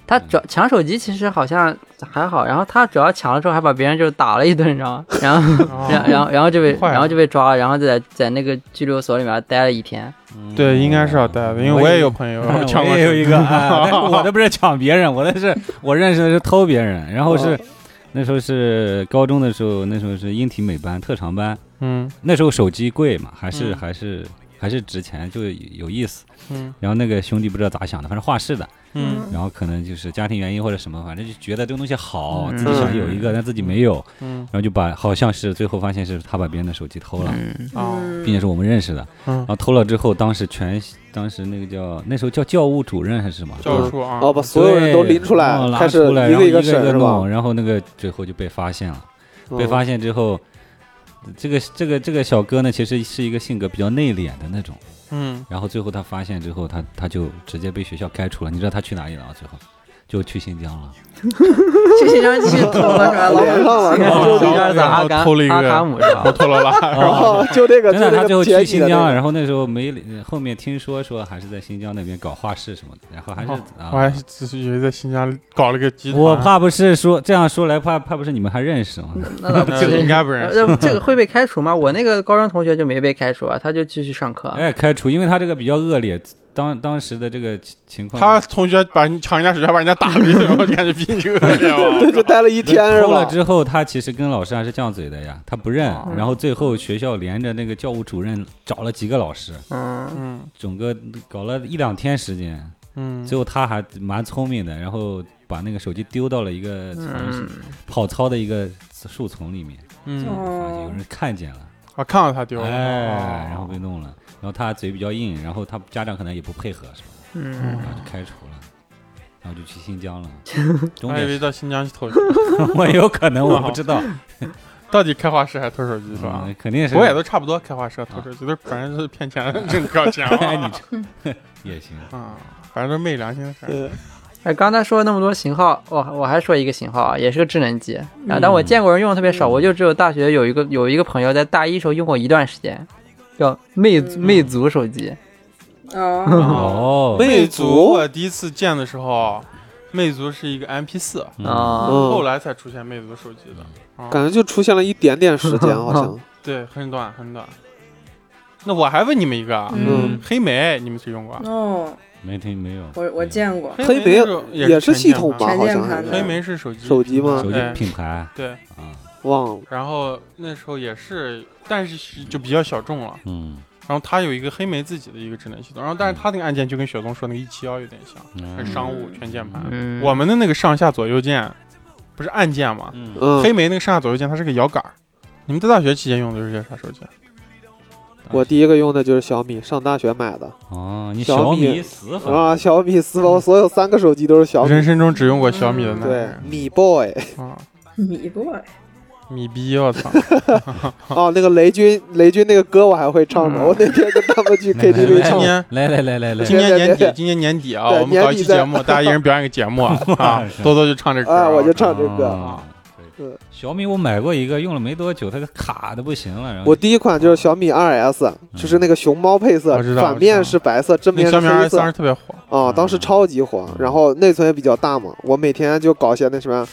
Speaker 2: 他主要抢手机其实好像还好，然后他主要抢了之后还把别人就打了一顿，你 知道吗？然后然
Speaker 1: 哦
Speaker 2: 后然后然后就被
Speaker 1: 坏了
Speaker 2: 然后就被抓了，然后就在在那个拘留所里面待了一天。
Speaker 1: 嗯对，应该是要带的，因为我也有朋 友
Speaker 4: 我
Speaker 1: 抢过
Speaker 4: 也有一 个，啊但是我
Speaker 1: 的
Speaker 4: 的不是抢别人，我的是我认识的是偷别人，然后 是那时候是高中的时候，那时候是英体美班特长班，
Speaker 1: 嗯
Speaker 4: 那时候手机贵嘛，还是
Speaker 1: 嗯
Speaker 4: 还是还是值钱，就有意思。
Speaker 1: 嗯
Speaker 4: 然后那个兄弟不知道咋想的，反正画室的，
Speaker 1: 嗯
Speaker 4: 然后可能就是家庭原因或者什么，反正就觉得这个东西好，
Speaker 1: 嗯
Speaker 4: 自己想有一个，但自己没有，
Speaker 1: 嗯
Speaker 4: 然后就把好像是最后发现是他把别人的手机偷了。
Speaker 2: 嗯，
Speaker 1: 啊
Speaker 3: 嗯
Speaker 4: 并且是我们认识的，
Speaker 1: 嗯
Speaker 4: 然后偷了之后，当时全当时那个叫那时候叫教务主任还是什么，
Speaker 1: 教授啊
Speaker 5: 哦，，把所有人都拎出
Speaker 4: 对然后
Speaker 5: 来，
Speaker 4: 拉
Speaker 5: 开始
Speaker 4: 出来，
Speaker 5: 一
Speaker 4: 然后
Speaker 5: 个
Speaker 4: 一
Speaker 5: 个
Speaker 4: 一
Speaker 5: 审
Speaker 4: 个
Speaker 5: 是吧
Speaker 4: 弄，？然后那个最后就被发现了。 被
Speaker 5: 嗯
Speaker 4: 发现之后，这个这个这个小哥呢，其实是一个性格比较内敛的那种。
Speaker 1: 嗯
Speaker 4: 然后最后他发现之后，他他就直接被学校开除了。你知道他去哪里了吗？最后就去新疆了。
Speaker 3: 去新疆 去偷了是吧？老
Speaker 5: 连上了是
Speaker 2: 然
Speaker 5: 吧
Speaker 1: 哦
Speaker 2: 后在阿
Speaker 1: 然
Speaker 2: 甘
Speaker 1: 后偷了一个
Speaker 2: 阿卡姆 是
Speaker 1: 我
Speaker 2: 吧？
Speaker 1: 脱了 啦，
Speaker 5: 哦，就这个，
Speaker 4: 真
Speaker 5: 就
Speaker 4: 的，他
Speaker 5: 这
Speaker 4: 最后
Speaker 5: 个
Speaker 4: 去
Speaker 5: 铁骑
Speaker 4: 新
Speaker 5: 的
Speaker 4: 疆啊了。
Speaker 5: 那个，
Speaker 4: 然后那时候没呃后面听说说还是在新疆那边搞画室什么的，然后还是
Speaker 1: 哦
Speaker 4: 啊
Speaker 1: 我还只是以为在新疆搞了个集团，
Speaker 4: 我怕不是说这样说来，怕怕不是你们还认识吗？
Speaker 2: 那倒不
Speaker 1: 呃应
Speaker 2: 是。
Speaker 1: 该不认识。
Speaker 2: 呃这个会被开除吗？我那个高中同学就没被开除啊，他就继续上课。
Speaker 4: 哎，开除，因为他这个比较恶劣，当当时的这个情情况，
Speaker 1: 他同学把你抢人家手机，还把人家打了一顿，我感觉比你恶劣啊
Speaker 5: 对，就待了一天是
Speaker 4: 偷了
Speaker 5: 吧？
Speaker 4: 之后，他其实跟老师还是犟嘴的呀，他不认
Speaker 1: 哦。
Speaker 4: 然后最后学校连着那个教务主任找了几个老师，
Speaker 2: 嗯，
Speaker 1: 嗯
Speaker 4: 整个搞了一两天时间。
Speaker 1: 嗯，
Speaker 4: 最后他还蛮聪明的，然后把那个手机丢到了一个好像是
Speaker 2: 嗯
Speaker 4: 跑操的一个树丛里面，
Speaker 1: 嗯
Speaker 3: 哦
Speaker 4: 发现有人看见了，
Speaker 1: 我看到他丢了，
Speaker 4: 哎，然后
Speaker 1: 哦
Speaker 4: 被弄了。然后他嘴比较硬，然后他家长可能也不配合，是吧？
Speaker 2: 嗯，
Speaker 4: 然后就开除了，然后就去 新疆了。重
Speaker 1: 还以
Speaker 4: 点
Speaker 1: 为到新疆去偷，
Speaker 4: 我有可能我不知道，
Speaker 1: 到底开画室还偷手 机是吧？
Speaker 4: 嗯肯定是
Speaker 1: 我也都差不多，开花社、偷手机都反正都是骗钱，挣搞钱
Speaker 4: 哎，
Speaker 1: 了
Speaker 4: 你
Speaker 3: 嗯
Speaker 4: 这也行。
Speaker 1: 啊，反正都是昧良心的事儿。
Speaker 5: 对
Speaker 2: 哎，刚才说了那么多型号，我我还说一个型号啊，也是个智能机，啊，但我见过人用的特别少，我就只有大学有一个有一个朋友在大一时候用过一段时间，叫魅族
Speaker 3: 嗯
Speaker 2: 魅族手机，
Speaker 3: 啊，
Speaker 4: 哦，
Speaker 1: 魅
Speaker 5: 魅
Speaker 1: 族，
Speaker 5: 族
Speaker 1: 我第一次见的时候，魅族是一个 MP 四，
Speaker 4: 嗯
Speaker 2: 啊，
Speaker 1: 后
Speaker 5: 嗯，
Speaker 1: 来才出现魅族手机的。啊
Speaker 5: 感觉就出现了一点点时间，好像
Speaker 1: 对，很短很短。那我还问你们一个啊，
Speaker 3: 嗯
Speaker 1: 黑莓你们谁用过啊？
Speaker 3: 哦，
Speaker 4: 没听没有，
Speaker 3: 我我见过，
Speaker 5: 嗯黑莓
Speaker 1: 莓那时候 也
Speaker 5: 也是系统吧，
Speaker 1: 吧？
Speaker 3: 全
Speaker 5: 好
Speaker 3: 键
Speaker 5: 像
Speaker 3: 盘
Speaker 5: 是
Speaker 3: 的
Speaker 1: 黑莓是手机
Speaker 5: 手机吗
Speaker 4: 手
Speaker 1: 哎
Speaker 4: 机品牌
Speaker 1: 对，
Speaker 4: 啊，
Speaker 5: 忘了。
Speaker 1: 然后那时候也是，但是是就比较小众了。
Speaker 4: 嗯，
Speaker 1: 然后它有一个黑莓自己的一个智能系统，然后但是它那个按键就跟雪松说那个一七幺有点像，
Speaker 4: 嗯
Speaker 1: 是商务全键盘。
Speaker 2: 嗯，
Speaker 1: 我们的那个上下左右键不是按键吗？
Speaker 4: 嗯
Speaker 5: 嗯
Speaker 1: 黑，莓那个上下左右键它是个摇杆儿。你们在大学期间用的是些啥手机啊？
Speaker 5: 我第一个用的就是小米，上大学买的
Speaker 4: 哦，你
Speaker 5: 小
Speaker 4: 小
Speaker 5: 米
Speaker 4: 米死
Speaker 1: 嗯
Speaker 4: 粉
Speaker 5: 啊，小米四包，所有三个手机都是小米
Speaker 1: 人，生中只用过小米的男
Speaker 5: 对
Speaker 1: 人，
Speaker 5: 米 boy，
Speaker 1: 啊，
Speaker 3: 米 boy，
Speaker 1: 米逼，我操！
Speaker 5: 哦，那个雷军，雷军那个歌我还会唱呢。
Speaker 2: 嗯
Speaker 5: 我那天跟他们 去 KTV
Speaker 1: 今
Speaker 5: 唱，
Speaker 1: 年
Speaker 4: 来来来来来，
Speaker 1: 今年年
Speaker 5: 对
Speaker 1: 底，今年年底啊，
Speaker 5: 对
Speaker 1: 我们搞一期
Speaker 5: 年底再
Speaker 1: 节目，大家一人表演个节目 啊
Speaker 4: 是，
Speaker 1: 多多就唱这歌
Speaker 5: 哎，
Speaker 1: 啊，
Speaker 5: 我就唱这歌。
Speaker 4: 啊
Speaker 5: 嗯。
Speaker 4: 小米我买过一个，用了没多久，它就卡的不行了。然后
Speaker 5: 我第一款就是小米 2S，就是那个熊猫配色
Speaker 1: 嗯我知，道
Speaker 5: 反面是白色，正
Speaker 1: 那
Speaker 5: 面
Speaker 1: 个
Speaker 5: 是
Speaker 1: 小米
Speaker 5: 黑
Speaker 1: S
Speaker 5: 色
Speaker 1: 当。时特别火，
Speaker 5: 啊、当时超级
Speaker 1: 嗯
Speaker 5: 火，然后内存也比较大嘛，我每天就搞些那什么，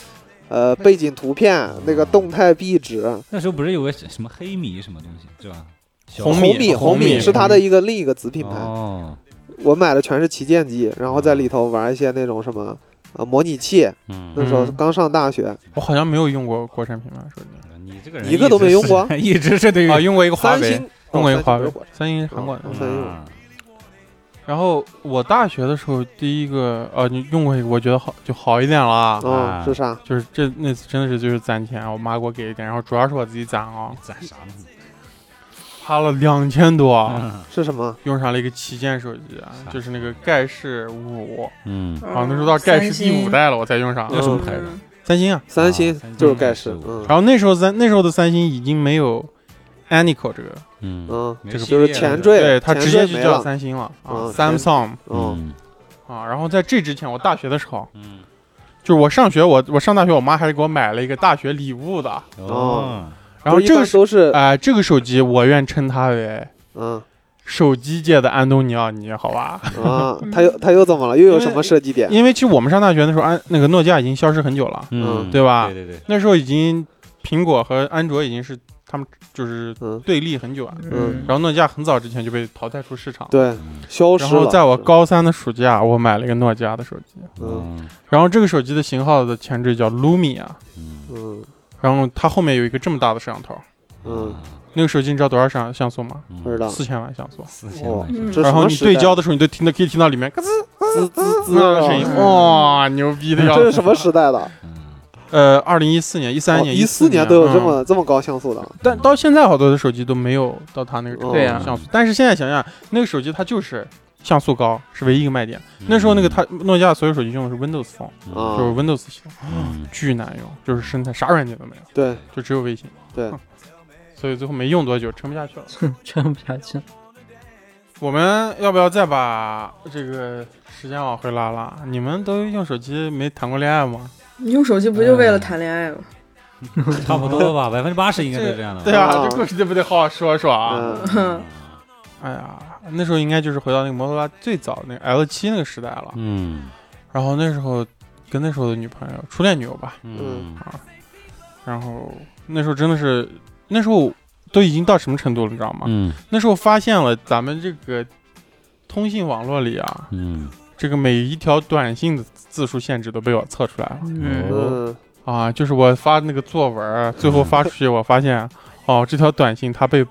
Speaker 5: 呃，背景图片、那个动态壁纸，
Speaker 4: 那时候不是有个什么黑米什么东西是吧？小
Speaker 1: 红米
Speaker 5: 米，红
Speaker 1: 红米
Speaker 5: 是它的一个另一个子品牌，
Speaker 4: 哦，
Speaker 5: 我买的全是旗舰机，然后在里头玩一些那种什么。呃，模拟器那
Speaker 4: 嗯，
Speaker 5: 时候
Speaker 1: 嗯
Speaker 5: 刚上大学，
Speaker 1: 我好像没有用过国产品牌手机
Speaker 4: 你这个人
Speaker 5: 一个都没用过
Speaker 4: 一直是， 一直是对于
Speaker 1: 啊，用过一个华
Speaker 5: 三
Speaker 1: 为
Speaker 5: 星，，
Speaker 1: 用
Speaker 5: 哦
Speaker 1: 过一个
Speaker 5: 三星
Speaker 1: 华
Speaker 5: 不
Speaker 1: 为
Speaker 5: 是国，
Speaker 1: 三星是韩国的
Speaker 5: 嗯。
Speaker 4: 嗯
Speaker 1: 然后我大学的时候，第一个呃，你用过一个，我觉得好就好一点了啊。
Speaker 5: 嗯、
Speaker 4: 啊
Speaker 5: 是啥？
Speaker 1: 就是这那次真的是就是攒钱，我妈给我给一点，然后主要是我自己攒啊，
Speaker 4: 攒啥呢？
Speaker 1: 花了两千多，
Speaker 4: 啊，
Speaker 5: 是什么？
Speaker 1: 用上了一个旗舰手机啊，就是那个盖世五，
Speaker 4: 嗯，
Speaker 1: 好啊像那时候到盖世第五代了，我才用上
Speaker 4: 那时候
Speaker 3: 三
Speaker 4: 拍
Speaker 3: 星，
Speaker 4: 的
Speaker 3: 嗯
Speaker 1: 三星啊。
Speaker 5: 三
Speaker 4: 啊
Speaker 5: 星
Speaker 4: 三星
Speaker 5: 就是盖世
Speaker 4: 盖世，
Speaker 5: 嗯
Speaker 1: 然后那时候三那时候的三星已经没有 Anico 这个，
Speaker 4: 嗯，
Speaker 5: 嗯
Speaker 4: 没
Speaker 1: 这个
Speaker 4: 系
Speaker 5: 就
Speaker 4: 列
Speaker 5: 是前
Speaker 4: 了
Speaker 5: 缀对
Speaker 1: 它
Speaker 5: 前
Speaker 1: 直接
Speaker 5: 缀
Speaker 1: 就
Speaker 5: 没
Speaker 1: 叫
Speaker 5: 了
Speaker 1: 三星了啊
Speaker 5: 嗯
Speaker 1: ，Samsung
Speaker 5: 嗯，
Speaker 4: 嗯
Speaker 1: 啊。然后在这之前，我大学的时候，
Speaker 4: 嗯，
Speaker 1: 就是我上学，我我上大学，我妈还给我买了一个大学礼物的。
Speaker 4: 哦，
Speaker 1: 然后
Speaker 5: 不是
Speaker 1: 这
Speaker 5: 一
Speaker 1: 个
Speaker 5: 般
Speaker 1: 手
Speaker 5: 都是啊
Speaker 1: 哎、这个手机我愿称它为
Speaker 5: 嗯
Speaker 1: 手机界的安东尼奥尼，好吧？
Speaker 5: 啊，他又他又怎么了？又有什
Speaker 1: 因为
Speaker 5: 么设计点？
Speaker 1: 因为其实我们上大学的时候，安那个诺基亚已经消失很久了，
Speaker 5: 嗯
Speaker 1: 对吧
Speaker 4: 对对对，
Speaker 1: 那时候已经苹果和安卓已经是他们就是
Speaker 5: 嗯，
Speaker 1: 对立很久了。
Speaker 5: 嗯
Speaker 1: 然后诺基亚很早之前就被淘汰出市场。
Speaker 5: 对，消失
Speaker 1: 嗯然
Speaker 5: 了。
Speaker 1: 后在我高三的暑假，我买了一个诺基亚的手机，
Speaker 5: 嗯
Speaker 4: 嗯
Speaker 1: 然后这个手机的型号的前缀叫 Lumia，
Speaker 4: 嗯
Speaker 5: 嗯
Speaker 1: 然后它后面有一个这么大的摄像头。
Speaker 5: 嗯，
Speaker 1: 那个手机你知道多少像像素吗？
Speaker 4: 嗯
Speaker 5: 不知道。
Speaker 1: 四千万像素。
Speaker 4: 四千
Speaker 5: 哦
Speaker 4: 块钱，
Speaker 3: 嗯
Speaker 5: 这
Speaker 1: 然后你对焦
Speaker 5: 的
Speaker 1: 的时候，你都听到可以听到里面咯吱
Speaker 5: 滋滋滋
Speaker 1: 那声音，
Speaker 5: 啊
Speaker 1: 哇，牛逼的要
Speaker 5: 这是
Speaker 1: 死！
Speaker 5: 什么时代的？哦
Speaker 4: 嗯
Speaker 1: 呃，二零一四年、一三年、
Speaker 5: 一
Speaker 1: 四
Speaker 5: 四年都有这
Speaker 1: 嗯，
Speaker 5: 么这么高像素的，
Speaker 1: 但到现在好多的手机都没有到它那个程度
Speaker 5: 对
Speaker 1: 的
Speaker 2: 呀
Speaker 1: 像素。但是现在想想，那个手机它就是像素高，是唯一一个卖点。那时候那个它诺基亚所有手机用的是 Windows Phone，
Speaker 5: 啊
Speaker 1: 就是 Windows 系统，
Speaker 4: 嗯
Speaker 1: 巨难用，就是生态啥软件都没有，
Speaker 5: 对
Speaker 1: 就只有微信。
Speaker 5: 对
Speaker 1: 哼， 所以最后没用多久，撑不下去了。
Speaker 2: 撑不下去。
Speaker 1: 我们要不要再把这个时间往回拉拉？你们都用手机没谈过恋爱吗？
Speaker 3: 你用手机不就为了谈恋爱吗？
Speaker 4: 差不多吧，百分之八十应该都
Speaker 1: 这
Speaker 4: 是这样的吧。
Speaker 1: 对啊，
Speaker 5: 啊
Speaker 1: 这故事对不对？好好说说啊！
Speaker 5: 嗯，
Speaker 1: 哎呀，那时候应该就是回到那个摩托罗拉最早那个 L 七那个时代了。
Speaker 4: 嗯
Speaker 1: 然后那时候跟那时候的女朋友，初恋女友吧。
Speaker 4: 嗯
Speaker 1: 然后那时候真的是，那时候都已经到什么程度了，你知道吗？
Speaker 4: 嗯
Speaker 1: 那时候发现了咱们这个通信网络里啊，
Speaker 4: 嗯
Speaker 1: 这个每一条短信的字数限制都被我测出来了。
Speaker 2: 嗯，
Speaker 5: 嗯
Speaker 1: 啊，就是我发那个作文儿，最后发出去，我发现，哦，这条短信它被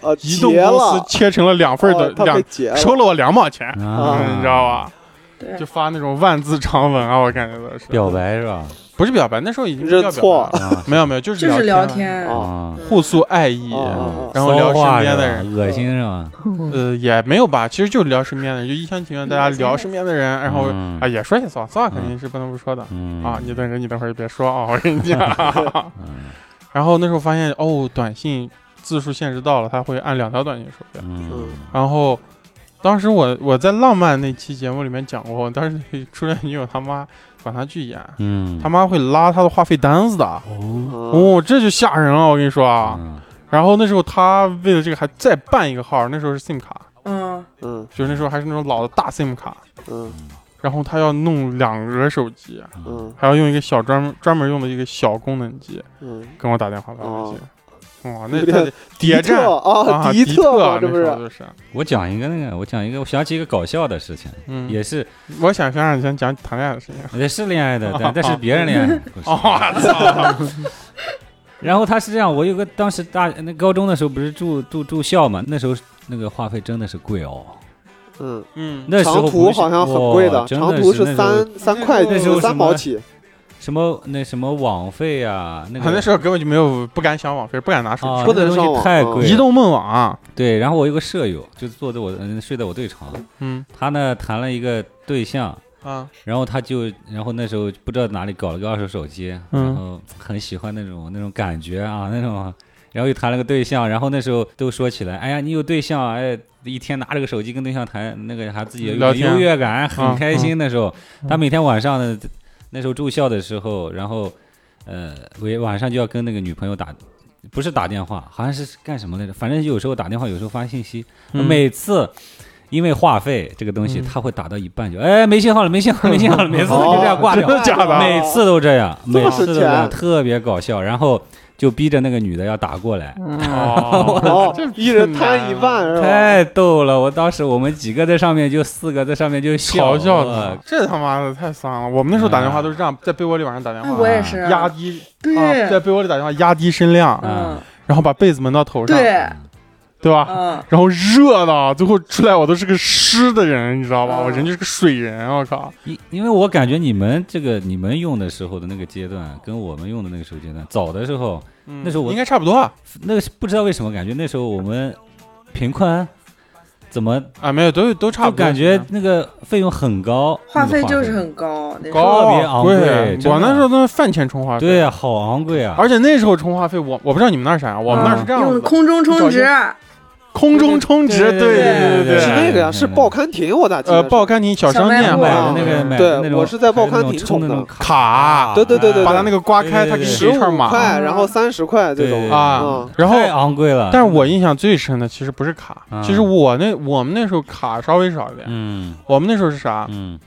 Speaker 5: 啊，
Speaker 1: 移动
Speaker 5: 结
Speaker 1: 公司
Speaker 5: 了，
Speaker 1: 切成了两份儿的、
Speaker 5: 哦它
Speaker 1: 两
Speaker 5: 被，截
Speaker 1: 收
Speaker 5: 了，
Speaker 1: 了我两毛钱，
Speaker 5: 啊
Speaker 1: 嗯你知道？吧？
Speaker 3: 对，
Speaker 1: 就发那种万字长文啊，我感觉都是
Speaker 4: 表白是吧？
Speaker 1: 不是表白，那时候已经不
Speaker 5: 认
Speaker 1: 叫表
Speaker 5: 错
Speaker 1: 白了，
Speaker 4: 啊
Speaker 1: 没有没有，就是
Speaker 3: 就是
Speaker 1: 聊
Speaker 3: 聊
Speaker 1: 天
Speaker 3: 天，
Speaker 4: 啊，
Speaker 1: 了，互诉爱意，
Speaker 5: 哦
Speaker 1: 哦然后聊身边的人，
Speaker 4: 恶心是吧？
Speaker 2: 嗯
Speaker 1: 呃，也没有吧，其实就聊身边的人，就一厢情愿，大家聊身边的人，然后
Speaker 4: 嗯
Speaker 1: 啊也说些骚骚话，肯定是不能不说的
Speaker 4: 嗯
Speaker 1: 啊，你等着，你等会儿别说啊，我跟你讲。
Speaker 4: 嗯
Speaker 1: 然后那时候发现哦，短信字数限制到了，它会按两条短信收费。
Speaker 5: 哦
Speaker 4: 嗯
Speaker 1: 然后当时我我在浪漫那期节目里面讲过，我当时那初恋女友他妈管他去演，
Speaker 4: 嗯，
Speaker 1: 他妈会拉他的话费单子的。
Speaker 4: 哦
Speaker 5: 嗯
Speaker 1: 哦，这就吓人了，我跟你说啊。
Speaker 4: 嗯
Speaker 1: 然后那时候他为了这个还再办一个号，那时候是 SIM 卡，
Speaker 3: 嗯，
Speaker 5: 嗯
Speaker 1: 就是那时候还是那种老的大 SIM 卡，
Speaker 5: 嗯
Speaker 1: 然后他要弄两个手机，
Speaker 5: 嗯
Speaker 1: 还要用一个小专门专门用的一个小功能机
Speaker 5: 嗯，
Speaker 1: 跟我打电话发短信
Speaker 5: 哦。
Speaker 1: 哇，那
Speaker 5: 有点
Speaker 1: 那谍战
Speaker 5: 特啊，
Speaker 1: 啊，
Speaker 5: 迪
Speaker 1: 特
Speaker 5: 特嘛，
Speaker 1: 那
Speaker 5: 这不
Speaker 1: 时候
Speaker 5: 是？
Speaker 1: 就是，
Speaker 4: 我讲一个那个，我讲一个，我想起一个搞笑的事情，
Speaker 1: 嗯，
Speaker 4: 也是
Speaker 1: 我想想让你先讲谈恋爱的事情。
Speaker 4: 也是恋爱的，但但是别人恋爱的故事
Speaker 1: 哦，我操！
Speaker 4: 然后他是这样，我有个当时大那高中的时候不是住住住校嘛，那时候那个话费真的是贵哦，
Speaker 5: 嗯，
Speaker 1: 嗯，
Speaker 4: 那时候
Speaker 5: 长
Speaker 4: 不
Speaker 5: 途
Speaker 4: 是
Speaker 5: 好像很贵
Speaker 4: 哇
Speaker 5: 的，
Speaker 4: 真
Speaker 5: 长途
Speaker 4: 是那
Speaker 5: 是
Speaker 4: 时候
Speaker 5: 三三块
Speaker 1: 那
Speaker 4: 时候
Speaker 5: 三
Speaker 4: 什么啊
Speaker 5: 毛起，
Speaker 4: 什么那什么网费啊，那个
Speaker 1: 那时候根本就没有不敢想网费，不敢拿手
Speaker 4: 啊，
Speaker 5: 不
Speaker 1: 机。
Speaker 5: 能
Speaker 4: 那个
Speaker 5: 上
Speaker 4: 东西
Speaker 5: 网
Speaker 4: 太
Speaker 5: 啊
Speaker 4: 贵了，
Speaker 1: 移动梦网啊，
Speaker 4: 对，然后我有个舍友就坐在我嗯睡在我对床，
Speaker 1: 嗯
Speaker 4: 他呢谈了一个对象，
Speaker 5: 嗯
Speaker 1: 啊，
Speaker 4: 然后他就，然后那时候不知道哪里搞了个二手手机，
Speaker 1: 嗯
Speaker 4: 然后很喜欢那种那种感觉啊，那种，然后又谈了个对象，然后那时候都说起来，哎呀，你有对象，哎，一天拿着个手机跟对象谈，那个还自己有
Speaker 1: 聊天啊
Speaker 4: 优越感，很开心。那时候、
Speaker 1: 嗯
Speaker 4: 他每天晚上呢，那时候住校的时候，然后呃，晚晚上就要跟那个女朋友打。不是打电话，好像是干什么来着？反正有时候打电话，有时候发信息，每次因为话费这个东西，
Speaker 1: 嗯哦
Speaker 4: 他会打到一半就哎没信号了，没信号了，没信号了，每次都这样挂掉，
Speaker 1: 真的假的
Speaker 4: 每次都这样，
Speaker 5: 这
Speaker 4: 每
Speaker 5: 么
Speaker 4: 次
Speaker 5: 省
Speaker 4: 都这样，
Speaker 5: 钱
Speaker 1: 啊
Speaker 4: 特别搞笑。然后就逼着那个女的要打过来，
Speaker 1: 哦
Speaker 5: 哦，一人摊一万是吧？
Speaker 4: 嗯太逗了！我当时我们几个在上面就四个在上面就笑
Speaker 1: 嘲笑
Speaker 4: 了
Speaker 1: 他，这他妈的太丧了。我们那时候打电
Speaker 5: 嗯
Speaker 1: 话都是这样，在被窝里晚上打电
Speaker 3: 哎，
Speaker 1: 话，
Speaker 3: 我也是，
Speaker 1: 压低啊，在啊
Speaker 3: 对，
Speaker 1: 被窝里打电话压低声量，
Speaker 3: 嗯，
Speaker 1: 然后把被子蒙到头上，
Speaker 3: 对，
Speaker 1: 对吧？
Speaker 3: 嗯，
Speaker 1: 然后热的，最后出来我都是个湿的人，你知道吧？
Speaker 3: 嗯
Speaker 1: 我人就是个水人，我靠！
Speaker 4: 因因为我感觉你们这个你们用的时候的那个阶段，跟我们用的那个时候阶段，早的时候
Speaker 5: 嗯
Speaker 4: 那时候我
Speaker 1: 应该差不多啊
Speaker 4: 那个是不知道为什么感觉那时候我们贫困，怎么
Speaker 1: 啊，没有，都都差
Speaker 4: 就
Speaker 1: 不多。嗯
Speaker 4: 感觉那个费用很高，
Speaker 3: 话
Speaker 4: 那个
Speaker 3: 费就是很高，那时候
Speaker 1: 高啊
Speaker 4: 特别昂贵真的
Speaker 1: 我那时候都是饭钱充话费，
Speaker 4: 对呀、好昂贵啊！
Speaker 1: 而且那时候充话费，我我不知道你们那儿啥样，我们那儿是这样
Speaker 3: 嗯用
Speaker 1: 子的，
Speaker 3: 空中充值，
Speaker 1: 空中充值，
Speaker 4: 对
Speaker 1: 对
Speaker 4: 对
Speaker 1: 对
Speaker 4: 对
Speaker 5: 是
Speaker 1: 对。
Speaker 5: 那个呀，是报刊亭，我咋记得
Speaker 1: 呃，
Speaker 5: 是？
Speaker 1: 报刊亭小商
Speaker 3: 小卖
Speaker 1: 店
Speaker 3: 部
Speaker 4: 买
Speaker 1: 买的
Speaker 4: 的那
Speaker 1: 那
Speaker 4: 个
Speaker 1: 个
Speaker 4: 买的
Speaker 5: 对
Speaker 4: 那种，
Speaker 5: 我是在报刊亭
Speaker 4: 还有那种充的那种
Speaker 5: 充的
Speaker 1: 卡
Speaker 5: 对对对对
Speaker 1: 把它那个刮开，
Speaker 4: 对对
Speaker 1: 它给你
Speaker 5: 十
Speaker 1: 写一
Speaker 5: 五
Speaker 1: 串码
Speaker 5: 块，然后三十块这
Speaker 4: 对
Speaker 5: 种
Speaker 1: 啊
Speaker 5: 嗯。
Speaker 1: 然后，
Speaker 4: 太昂贵了。
Speaker 1: 但是我印象最深的其实不是卡
Speaker 4: 嗯，
Speaker 1: 其实我那我们那时候卡稍微少一点，
Speaker 4: 嗯
Speaker 1: 我们那时候是啥？
Speaker 4: 嗯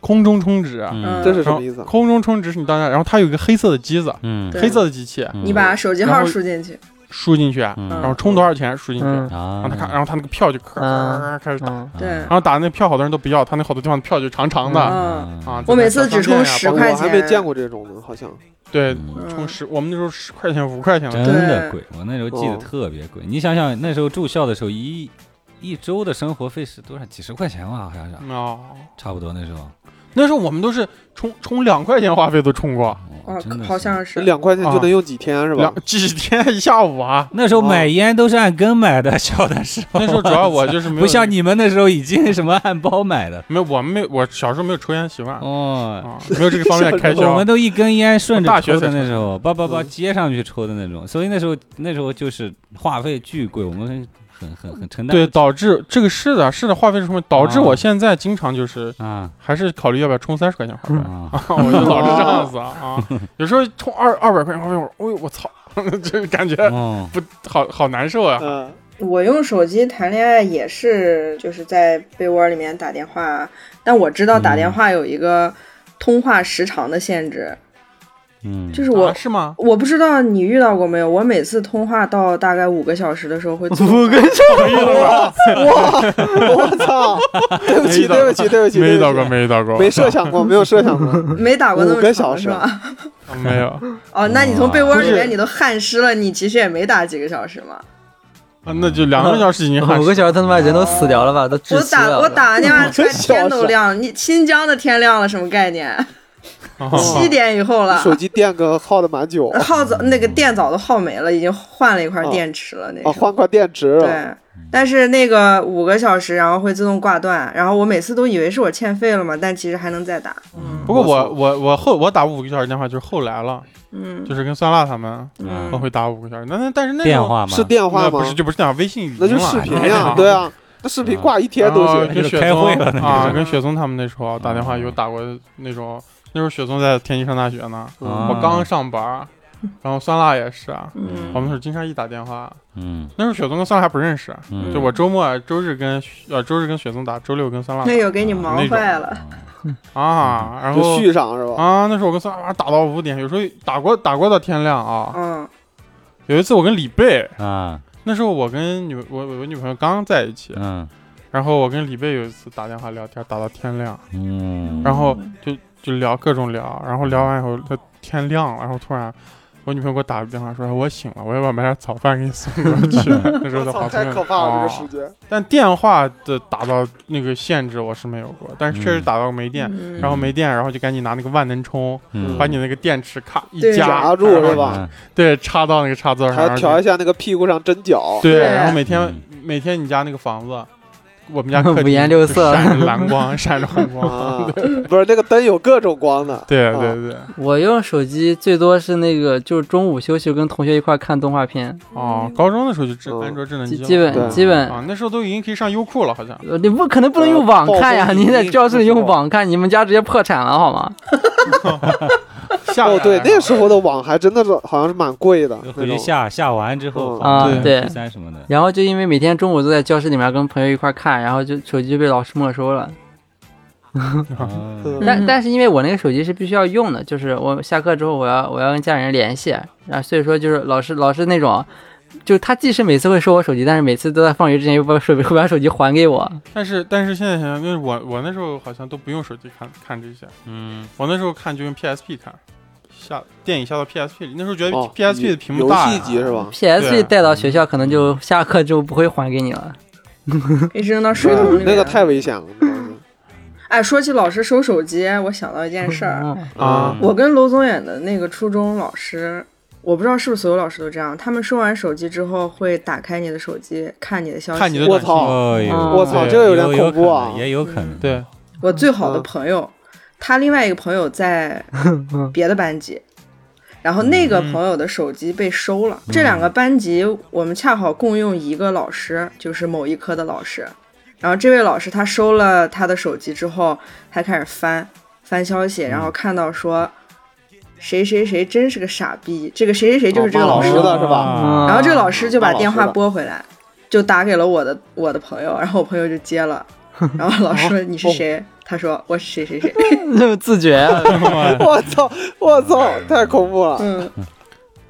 Speaker 1: 空中充值，
Speaker 4: 嗯
Speaker 5: 这是什
Speaker 1: 然后
Speaker 5: 么意思？啊
Speaker 1: 空中充值是你到那，然后它有一个黑色的机子，
Speaker 4: 嗯
Speaker 3: 对
Speaker 1: 黑色的机器
Speaker 4: 嗯
Speaker 3: 你把手机
Speaker 1: 然
Speaker 3: 号
Speaker 1: 后
Speaker 3: 输进去，
Speaker 1: 输进去，然
Speaker 4: 嗯
Speaker 1: 后充多少钱输进去，
Speaker 2: 嗯
Speaker 1: 然
Speaker 4: 啊
Speaker 1: 后他看，然后他那个票就咔
Speaker 2: 嗯
Speaker 1: 开始打，
Speaker 2: 嗯，
Speaker 3: 对
Speaker 1: 然后打那票好多人都不要，他那好多地方的票就长长的
Speaker 3: 嗯
Speaker 1: 啊。
Speaker 3: 我每次只充
Speaker 1: 小商店呀包
Speaker 3: 10
Speaker 1: 括
Speaker 3: 块
Speaker 5: 我还没见过这种呢，好像
Speaker 1: 对，
Speaker 4: 嗯
Speaker 1: 充
Speaker 3: 嗯，
Speaker 1: 十，我们那时候十块钱五块钱
Speaker 4: 真
Speaker 1: 了，
Speaker 3: 对
Speaker 4: 的贵，我那时候记得
Speaker 5: 哦
Speaker 4: 特别贵。你想想那时候住校的时候，一一周的生活费是多少？几十块钱吧，好像是，
Speaker 1: 哦，
Speaker 4: 差不多那时候。
Speaker 1: 那时候我们都是充充两块钱话费都充过，
Speaker 4: 哦真的
Speaker 3: 好
Speaker 4: 是
Speaker 3: 像是，
Speaker 5: 两块钱就能用几天是吧
Speaker 1: 啊两？几天一下午啊。
Speaker 4: 那时候买烟都是按根买的，小的时候。
Speaker 1: 那时候主要 我就是没有，
Speaker 4: 不像你们那时候已经什么按包买的
Speaker 1: 没有，我们没有，我小时候没有抽烟习惯啊，
Speaker 4: 哦。
Speaker 1: 没有这个方面 开
Speaker 4: 我
Speaker 1: 销
Speaker 4: 们。都一根烟顺着
Speaker 1: 大学
Speaker 4: 抽的
Speaker 1: 才
Speaker 4: 那时候，叭叭叭
Speaker 5: 嗯
Speaker 4: 接上去抽的那种，所以那时候那时候就是话费巨贵，我们很很很承担
Speaker 1: 对，
Speaker 4: 不起
Speaker 1: 导致这个是的，是的，话费是什么？导致
Speaker 4: 啊
Speaker 1: 我现在经常就是
Speaker 4: 啊
Speaker 1: 还是考虑要不要充三十块钱话费。
Speaker 4: 啊，
Speaker 1: 我就老是这样子啊啊！有时候充二二百块钱话费，我说，哎呦我操， 这感觉
Speaker 4: 哦，
Speaker 1: 不好好难受啊！
Speaker 5: 嗯，
Speaker 3: 我用手机谈恋爱也是，就是在被窝里面打电话，但我知道打电话有一个通话时长的限制，
Speaker 4: 嗯，
Speaker 3: 就是我
Speaker 1: 啊是吗？
Speaker 3: 我不知道你遇到过没有，我每次通话到大概五个小时的时候会自动
Speaker 5: 我操！对不起，
Speaker 1: 没到
Speaker 5: 对不起，对不起，
Speaker 1: 没遇到
Speaker 5: 对
Speaker 1: 过，
Speaker 5: 不起
Speaker 1: 没遇到过，
Speaker 5: 没设想过，没有设 想过。
Speaker 3: 没打过那
Speaker 5: 五
Speaker 3: 么
Speaker 5: 个
Speaker 3: 长
Speaker 5: 小时
Speaker 3: 是吧？
Speaker 1: 啊没有
Speaker 3: 哦，那你从被窝里
Speaker 1: 不是
Speaker 3: 面你都汗湿了，你其实也没打几个小时嘛。
Speaker 1: 啊，那就两个小时已经汗
Speaker 2: 嗯五个小时他妈人都死掉了吧，都窒
Speaker 3: 我
Speaker 2: 息了
Speaker 3: 打
Speaker 2: 吧。
Speaker 3: 我打完电话出来
Speaker 5: 五个小时
Speaker 3: 天都亮，你新疆的天亮了什么概念？
Speaker 1: 啊
Speaker 3: 七点以后了，
Speaker 5: 手机电个耗的蛮 久啊，
Speaker 3: 耗早那个电早都耗没了，已经换了一块电池了。那时候
Speaker 5: 换块电池啊了。
Speaker 3: 对，但是那个五个小时，然后会自动挂断，然后我每次都以为是我欠费了嘛，但其实还能再打。
Speaker 1: 不过
Speaker 5: 我
Speaker 1: 我
Speaker 5: 操
Speaker 1: 我我后我打五个小时电话就是后来了，
Speaker 3: 嗯
Speaker 1: 就是跟酸辣他们
Speaker 3: 嗯
Speaker 1: 我会打五个小时。那那但是那种
Speaker 4: 电话嘛，
Speaker 5: 是电话
Speaker 1: 那
Speaker 5: 吗
Speaker 1: 不？是就不是电话，微信语音
Speaker 5: 那就
Speaker 1: 了
Speaker 5: 视频
Speaker 1: 哎
Speaker 5: 呀，对啊，那视频挂一天都
Speaker 1: 然后
Speaker 5: 行。
Speaker 1: 跟
Speaker 4: 就
Speaker 1: 雪
Speaker 4: 开
Speaker 1: 松
Speaker 4: 会了那啊
Speaker 1: 啊，
Speaker 4: 就是
Speaker 1: 跟雪松他们那时候啊打电话有打过那种，那时候雪松在天津上大学呢，
Speaker 4: 啊
Speaker 5: 嗯
Speaker 1: 我刚上班儿，然后酸辣也是，啊
Speaker 3: 嗯
Speaker 1: 我们那时候经常一打电话，
Speaker 4: 嗯
Speaker 1: 那时候雪松跟酸辣还不认识，
Speaker 4: 嗯，
Speaker 1: 就我周末啊周日跟呃周日跟雪松打，周六跟酸辣
Speaker 3: 那有给你忙坏了，
Speaker 1: 打啊，然
Speaker 5: 就
Speaker 1: 后
Speaker 5: 续上是吧？
Speaker 1: 啊那时候我跟酸辣打到五点，有时候打过打过到天亮啊，
Speaker 3: 嗯
Speaker 1: 有一次我跟李贝，
Speaker 4: 啊
Speaker 1: 那时候我跟女我我女朋友刚在一起，
Speaker 4: 嗯
Speaker 1: 然后我跟李贝有一次打电话聊天打到天亮。
Speaker 4: 嗯，
Speaker 1: 然后就就聊各种聊，然后聊完以后，就天亮了，然后突然我女朋友给我打个电话说，哎我醒了，我要不要买点早饭给你送过 去？那时候
Speaker 5: 我
Speaker 1: 在
Speaker 5: 操，
Speaker 1: 华
Speaker 5: 太
Speaker 1: 村
Speaker 5: 可怕了，这个
Speaker 1: 啊
Speaker 5: 时间。
Speaker 1: 但电话的打到那个限制我是没有过，但是确实
Speaker 4: 嗯
Speaker 1: 打到没电。
Speaker 3: 嗯
Speaker 1: 然后没电，然后就赶紧拿那个万能充，
Speaker 4: 嗯
Speaker 1: 把你那个电池咔 一
Speaker 3: 对
Speaker 1: 夹，
Speaker 5: 夹住
Speaker 1: 然后
Speaker 5: 是吧？
Speaker 1: 对，插到那个插座上，
Speaker 5: 还要
Speaker 1: 然后
Speaker 5: 调一下那个屁股上针脚。
Speaker 1: 对，
Speaker 3: 对
Speaker 1: 然后每天
Speaker 4: 嗯
Speaker 1: 每天你家那个房子我们家客厅
Speaker 2: 五颜六色
Speaker 1: 就闪着蓝光，闪着红光。
Speaker 5: 啊，不是那个灯有各种光的，
Speaker 1: 对
Speaker 5: 啊
Speaker 1: 对对，
Speaker 2: 我用手机最多是那个，就是中午休息跟同学一块儿看动画片，
Speaker 1: 哦，高中的时候就智
Speaker 5: 嗯
Speaker 1: 安卓智能
Speaker 2: 基
Speaker 1: 机
Speaker 2: 基
Speaker 1: 了
Speaker 5: 对
Speaker 2: 本基本。
Speaker 1: 啊，那时候都已经可以上优酷了，好像。
Speaker 2: 呃你不可能不能用网看呀！
Speaker 5: 暴风
Speaker 2: 你
Speaker 5: 影
Speaker 2: 在
Speaker 5: 音
Speaker 2: 教室里用网看，你们家直接破产了好吗？
Speaker 1: 下
Speaker 5: 哦，
Speaker 1: 载
Speaker 5: 对，
Speaker 1: 来
Speaker 5: 那
Speaker 1: 着
Speaker 5: 时候的网还真的是好像是蛮贵的
Speaker 4: 就回
Speaker 5: 那
Speaker 4: 去
Speaker 5: 种。
Speaker 4: 下下完之后
Speaker 5: 嗯
Speaker 4: 放
Speaker 1: 啊
Speaker 2: 对
Speaker 4: P 三什么的，
Speaker 2: 然后就因为每天中午都在教室里面跟朋友一块儿看，然后就手机就被老师没收了。
Speaker 5: 嗯
Speaker 2: 但
Speaker 3: 嗯
Speaker 2: 但是因为我那个手机是必须要用的，就是我下课之后我要我要跟家里人联系，然后所以说就是老师老师那种，就是他即使每次会收我手机，但是每次都在放学之前又把手 会把手机还给我。
Speaker 1: 但是但是现在想想，因为我我那时候好像都不用手机看看这些，
Speaker 4: 嗯，
Speaker 1: 我那时候看就用 PSP 看，下电影下到 PSP 里，那时候觉得
Speaker 5: 哦
Speaker 1: PSP
Speaker 5: 游
Speaker 1: 的屏幕大呀嗯
Speaker 5: 游戏机是吧？
Speaker 2: PS
Speaker 1: 对
Speaker 2: 带到学校可能就下课之后不会还给你了。
Speaker 3: 一直扔到水
Speaker 5: 对啊
Speaker 3: 桶里面。
Speaker 5: 那个太危险了，那东西
Speaker 3: 哎，说起老师收手机，我想到一件事儿。
Speaker 2: 嗯
Speaker 1: 啊
Speaker 3: 我跟娄宗远的那个初中老师，我不知道是不是所有老师都这样，他们收完手机之后会打开你的手机看你的消息。
Speaker 1: 嗯看你的
Speaker 5: 我
Speaker 1: 短信。
Speaker 5: 操！
Speaker 4: 哎呦，
Speaker 3: 哦
Speaker 2: 我操
Speaker 4: 对
Speaker 5: 这个有点恐
Speaker 4: 有
Speaker 5: 怖啊
Speaker 4: 可能也有可能，
Speaker 1: 对，
Speaker 3: 我最好的
Speaker 5: 嗯
Speaker 3: 朋友，他另外一个朋友 在别的班级，然后那
Speaker 5: 嗯
Speaker 3: 个朋友的手机被收了。这两个班级我们恰好共用一个老师，就是某一科的老师。然后这位老师他收了他的手机之后，他开始翻翻消息，然
Speaker 5: 嗯
Speaker 3: 后看到说。谁谁谁真是个傻逼，这个谁谁谁就是这个
Speaker 5: 哦
Speaker 3: 老
Speaker 5: 骂老
Speaker 3: 师
Speaker 5: 师
Speaker 3: 的
Speaker 5: 的是吧
Speaker 2: 嗯
Speaker 4: 啊
Speaker 3: 然后这个老师就把
Speaker 5: 嗯大老师
Speaker 3: 电话
Speaker 5: 了
Speaker 3: 拨回来，就打给了我的我的朋友，然 后我朋友就接 了，然后老师说你
Speaker 5: 哦
Speaker 3: 是谁？他说 我是谁谁谁。
Speaker 2: 就自觉，
Speaker 5: 我操！我操！太恐怖了！
Speaker 3: 嗯，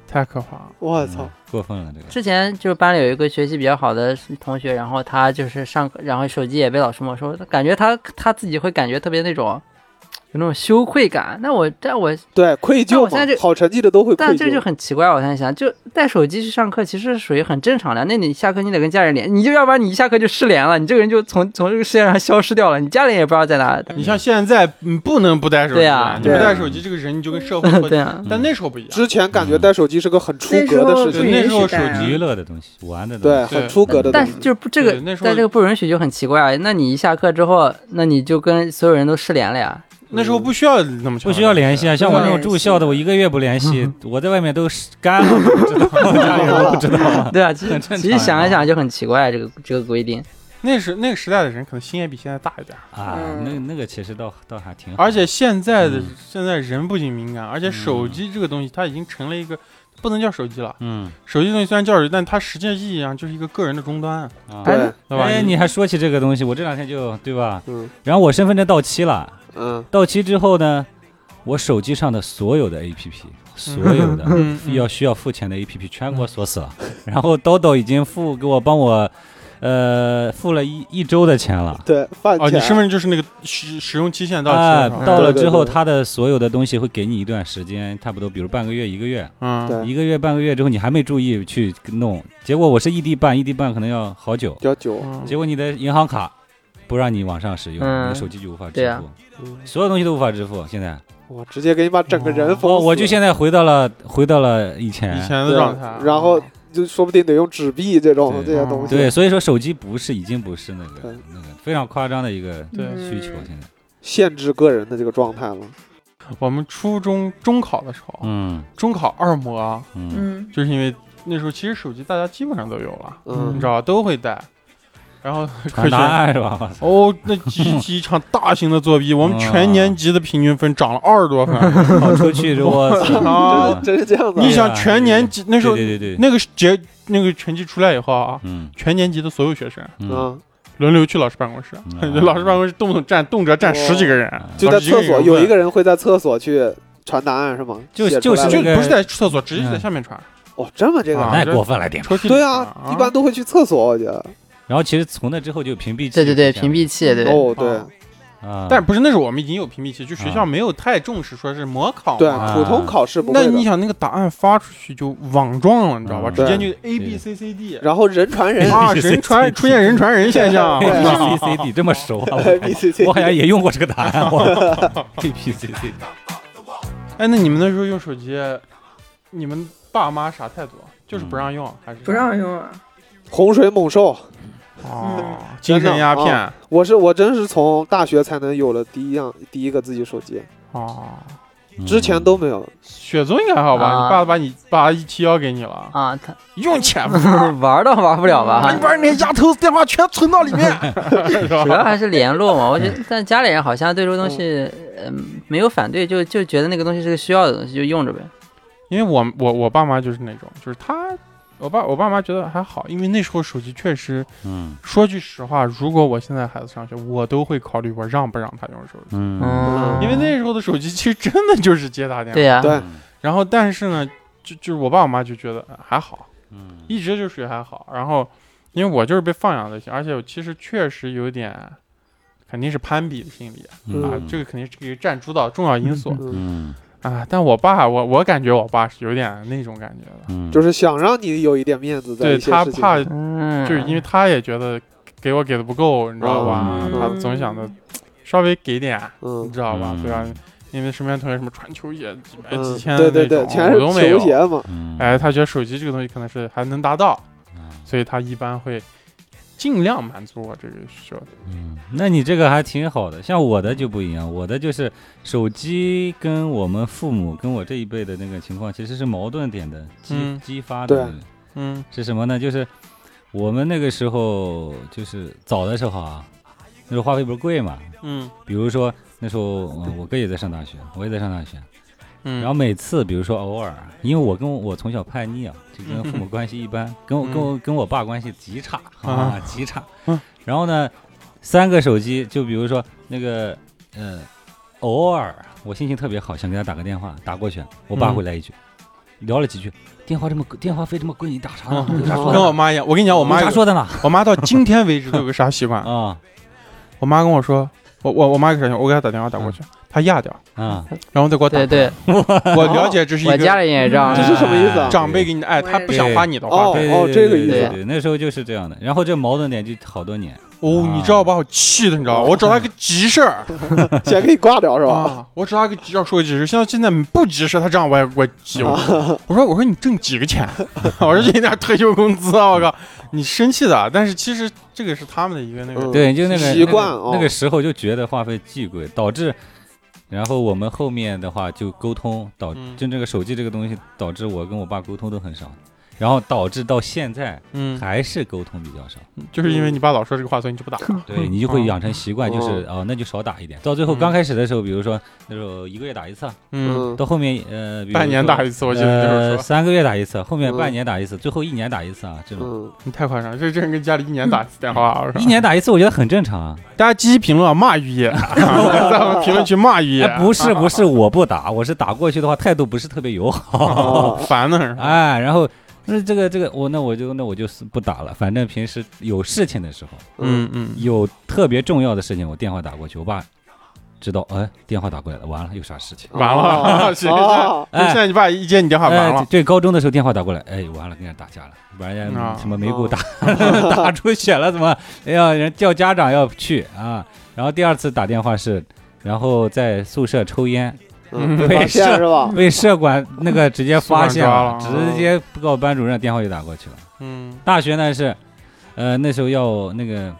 Speaker 1: 太可怕了。
Speaker 5: 我操！
Speaker 4: 过分了这个，
Speaker 2: 之前就是班里有一个学习比较好的同学，然后他就是上课，然后手机也被老师没收，感觉他他自己会感觉特别那种，有那种羞愧感。那我但我
Speaker 5: 对，愧
Speaker 2: 但
Speaker 5: 疚
Speaker 2: 我现在
Speaker 5: 嘛，
Speaker 2: 这
Speaker 5: 好成绩的都会愧
Speaker 2: 但这就
Speaker 5: 疚。
Speaker 2: 很奇怪，我现在想，就带手机去上课，其实是属于很正常的。那你下课你得跟家人联，你就要不然你一下课就失联了，你这个人就从从这个世界上消失掉了，你家里人也不知道在哪。
Speaker 1: 你像现在，你不能不带手机
Speaker 2: 对
Speaker 1: 啊，
Speaker 2: 啊
Speaker 1: 你不带手机，这个人你就跟社会脱
Speaker 2: 对
Speaker 1: 节。
Speaker 2: 啊，
Speaker 1: 但那时候不一样，
Speaker 5: 之前感觉带手机是个很出格
Speaker 3: 那
Speaker 5: 的事
Speaker 3: 时候不
Speaker 1: 对
Speaker 5: 情，
Speaker 1: 那时候
Speaker 3: 允许
Speaker 1: 手
Speaker 3: 带啊
Speaker 1: 机
Speaker 4: 娱乐的东西，玩的东
Speaker 5: 对，
Speaker 4: 西，
Speaker 5: 很出格的东
Speaker 2: 嗯但
Speaker 5: 西
Speaker 2: 是。就是不这个
Speaker 1: 对那时候
Speaker 2: 在这个不允许就很奇怪啊。那你一下课之后，那你就跟所有人都失联了 呀。
Speaker 1: 那时候不需要那么强
Speaker 4: 不需要联系啊，像我这种
Speaker 3: 联系
Speaker 4: 住校的，我一个月不联系，我在外面都是干了，不知道家里人都不知道。
Speaker 2: 对啊，其
Speaker 4: 很
Speaker 2: 实
Speaker 4: 正常
Speaker 2: 其实想一想就很奇怪，这个这个规定。
Speaker 1: 那时那个时代的人可能心也比现在大一点，
Speaker 4: 啊，
Speaker 3: 嗯
Speaker 4: 那那个其实倒倒还挺好，
Speaker 1: 而且现在的
Speaker 4: 嗯
Speaker 1: 现在人不仅敏感，而且手机这个东西它已经成了一个不能叫手机了，
Speaker 4: 嗯，
Speaker 1: 手机东西虽然叫手机，但它实际意义上就是一个个人的终端，
Speaker 4: 啊
Speaker 5: 对，
Speaker 1: 对吧？
Speaker 4: 哎，你还说起这个东西，我这两天就对吧？
Speaker 5: 嗯
Speaker 4: 然后我身份证到期了，
Speaker 5: 嗯，
Speaker 4: 到期之后呢，我手机上的所有的 APP，所有的
Speaker 1: 嗯嗯
Speaker 4: 要需要付钱的 APP 全给我锁死了。然后叨叨已经付给我帮我，呃，付了一一周的钱了。
Speaker 5: 对，饭
Speaker 1: 哦，你身份证
Speaker 5: 钱。
Speaker 1: 就是那个使使用期限到期
Speaker 4: 啊
Speaker 1: 了，是，吧
Speaker 4: 到了
Speaker 5: 对对
Speaker 4: 之后，
Speaker 5: 对
Speaker 4: 他的所有的东西会给你一段时间，差不多，比如半个月、一个月，
Speaker 1: 嗯，
Speaker 5: 对
Speaker 4: 一个月、半个月之后，你还没注意去弄，结果我是异地办，异地办可能要好久
Speaker 5: 比，较久，
Speaker 1: 嗯
Speaker 4: 结果你的银行卡不让你网上使用，
Speaker 2: 嗯
Speaker 4: 你的手机就无法
Speaker 2: 对
Speaker 4: 支
Speaker 2: 啊
Speaker 4: 付，
Speaker 5: 嗯
Speaker 4: 所有东西都无法支付。现在，
Speaker 5: 我直接给你把整个人封 死。
Speaker 4: 哦我我就现在回到了回到了以前，
Speaker 1: 以前的
Speaker 5: 对
Speaker 1: 状态，啊
Speaker 5: 然后就说不定得用纸币这种
Speaker 4: 对
Speaker 2: 哦
Speaker 5: 这些东西。
Speaker 4: 对，所以说手机不是已经不是那个
Speaker 5: 对
Speaker 4: 那个非常夸张的一个
Speaker 1: 对
Speaker 3: 嗯
Speaker 4: 需求，现在，
Speaker 5: 限制个人的这个状态了。
Speaker 1: 我们初中中考的时候，
Speaker 4: 嗯
Speaker 1: 中考二模啊
Speaker 4: 嗯
Speaker 3: 嗯，
Speaker 1: 就是因为那时候其实手机大家基本上都有了，你
Speaker 5: 嗯
Speaker 1: 知，道吧？都会带，然后科
Speaker 4: 传答
Speaker 1: 学。
Speaker 4: 案是吧？我 操
Speaker 1: 哦，那几几场大型的作弊，我们全年级的平均分涨了二十多分
Speaker 4: 跑出去之后，我操
Speaker 1: 啊！
Speaker 4: 嗯
Speaker 5: 真是这样的
Speaker 1: 你。想全年级那时候
Speaker 4: 对对对对，
Speaker 1: 那个结那个成绩出来以后啊，
Speaker 4: 嗯
Speaker 1: 全年级的所有学生
Speaker 4: 嗯，
Speaker 5: 嗯，
Speaker 1: 轮流去老师办公室，
Speaker 4: 嗯
Speaker 1: 老师办公室动不动站动辄站十几个人
Speaker 4: 哦，
Speaker 5: 就在厕所，有一
Speaker 1: 个
Speaker 5: 个人会在厕所去传答案是吗？
Speaker 4: 就
Speaker 5: 写出
Speaker 4: 就是
Speaker 5: 来
Speaker 1: 人
Speaker 5: 了
Speaker 1: 问就
Speaker 4: 那个
Speaker 1: 不是在厕所，直接
Speaker 4: 嗯
Speaker 1: 就在下面传，
Speaker 5: 哦，这么这个
Speaker 1: 啊
Speaker 5: 啊，
Speaker 4: 那也过分了点。
Speaker 1: 抽屉里
Speaker 5: 对
Speaker 1: 传
Speaker 5: 啊，一般都会去厕所，我觉得。
Speaker 4: 然后其实从那之后就屏蔽器
Speaker 2: 对
Speaker 4: 出现
Speaker 2: 对
Speaker 4: 了，
Speaker 2: 对，屏蔽器，对对
Speaker 5: 哦，对
Speaker 1: 啊
Speaker 4: 啊，
Speaker 1: 但不是那时候我们已经有屏蔽期，就学校
Speaker 4: 啊
Speaker 1: 没有太重视说是模考
Speaker 5: 对啊
Speaker 1: 嘛，，
Speaker 5: 普通考试不
Speaker 1: 那
Speaker 5: 会
Speaker 1: 你
Speaker 5: 的。
Speaker 1: 想那个答案发出去就网状了，你知道吧？
Speaker 4: 嗯
Speaker 1: 直接
Speaker 5: 对
Speaker 1: 就 A B C C D
Speaker 5: 然后人传人
Speaker 1: 啊，人传出现人传人现象，
Speaker 5: 对
Speaker 1: 我操
Speaker 4: A 啊 P C D 这么熟啊，
Speaker 5: ，B
Speaker 4: 我
Speaker 5: C C，
Speaker 4: 我好像也用过这个答案，我 A P C D
Speaker 1: 哎，那你们那时候用手机，你们爸妈啥态度？就是不让用还是
Speaker 3: 不？让用啊。
Speaker 5: 洪水猛兽，
Speaker 1: 哦，精
Speaker 5: 真的
Speaker 1: 神鸦
Speaker 5: 哦
Speaker 1: 片
Speaker 5: 我是我真是从大学才能有了第一样第一个自己手机，
Speaker 1: 哦，
Speaker 5: 嗯之前都没有。
Speaker 1: 嗯雪宗应该还好吧？
Speaker 2: 啊
Speaker 1: 你爸把你爸一提交给你了，
Speaker 2: 啊，他
Speaker 1: 用钱吧，
Speaker 2: 玩都玩不了吧
Speaker 1: 你？
Speaker 5: 嗯
Speaker 1: 把你那丫头电话全存到里 面，是吧
Speaker 2: 主要还是联络嘛，我觉
Speaker 5: 嗯
Speaker 2: 得，但家里人好像对这个东西，
Speaker 5: 哦
Speaker 2: 嗯，没有反对，就就觉得那个东西是个需要的东西，就用着呗。
Speaker 1: 因为我我我爸妈就是那种，就是他，我爸我爸妈觉得还好，因为那时候手机确实，
Speaker 4: 嗯
Speaker 1: 说句实话，如果我现在孩子上学，我都会考虑我让不让他用手机，
Speaker 4: 嗯
Speaker 2: 嗯，
Speaker 1: 因为那时候的手机其实真的就是接打电话。
Speaker 2: 对呀，
Speaker 5: 嗯对
Speaker 4: 嗯
Speaker 1: 然后但是呢，就就是我爸我妈就觉得呃还好，
Speaker 4: 嗯
Speaker 1: 一直就属于还好。然后因为我就是被放养的型，而且我其实确实有点，肯定是攀比的心理啊，这个肯定是这个占主导重要因素
Speaker 5: 嗯，
Speaker 4: 嗯
Speaker 1: 啊。但我爸，我我感觉我爸是有点那种感觉的。
Speaker 4: 嗯
Speaker 5: 就是想让你有一点面子在
Speaker 1: 对
Speaker 5: 一些
Speaker 1: 他
Speaker 5: 事情
Speaker 1: 怕，
Speaker 5: 上
Speaker 2: 嗯，
Speaker 1: 就是因为他也觉得给我给的不够，你知道吧？
Speaker 4: 嗯
Speaker 1: 他总想着稍微给点，你
Speaker 5: 嗯
Speaker 1: 知道吧？
Speaker 4: 嗯
Speaker 1: 对吧？因为身边同学什么穿球鞋几百
Speaker 5: 嗯
Speaker 1: 几千，呃的
Speaker 5: 对
Speaker 1: 那
Speaker 5: 对对，
Speaker 1: 种
Speaker 5: 全
Speaker 1: 我
Speaker 5: 是
Speaker 1: 都没有
Speaker 5: 球。鞋 嘛，
Speaker 4: 嗯
Speaker 1: 哎，他觉得手机这个东西可能是还能达到，
Speaker 4: 嗯
Speaker 1: 所以他一般会尽量满足我这个需求。
Speaker 4: 嗯，那你这个还挺好的，像我的就不一样，我的就是手机跟我们父母跟我这一辈的那个情况其实是矛盾点的激、
Speaker 1: 嗯
Speaker 4: 激发的、
Speaker 5: 对
Speaker 4: 那个
Speaker 1: 嗯
Speaker 4: 是什么呢？就是我们那个时候就是早的时候啊，那时候话费不是贵嘛，
Speaker 1: 嗯
Speaker 4: 比如说那时候、呃我哥也在上大学，我也在上大学，
Speaker 1: 嗯，
Speaker 4: 然后每次比如说偶尔，因为我跟我我从小叛逆啊，就跟父母关系一般，跟我跟我跟我爸关系极差啊
Speaker 1: 嗯啊
Speaker 4: 极差
Speaker 1: 嗯。
Speaker 4: 然后呢，三个手机，就比如说那个呃，偶尔我心情特别好，想给他打个电话，打过去，我爸
Speaker 1: 嗯
Speaker 4: 会来一句，聊了几句，电话这么贵，电话费这么贵，你打 啥呢？
Speaker 1: 嗯
Speaker 4: 有啥说
Speaker 1: 跟我
Speaker 4: 的？
Speaker 1: 妈一样，我跟你讲，我
Speaker 4: 有
Speaker 1: 妈有
Speaker 4: 啥说的 呢？
Speaker 1: 我妈到今天为止 都有个啥习惯？
Speaker 4: 啊
Speaker 1: 我妈跟我说，我我我妈有个啥习惯我给她打电话打过
Speaker 4: 嗯
Speaker 1: 去，她压掉，
Speaker 4: 啊，
Speaker 1: 然后再给我打
Speaker 2: 对。对，
Speaker 1: 我了解这是
Speaker 2: 我
Speaker 1: 一
Speaker 2: 家
Speaker 1: 个嗯
Speaker 2: 里人也这样
Speaker 5: 这。是什么意思啊
Speaker 1: 长辈给你的爱，
Speaker 3: 我
Speaker 1: 他
Speaker 3: 也
Speaker 1: 不想花你的话
Speaker 5: 哦
Speaker 1: 费。
Speaker 4: 哎对？
Speaker 5: 哦
Speaker 4: 对
Speaker 5: 这个
Speaker 4: 对
Speaker 5: 意
Speaker 2: 思
Speaker 4: 对对，那时候就是这样的。然后这矛盾点就好多年。
Speaker 1: 哦，
Speaker 4: 啊
Speaker 1: 你知道把我气的，你知道吧？我找他个急事儿
Speaker 5: 嗯 先给你挂啊掉是吧？
Speaker 1: 啊，我找他个急事儿说个急事儿，现在现在不急事儿，他这样我也我也急
Speaker 5: 啊
Speaker 1: 我，我说我说你挣几个钱？ 我说这点退休工资啊，我靠，你生气的，但是其实这个是他们的一个那个
Speaker 5: 嗯
Speaker 4: 对，就那个
Speaker 5: 习惯哦
Speaker 4: 那个，那个时候就觉得话费巨贵，导致，然后我们后面的话就沟通，导
Speaker 1: 嗯
Speaker 4: 就这个手机这个东西，导致我跟我爸沟通都很少，然后导致到现在
Speaker 1: 嗯，
Speaker 4: 还是沟通比较 少，
Speaker 1: 就是因为你爸老说这个话，所以你就不打了。
Speaker 4: 对你就会养成习惯，
Speaker 5: 哦
Speaker 4: 就是哦，那就少打一点。到最后
Speaker 1: 嗯
Speaker 4: 刚开始的时候，比如说那时候一个月打一次，
Speaker 1: 嗯，
Speaker 5: 嗯
Speaker 4: 到后面呃，比如
Speaker 1: 半年
Speaker 4: 说
Speaker 1: 打一次，我记得就是
Speaker 4: 呃
Speaker 1: 说
Speaker 4: 三个月打一次，后面
Speaker 5: 嗯
Speaker 4: 半年打一次，最后一年打一次啊，这种。
Speaker 5: 嗯，
Speaker 1: 你太夸张了，这这人跟家里一年打一次电话啊，我说
Speaker 4: 一年打一次，我觉得很正常啊。
Speaker 1: 大家积极评论啊，骂 于野，在我们评论区骂于野
Speaker 4: 哎，，不是不是，我不打，我是打过去的话态度不是特别友好。
Speaker 5: 哦
Speaker 1: 烦呢是吧？
Speaker 4: 哎，然后那这个这个我那我就那我就是不打了，反正平时有事情的时候，
Speaker 1: 嗯嗯，
Speaker 4: 有特别重要的事情，我电话打过去，我爸知道，哎，电话打过来了，完了有啥事情？
Speaker 1: 嗯完了
Speaker 5: 哦
Speaker 1: 谁在就 现在你爸一接你电话完
Speaker 4: 哎
Speaker 1: 了，，
Speaker 4: 对，高中的时候电话打过来，哎，完了跟人家打架了，把人
Speaker 1: 啊
Speaker 4: 家什么没 给我打、 打出血了，怎么？哎呀，人叫家长要去啊。然后第二次打电话是，然后在宿舍抽烟，
Speaker 5: 嗯，
Speaker 1: 嗯
Speaker 5: 被发现是吧？
Speaker 4: 被社管那个直接发现了，
Speaker 1: 宿管抓
Speaker 5: 了
Speaker 4: 直接告班主任，电话就打过去了。
Speaker 1: 嗯
Speaker 4: 大学呢是，呃，那时候要那个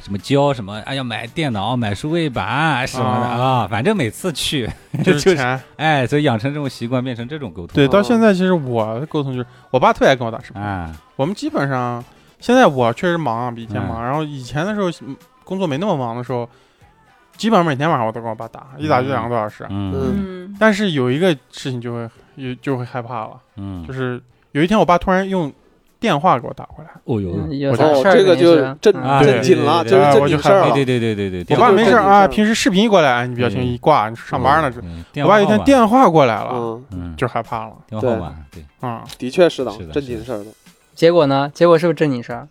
Speaker 4: 什么教什么，哎要买电脑、买数位板什么的
Speaker 1: 啊
Speaker 4: 啊反正每次去，
Speaker 1: 就是
Speaker 4: 就是
Speaker 1: 钱。
Speaker 4: 哎，所以养成这种习惯，变成这种沟 通。
Speaker 1: 对，
Speaker 5: 哦
Speaker 1: 到现在其实我的沟通就是，我爸特别爱跟我打视频。
Speaker 4: 啊，
Speaker 1: 我们基本上现在我确实忙啊，比以前
Speaker 4: 嗯
Speaker 1: 忙。然后以前的时候嗯工作没那么忙的时候，基本上每天晚上我都跟我爸打，一打就两个多小时。
Speaker 4: 嗯
Speaker 3: 嗯，
Speaker 1: 但是有一个事情就会有就会害怕了，
Speaker 4: 嗯
Speaker 1: 就，是有一天我爸突然用电话给我打过来，
Speaker 4: 哦呦，
Speaker 2: 嗯有
Speaker 1: 我
Speaker 2: 啥
Speaker 5: 哦，
Speaker 2: 事儿
Speaker 5: 这个
Speaker 2: 肯定嗯
Speaker 5: 就是震
Speaker 4: 啊
Speaker 5: 震惊了，
Speaker 4: 对
Speaker 5: 就
Speaker 4: 对对
Speaker 1: 对
Speaker 5: 是正经事儿
Speaker 1: 我就害怕
Speaker 5: 了
Speaker 4: 对。对对对对
Speaker 1: 我
Speaker 4: 对，
Speaker 1: 爸没事儿啊，
Speaker 5: 电话
Speaker 1: 平时视频一过来，哎，你比较轻
Speaker 4: 对
Speaker 1: 一挂，你上班呢这。
Speaker 4: 嗯
Speaker 1: 我爸有一天，电话过来了，
Speaker 5: 嗯，
Speaker 4: 嗯，
Speaker 1: 就害怕了
Speaker 4: 电话号码，对，
Speaker 1: 啊。
Speaker 5: 的确是的
Speaker 4: 是，的
Speaker 5: 正经事儿了。
Speaker 2: 结果呢？结果是不是正经事儿？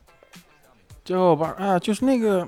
Speaker 1: 结果我爸，哎呀，就是那个，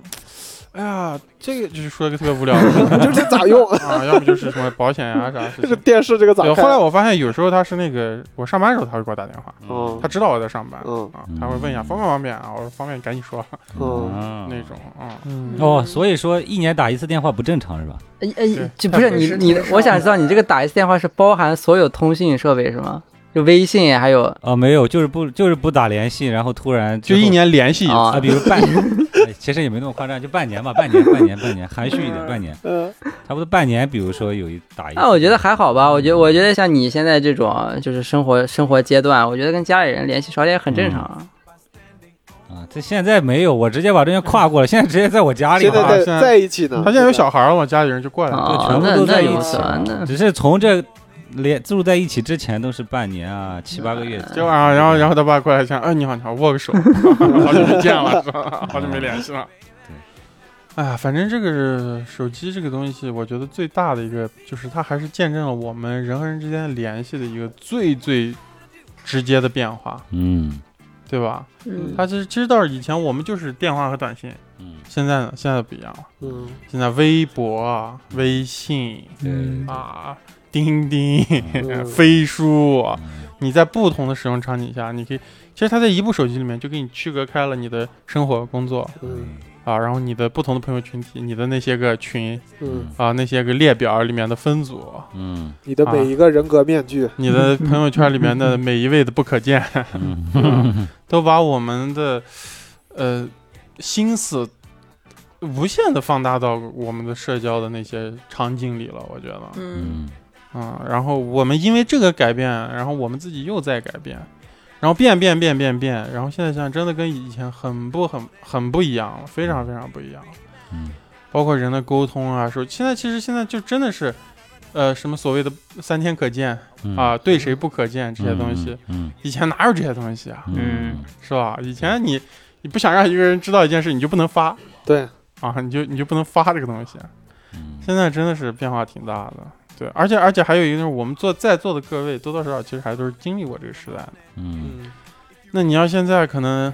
Speaker 1: 哎呀，这个就是说一个特别无聊的事情
Speaker 5: 就这咋用？
Speaker 1: 啊，要不就是什么保险呀、啥事
Speaker 5: 这个
Speaker 1: 情。
Speaker 5: 电视这个咋
Speaker 1: 对，
Speaker 5: 看？
Speaker 1: 后来我发现有时候他是那个我上班的时候他会给我打电话，
Speaker 5: 嗯
Speaker 1: 他知道我在上班
Speaker 5: 嗯
Speaker 1: 啊，他会问一下方不方便啊，我说方便，赶紧说
Speaker 4: 嗯
Speaker 1: 哦那种啊。
Speaker 5: 嗯
Speaker 4: 哦，所以说一年打一次电话不正常是吧？
Speaker 2: 哎哎
Speaker 1: 对，
Speaker 2: 就不是
Speaker 3: 太不
Speaker 2: 你
Speaker 3: 是
Speaker 2: 你
Speaker 3: 那个，事儿
Speaker 2: 我想知道你这个打一次电话是包含所有通信设备是吗？就微信还有
Speaker 4: 啊，没有，就是不就是不打联系，然后突然之
Speaker 1: 就一
Speaker 4: 后
Speaker 1: 年联系一次，
Speaker 2: 啊
Speaker 4: 啊，比如半，哎其实也没那么夸张，就半年吧，半年，半年，半年，含蓄一点，半年，
Speaker 5: 嗯，
Speaker 4: 差不多半年。比如说有一打一次，
Speaker 2: 啊，我觉得还好吧。我觉我觉得像你现在这种就是生活生活阶段，我觉得跟家里人联系少点也很正常啊。
Speaker 4: 啊，这现在没有，我直接把中间跨过了，现在直接在我家里
Speaker 5: 现
Speaker 4: 了
Speaker 5: 在
Speaker 4: 啊，
Speaker 5: 在
Speaker 1: 现在
Speaker 5: 在一起呢。
Speaker 1: 他现在有小孩了嘛，家里人就过来了。
Speaker 4: 全
Speaker 2: 啊，
Speaker 4: 部
Speaker 2: 那
Speaker 4: 都
Speaker 2: 那
Speaker 4: 在
Speaker 2: 也
Speaker 4: 一
Speaker 2: 无
Speaker 4: 起
Speaker 2: 所谓。那
Speaker 4: 只是从这连住在一起之前都是半年啊，七八个月。
Speaker 1: 结果啊，然后然后他爸过来想，哎，你好，你好，握个手，好久没见了，是吧？好久没联系了。哎呀，反正这个是手机这个东西，我觉得最大的一个就是它还是见证了我们人和人之间联系的一个最最直接的变化，
Speaker 4: 嗯
Speaker 1: 对吧？
Speaker 3: 嗯，
Speaker 1: 它其实其实到以前我们就是电话和短信，
Speaker 4: 嗯，
Speaker 1: 现在呢，现在不一样了，
Speaker 5: 嗯，
Speaker 1: 现在微博、啊、微信
Speaker 4: 对，
Speaker 2: 嗯
Speaker 1: 啊、钉钉、啊
Speaker 5: 嗯
Speaker 1: 飞书，啊你在不同的使用场景下，你可以，其实它在一部手机里面就给你区隔开了你的生活、工作
Speaker 5: 嗯
Speaker 1: 啊，然后你的不同的朋友群体，你的那些个群
Speaker 5: 嗯，
Speaker 1: 啊，那些个列表里面的分组，
Speaker 4: 嗯
Speaker 5: 你的每一个人格面具，
Speaker 1: 你的朋友圈里面的每一位的不可见，
Speaker 2: 嗯
Speaker 4: 嗯，
Speaker 1: 都把我们的呃心思无限的放大到我们的社交的那些场景里了，我觉得，
Speaker 3: 嗯，
Speaker 1: 嗯，然后我们因为这个改变，然后我们自己又在改变，然后变变变变变，然后现在想想真的跟以前很不很很不一样了，非常非常不一样了。
Speaker 4: 嗯，
Speaker 1: 包括人的沟通啊，说现在其实现在就真的是，呃，什么所谓的三天可见
Speaker 4: 嗯
Speaker 1: 啊，，对谁不可见这些东西，
Speaker 4: 嗯，
Speaker 1: 以前哪有这些东西啊，
Speaker 4: 嗯
Speaker 1: 是吧？以前你你不想让一个人知道一件事，你就不能发
Speaker 5: 对，
Speaker 1: 啊，你就你就不能发这个东西。啊
Speaker 4: 嗯
Speaker 1: 现在真的是变化挺大的，对，而且而且还有一个就是我们做在座的各位多多少少其实还都是经历过这个时代的。
Speaker 4: 嗯
Speaker 5: 嗯
Speaker 1: 那你要现在可能，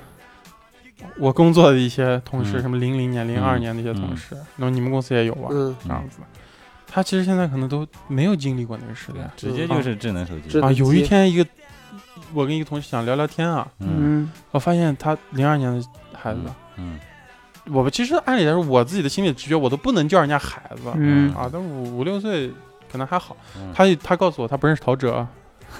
Speaker 1: 我工作的一些同事，
Speaker 4: 嗯
Speaker 1: 什么零零年、零二年的一些同事，那么你们公司也有吧？
Speaker 5: 嗯，
Speaker 1: 这样子，他其实现在可能都没有经历过那个时代
Speaker 4: 啊直接就是智能手机
Speaker 5: 智，
Speaker 1: 啊。
Speaker 5: 能机
Speaker 1: 有一天，一个我跟一个同事想聊聊天啊，
Speaker 4: 嗯
Speaker 2: 嗯
Speaker 1: 我发现他零二年的孩子，
Speaker 4: 嗯
Speaker 1: 我其实按理来说，我自己的心理直觉，我都不能叫人家孩子，
Speaker 2: 嗯
Speaker 1: 啊，但五五六岁可能还好。
Speaker 4: 嗯
Speaker 1: 他他告诉我他不认识陶喆，啊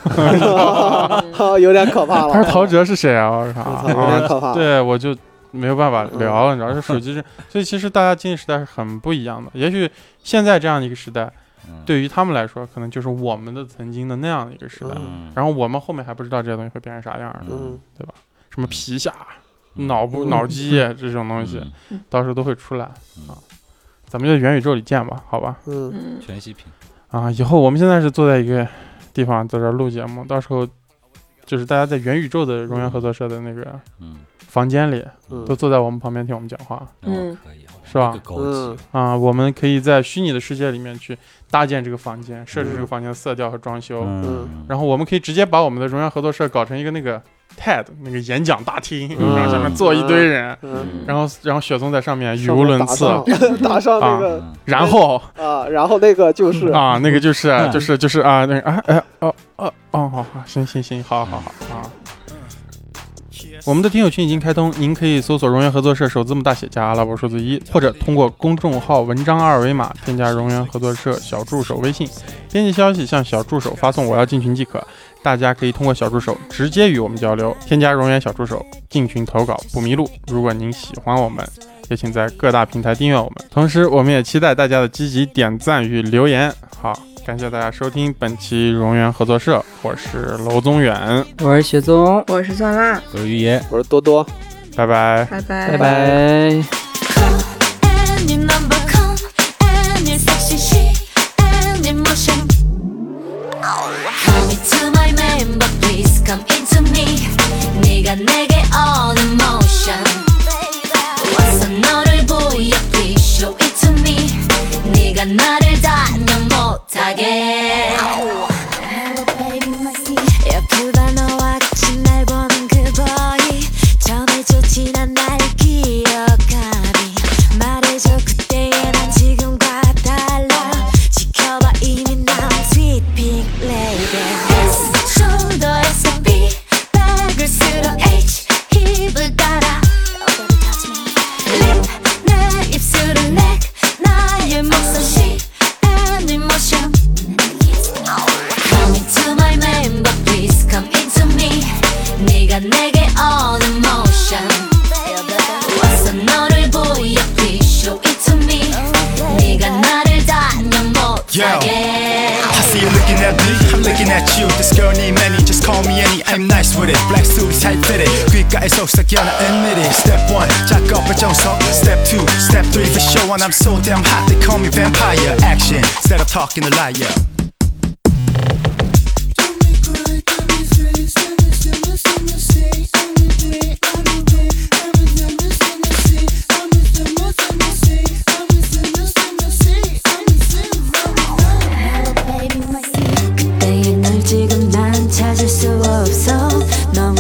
Speaker 2: 嗯
Speaker 5: 哈有点可 怕
Speaker 1: 他说。
Speaker 5: 了
Speaker 1: 陶喆是谁啊？我
Speaker 5: 哦我操，有点
Speaker 1: 靠！
Speaker 5: 可 怕。，嗯
Speaker 1: 对，我就没有办法聊了，你知道，这手机是，所以其实大家经济时代是很不一样的。也许现在这样的一个时代，
Speaker 4: 嗯，
Speaker 1: 对于他们来说，可能就是我们的曾经的那样的一个时代。
Speaker 4: 嗯，
Speaker 1: 然后我们后面还不知道这些东西会变成啥样儿，
Speaker 5: 嗯
Speaker 1: 什么皮下、
Speaker 4: 嗯
Speaker 1: 脑部、
Speaker 5: 嗯
Speaker 1: 脑机这种东西，到时候都会出来
Speaker 4: 嗯
Speaker 1: 啊。咱们就元宇宙里见吧，好吧？
Speaker 5: 嗯，
Speaker 3: 嗯，
Speaker 4: 全息屏，
Speaker 1: 啊，以后我们现在是坐在一个地方，在这儿录节目，到时候就是大家在元宇宙的荣源合作社的那个
Speaker 4: 嗯，
Speaker 1: 房间里，
Speaker 5: 嗯
Speaker 1: 都坐在我们旁边听我们讲话
Speaker 4: 可以，高
Speaker 5: 嗯
Speaker 4: 级，，
Speaker 1: 啊。我们可以在虚拟的世界里面去搭建这个房间，设置
Speaker 5: 嗯
Speaker 1: 这个房间的色调和装修，
Speaker 4: 嗯，
Speaker 1: 然后我们可以直接把我们的荣源合作社搞成一个那个 TED 那个演讲大厅，
Speaker 5: 嗯
Speaker 1: 然后下面坐一堆人，
Speaker 5: 嗯，
Speaker 1: 然后然后雪松在上面语
Speaker 5: 上
Speaker 1: 无
Speaker 5: 面
Speaker 1: 伦
Speaker 5: 打
Speaker 1: 次，
Speaker 5: 上 打上那个
Speaker 4: 嗯
Speaker 1: 然后
Speaker 5: 啊，然后那个就是
Speaker 1: 啊，那个就是
Speaker 4: 嗯
Speaker 1: 就是就是啊，那个啊哎哦哦哦，好好，行行行，好好好啊。我们的听友群已经开通，您可以搜索“荣源合作社”首字母大写加阿拉伯数字一，或者通过公众号文章二维码添加“荣源合作社”小助手微信，编辑消息向小助手发送“我要进群”即可。大家可以通过小助手直接与我们交流，添加“荣源小助手”进群投稿不迷路。如果您喜欢我们，也请在各大平台订阅我们。同时，我们也期待大家的积极点赞与留言。好，感谢大家收听本期荣源合作社，我是娄宗远，
Speaker 2: 我是雪宗，
Speaker 3: 我是酸辣，
Speaker 4: 我是于爷。
Speaker 5: 我说多多。
Speaker 1: 拜拜。
Speaker 3: 拜
Speaker 2: 拜
Speaker 3: 拜
Speaker 2: 拜。
Speaker 6: and your number come and your sexy she and your motion. Oh, come into my man, but please come into me. 네가 내게 all emotion. 와서 너를 보여, please show it to me. 네가 나를 단념 못하게. 예쁘다 너와 같이 날 보는 그 boy 처음에 좋지 난날 기억하
Speaker 7: don't need many, just call me any. I'm nice with it. Black suit, tight fitted. 귓가에서 섞여 나 admit it. Step one, 작업의 정석. Step two, step three for show. And I'm so damn hot, they call me vampire. Action, instead of talking a liar.
Speaker 6: 그때의 널 지금 난 찾을 수 없어 넌